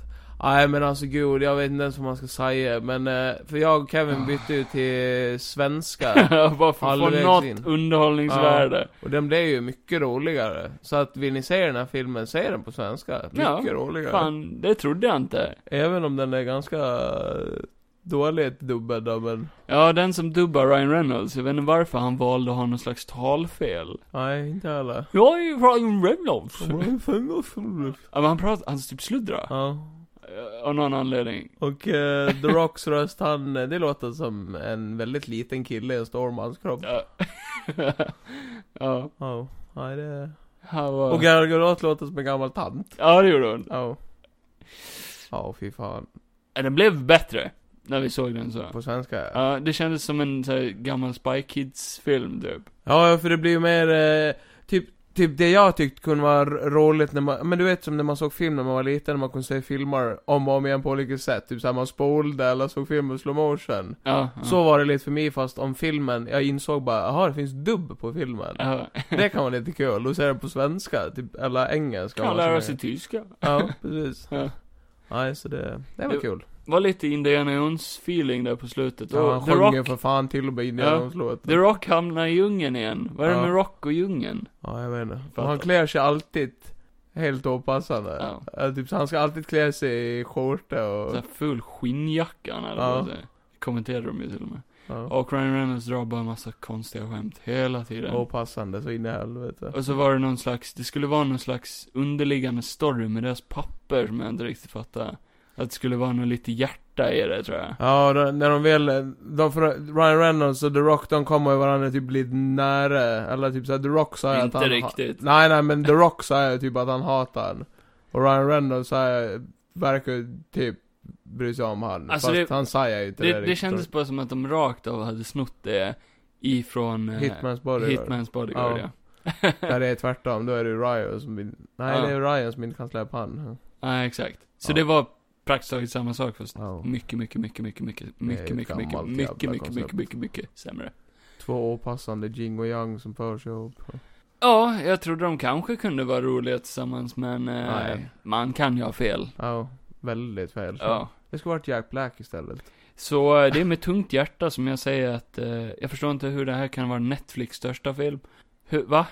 Speaker 2: Nej men alltså gud, jag vet inte ens vad man ska säga. Men, eh, för jag och
Speaker 1: Ah.
Speaker 2: Kevin bytte ju till svenska.
Speaker 1: Bara för att få
Speaker 2: Halvvägs
Speaker 1: något
Speaker 2: in.
Speaker 1: underhållningsvärde.
Speaker 2: Och den blev ju mycket roligare. Så att vill ni se den här filmen, se den på svenska. Mycket
Speaker 1: Ja,
Speaker 2: roligare.
Speaker 1: Fan, det trodde jag inte.
Speaker 2: Även om den är ganska eh, dåligt dubbad då, men...
Speaker 1: Ja, den som dubbar Ryan Reynolds, jag vet inte varför han valde att ha någon slags talfel.
Speaker 2: Nej, inte alla.
Speaker 1: Jag är Ryan Reynolds.
Speaker 2: ja.
Speaker 1: Ja, men han pratar, han typ sluddrar. Eh, Av någon anledning.
Speaker 2: Och eh, The Rocks röst, han, eh, det låter som en väldigt liten kille i en stor mans kropp.
Speaker 1: Ja. ja,
Speaker 2: Ja. Nej, det...
Speaker 1: han var...
Speaker 2: Och Gal Gadot låter som en gammal tant.
Speaker 1: Ja, det gjorde hon.
Speaker 2: Ja. Ja, fy fan.
Speaker 1: Ja, Den blev bättre. När vi såg den så.
Speaker 2: På svenska.
Speaker 1: Ja, det kändes som en så här, gammal Spy Kids-film typ.
Speaker 2: Ja, ja, för det blir ju mer, eh, typ, typ det jag tyckte kunde vara r- roligt när man, men du vet som när man såg film när man var liten, när man kunde se filmer om och om igen på olika sätt. Typ såhär man spolade eller såg filmer i slow motion.
Speaker 1: Ja. ja.
Speaker 2: Så var det lite för mig fast om filmen, jag insåg bara, jaha det finns dubb på filmen.
Speaker 1: Ja.
Speaker 2: Det kan vara lite kul, och se det på svenska, typ, eller engelska.
Speaker 1: Kan han
Speaker 2: vad som
Speaker 1: lära
Speaker 2: är.
Speaker 1: sig tyska?
Speaker 2: Ja, precis.
Speaker 1: Ja.
Speaker 2: Nej, så det, det var
Speaker 1: Det-
Speaker 2: kul.
Speaker 1: Var lite Indiana Jones-feeling där på slutet.
Speaker 2: Ja, han
Speaker 1: Och The
Speaker 2: sjöng ju
Speaker 1: Rock,
Speaker 2: för fan till och med innan
Speaker 1: Ja.
Speaker 2: ja. de slog
Speaker 1: The Rock hamnar i djungen igen. Vad är det
Speaker 2: Ja.
Speaker 1: med Rock och djungeln?
Speaker 2: Ja, jag vet inte.
Speaker 1: Fattar.
Speaker 2: Han klär sig alltid helt opassande.
Speaker 1: Ja.
Speaker 2: Ja. Typ, så han ska alltid klä sig i skjorta och...
Speaker 1: Så här ful skinnjacka han hade
Speaker 2: Ja.
Speaker 1: på sig. Kommenterade de ju till och med.
Speaker 2: Ja.
Speaker 1: Och Ryan Reynolds drar bara en massa konstiga skämt hela tiden.
Speaker 2: Opassande så in i helvete.
Speaker 1: Och så var det någon slags, det skulle vara någon slags underliggande story med deras papper som jag inte riktigt fattar. Att det skulle vara något lite hjärta i det tror jag.
Speaker 2: Ja, och då- när de väl, de, för Ryan Reynolds och The Rock, de kommer ju varandra typ lite nära, eller typ såhär, The Rock säger
Speaker 1: Inte
Speaker 2: att han...
Speaker 1: riktigt.
Speaker 2: nej, nej, men The Rock säger typ att han hatar han. Och Ryan Reynolds säger, verkar ju typ bry sig om han.
Speaker 1: Alltså,
Speaker 2: Fast
Speaker 1: det-
Speaker 2: han säger ju inte det,
Speaker 1: Det, det
Speaker 2: riktigt.
Speaker 1: kändes bara som att de rakt av hade snott det ifrån eh,
Speaker 2: Hitman's Bodyguard.
Speaker 1: Hitman's Bodyguard ja.
Speaker 2: Ja. Där det är tvärtom, då är det ju Ryan som vill... Nej,
Speaker 1: Ja.
Speaker 2: det är Ryan som inte kan släppa han.
Speaker 1: Nej, exakt. Så
Speaker 2: Ja.
Speaker 1: det var praktiskt taget samma sak fast
Speaker 2: Ja.
Speaker 1: mycket, mycket, mycket, mycket, mycket,
Speaker 2: är
Speaker 1: mycket,
Speaker 2: ett
Speaker 1: mycket, mycket,
Speaker 2: gammalt
Speaker 1: mycket,
Speaker 2: jävla
Speaker 1: mycket, mycket,
Speaker 2: koncept.
Speaker 1: mycket, mycket sämre.
Speaker 2: Två opassande Jing och Yang som förs ihop.
Speaker 1: Ja, jag trodde de kanske kunde vara roliga tillsammans men eh,
Speaker 2: Nej.
Speaker 1: man kan ju ha fel.
Speaker 2: Ja, väldigt fel.
Speaker 1: Ja.
Speaker 2: Det skulle varit Jack Black istället.
Speaker 1: Så eh, det är med tungt hjärta som jag säger att eh, jag förstår inte hur det här kan vara Netflix största film. Hur, va?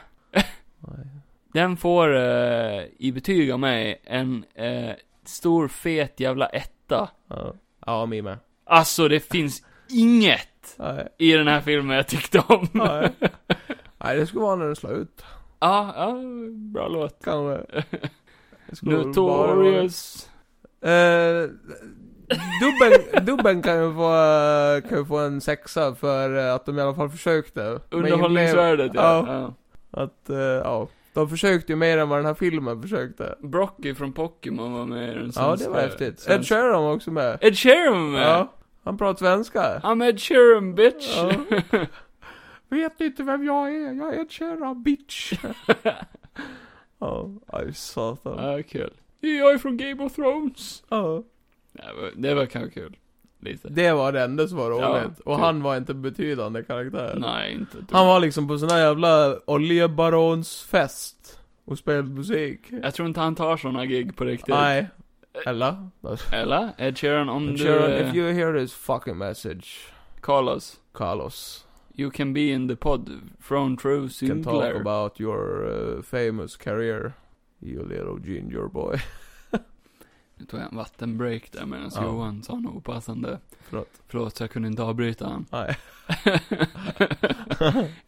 Speaker 2: Nej.
Speaker 1: Den får eh, i betyg av mig en eh, stor fet jävla etta.
Speaker 2: Ja, ja mig med.
Speaker 1: Alltså det finns inget
Speaker 2: Nej.
Speaker 1: i den här filmen jag tyckte om. Ja,
Speaker 2: Nej. Nej, det skulle vara när det slår ut.
Speaker 1: ja, bra låt.
Speaker 2: Kanske. Det skulle väl bara vara-
Speaker 1: Notorious.
Speaker 2: Eh, dubben, dubben kan ju få, eh, kan ju få en sexa för eh, att de i alla fall försökte. Men
Speaker 1: Underhållningsvärdet
Speaker 2: blev-
Speaker 1: ja.
Speaker 2: ja.
Speaker 1: ja.
Speaker 2: Att, eh, ja. De försökte ju mer än vad den här filmen försökte.
Speaker 1: Brocky från Pokémon var med i den
Speaker 2: Ja,
Speaker 1: svenska-
Speaker 2: det var häftigt. Ed
Speaker 1: svenska-
Speaker 2: Sheeran var också med.
Speaker 1: Ed Sheeran var med!
Speaker 2: Ja. Han pratar svenska.
Speaker 1: I'm Ed Sheeran bitch.
Speaker 2: Ja. Vet ni inte vem jag är? Jag är Ed Sheeran, bitch. Ja, aj satan.
Speaker 1: Ja, kul. Jag är från Game of Thrones.
Speaker 2: Ja.
Speaker 1: Det var, det var kanske kul. Lite.
Speaker 2: Det var det enda som var
Speaker 1: Ja,
Speaker 2: roligt. Och
Speaker 1: typ.
Speaker 2: han var inte en betydande karaktär.
Speaker 1: Nej, inte ett
Speaker 2: Han
Speaker 1: dugg.
Speaker 2: var liksom på sån här jävla oljebaronsfest. Och spelade musik.
Speaker 1: Jag tror inte han tar såna gig på riktigt.
Speaker 2: Nej. Eller?
Speaker 1: Eller? Ed Sheeran, om du
Speaker 2: Sharon,
Speaker 1: eh,
Speaker 2: if you hear this fucking message,
Speaker 1: call us.
Speaker 2: call us.
Speaker 1: You can be in the pod from True
Speaker 2: Can talk
Speaker 1: Sinclair.
Speaker 2: about your uh, famous career. You little ginger boy.
Speaker 1: Nu tog jag en vattenbreak där medan
Speaker 2: Ja.
Speaker 1: Johan sa något opassande.
Speaker 2: Förlåt.
Speaker 1: Förlåt, jag kunde inte avbryta han.
Speaker 2: Nej.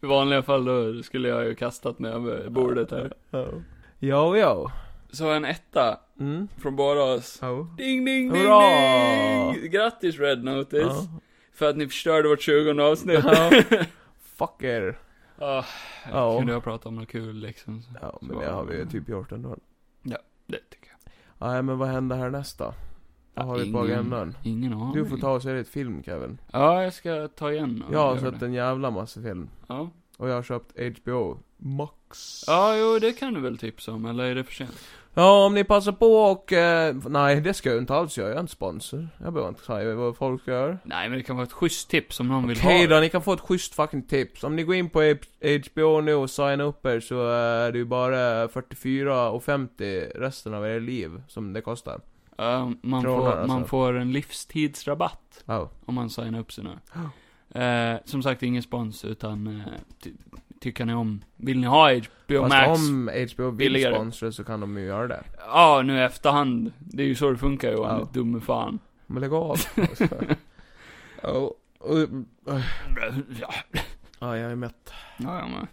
Speaker 1: I vanliga fall då skulle jag ju kastat mig över bordet här.
Speaker 2: Jo, jo.
Speaker 1: Så en etta
Speaker 2: Mm.
Speaker 1: från båda oss.
Speaker 2: Oh.
Speaker 1: Ding, ding, ding,
Speaker 2: Hurra!
Speaker 1: ding! Grattis Red Notice!
Speaker 2: Ja.
Speaker 1: För att ni förstörde vårt 20 avsnitt.
Speaker 2: Ja. Fuck er.
Speaker 1: Ah,
Speaker 2: Ja.
Speaker 1: Kunde jag prata om något kul liksom.
Speaker 2: Ja, men det har vi ju typ gjort ändå.
Speaker 1: Det tycker jag.
Speaker 2: Nej, men vad händer härnäst då? Vad har vi på
Speaker 1: ingen-
Speaker 2: agendan?
Speaker 1: Ingen aning.
Speaker 2: Du får ta och se ditt film, Kevin.
Speaker 1: Ja, jag ska ta igen och
Speaker 2: Jag har
Speaker 1: göra
Speaker 2: sett
Speaker 1: det.
Speaker 2: en jävla massa film.
Speaker 1: Ja.
Speaker 2: Och jag har köpt HBO Max.
Speaker 1: ja, jo det kan du väl tipsa om, eller är det för sent?
Speaker 2: Ja, om ni passar på och... Eh, nej, det ska jag inte alls göra. Jag är inte sponsor. Jag behöver inte säga vad folk gör.
Speaker 1: Nej, men det kan vara ett schysst tips om någon vill ha
Speaker 2: Okej
Speaker 1: det.
Speaker 2: då, ni kan få ett schysst fucking tips. Om ni går in på H- HBO nu och signar upp er så är det ju bara 44,50 resten av er liv som det kostar.
Speaker 1: Ja, man,
Speaker 2: Kronor,
Speaker 1: får,
Speaker 2: alltså.
Speaker 1: man får en livstidsrabatt
Speaker 2: Ja.
Speaker 1: om man signar upp sig nu.
Speaker 2: Ja.
Speaker 1: Eh, som sagt, ingen spons, utan eh, ty tycker ni om, vill ni ha HBO
Speaker 2: Fast
Speaker 1: Max?
Speaker 2: om HBO vill
Speaker 1: billigare.
Speaker 2: sponsra så kan de ju göra det.
Speaker 1: Ja, nu i efterhand. Det är ju så det funkar Johan,
Speaker 2: Ja.
Speaker 1: du dumme fan.
Speaker 2: Men lägg av. Alltså. Ja, och- äh,
Speaker 1: Ja,
Speaker 2: Ja, jag är mätt.
Speaker 1: ja, men.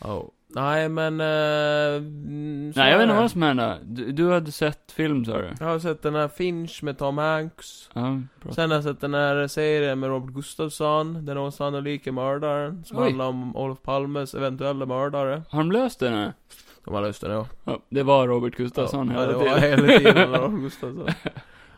Speaker 2: Ja. Nej, men... eh, mm, så
Speaker 1: Nej, jag
Speaker 2: är
Speaker 1: vet inte
Speaker 2: det.
Speaker 1: vad som hände. Du, du hade sett film sa du?
Speaker 2: Jag har sett den här Finch med Tom Hanks.
Speaker 1: Ja, bra.
Speaker 2: Sen har jag sett den här serien med Robert Gustafsson, Den osannolike mördaren, som
Speaker 1: Oj.
Speaker 2: handlar om Olof Palmes eventuella mördare.
Speaker 1: Har de löst det nu?
Speaker 2: De har löst den ja.
Speaker 1: Ja, det var Robert Gustafsson
Speaker 2: ja,
Speaker 1: hela
Speaker 2: det
Speaker 1: tiden.
Speaker 2: var hela tiden Robert Gustafsson.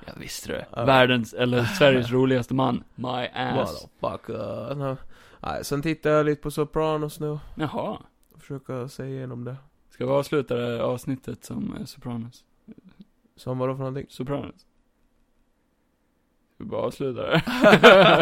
Speaker 1: Jag visste det.
Speaker 2: Ja.
Speaker 1: Världens, eller Sveriges roligaste man. My ass.
Speaker 2: Motherfucker. No. Nej, sen tittar jag lite på Sopranos nu.
Speaker 1: Jaha.
Speaker 2: Försöker se igenom det.
Speaker 1: Ska vi avsluta det här avsnittet som eh, Sopranos?
Speaker 2: Som vadå för någonting?
Speaker 1: Sopranos? Ska vi bara avsluta det?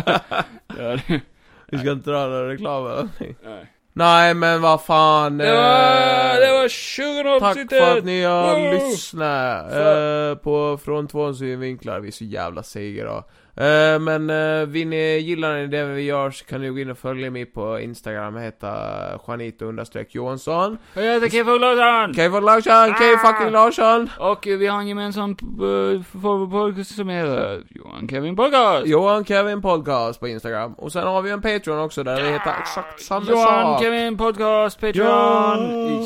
Speaker 1: ja, det
Speaker 2: Vi ska inte dra några reklam eller någonting.
Speaker 1: nej.
Speaker 2: Nej men vad fan.
Speaker 1: Det var,
Speaker 2: eh,
Speaker 1: det var 20
Speaker 2: Tack för att
Speaker 1: avsnittet!
Speaker 2: ni har
Speaker 1: Wow.
Speaker 2: lyssnat eh, på Från två synvinklar, vi är så jävla sega då. Eh, men eh, vill ni, gillar ni det vi gör så kan ni gå in och följa mig på Instagram, jag heter Juanito-Johansson.
Speaker 1: Och jag heter Kim Foglarsson!
Speaker 2: Kevin Larsson, Kevin
Speaker 1: Mm. Ah!
Speaker 2: fucking Larsson!
Speaker 1: Och eh, vi har en gemensam eh, podcast som heter Johan Kevin Podcast!
Speaker 2: Johan Kevin Podcast på Instagram. Och sen har vi en Patreon också där det heter exakt samma
Speaker 1: Johan
Speaker 2: sak.
Speaker 1: Kevin Podcast, Patreon!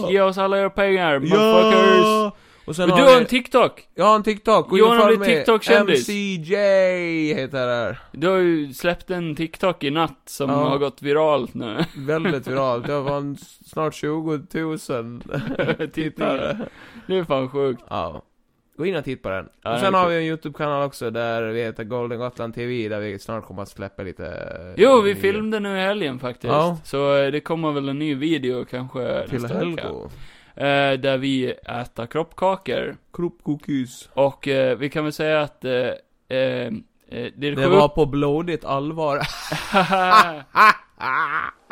Speaker 2: Ja.
Speaker 1: Ge oss alla era pengar, motherfuckers!
Speaker 2: Ja! Och sen
Speaker 1: Men
Speaker 2: har
Speaker 1: du har
Speaker 2: vi,
Speaker 1: en TikTok!
Speaker 2: jag har en TikTok, gå in och
Speaker 1: Johan har
Speaker 2: följ
Speaker 1: blivit
Speaker 2: mig.
Speaker 1: TikTok-kändis.
Speaker 2: MCJ heter det där.
Speaker 1: Du har ju släppt en TikTok i natt som
Speaker 2: Ja.
Speaker 1: har gått viralt nu.
Speaker 2: Väldigt viralt. Jag var en- snart 20 000 tittare.
Speaker 1: Det är fan sjukt.
Speaker 2: Ja. Gå in och titta på den.
Speaker 1: Ja,
Speaker 2: och sen har
Speaker 1: okej.
Speaker 2: vi en YouTube-kanal också där vi heter Golden Gotland TV där vi snart kommer att släppa lite... eh,
Speaker 1: Jo, vi
Speaker 2: nya-
Speaker 1: filmade nu i helgen faktiskt.
Speaker 2: Ja.
Speaker 1: Så eh, det kommer väl en ny video kanske
Speaker 2: Till
Speaker 1: nästa vecka.
Speaker 2: Helgo.
Speaker 1: Eh, där vi äter kroppkakor.
Speaker 2: Kroppkokis.
Speaker 1: Och eh, vi kan väl säga att eh, eh, eh, det är
Speaker 2: Det
Speaker 1: sjukt.
Speaker 2: var på blodigt allvar.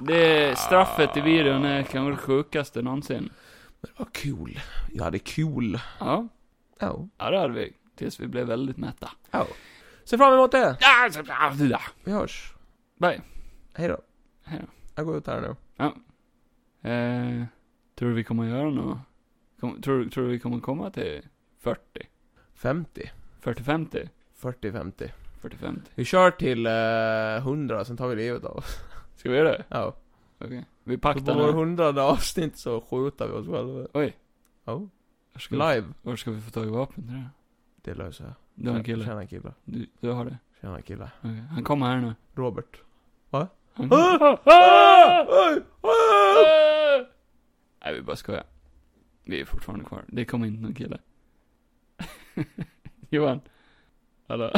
Speaker 1: det straffet i videon är kanske det sjukaste någonsin.
Speaker 2: Vad kul. Jag hade kul.
Speaker 1: Ja,
Speaker 2: Ja.
Speaker 1: ja det hade vi. Tills vi blev väldigt mätta.
Speaker 2: Ja. Se fram emot det.
Speaker 1: Ja, så- ja, det där.
Speaker 2: Vi hörs.
Speaker 1: Bye.
Speaker 2: Hej då.
Speaker 1: Hej då.
Speaker 2: Jag går ut här nu.
Speaker 1: Eh, tror du vi kommer göra något? Kom, tror, tror du vi kommer komma till 40?
Speaker 2: 50.
Speaker 1: 40-50?
Speaker 2: 40-50.
Speaker 1: 40-50?
Speaker 2: Vi kör till eh, 100, sen tar vi livet av oss.
Speaker 1: Ska vi göra det?
Speaker 2: Ja.
Speaker 1: Okej. Vi
Speaker 2: Så på
Speaker 1: paktar
Speaker 2: vår
Speaker 1: nu.
Speaker 2: hundrade avsnitt så skjuter vi oss själva.
Speaker 1: Oj. Mm.
Speaker 2: Ja.
Speaker 1: Var ska, vi,
Speaker 2: Live.
Speaker 1: var ska vi få tag i vapen till det?
Speaker 2: Det löser jag.
Speaker 1: Du har en kille.
Speaker 2: Tjena killar.
Speaker 1: Du, du har det?
Speaker 2: Tjena killar.
Speaker 1: Okej. Han kommer här nu.
Speaker 2: Robert.
Speaker 1: Han...
Speaker 2: Ah!
Speaker 1: Mm. Ah!
Speaker 2: Oj! Ah!
Speaker 1: Nej, vi bara skojar. Vi är fortfarande kvar. Det kommer inte någon kille. Johan. Hallå.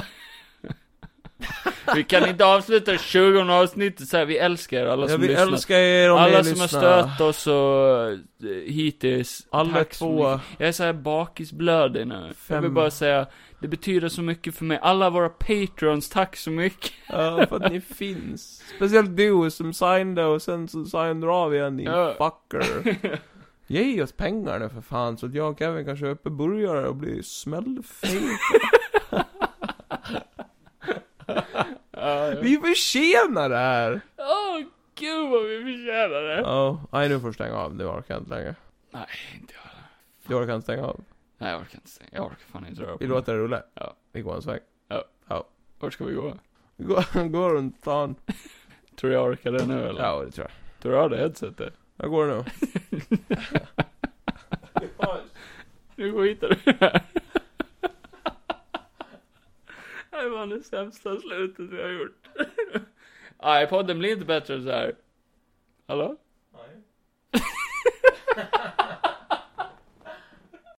Speaker 1: Vi kan inte avsluta det 20 avsnittet så här. vi älskar er, alla
Speaker 2: ja,
Speaker 1: som
Speaker 2: vi
Speaker 1: lyssnar.
Speaker 2: älskar er om
Speaker 1: alla
Speaker 2: ni
Speaker 1: som har
Speaker 2: lyssnar.
Speaker 1: stött oss och eh, hittills.
Speaker 2: Alla
Speaker 1: Tack så mycket.
Speaker 2: två.
Speaker 1: Jag är såhär bakisblödig nu. Jag vill
Speaker 2: Fem.
Speaker 1: bara säga, det betyder så mycket för mig. Alla våra patrons, tack så mycket.
Speaker 2: Ja, för att ni finns. Speciellt du som signade och sen så signade du av igen din
Speaker 1: Ja.
Speaker 2: fucker. Ge oss pengar nu för fan så att jag och Kevin kan köpa burgare och bli smällfeta.
Speaker 1: Ja, ja.
Speaker 2: Vi förtjänar det här!
Speaker 1: Åh, gud vad vi förtjänar det.
Speaker 2: Ja, nej nu får du stänga av. Nu orkar jag inte längre.
Speaker 1: Nej, inte jag.
Speaker 2: Du orkar inte stänga av.
Speaker 1: Nej, jag orkar inte stänga. Jag orkar fan inte röra på
Speaker 2: Vi
Speaker 1: mig.
Speaker 2: låter det rulla.
Speaker 1: Ja.
Speaker 2: Vi går en sväng.
Speaker 1: Vart ska vi gå?
Speaker 2: Vi går, går runt stan.
Speaker 1: Tror du jag orkar det nu eller?
Speaker 2: Ja, det tror jag.
Speaker 1: Tror du jag har det headsetet?
Speaker 2: Jag går nu.
Speaker 1: Nu går hittar du det. Det här var det sämsta slutet vi har gjort. Nej, podden blir inte bättre än så här. Hallå?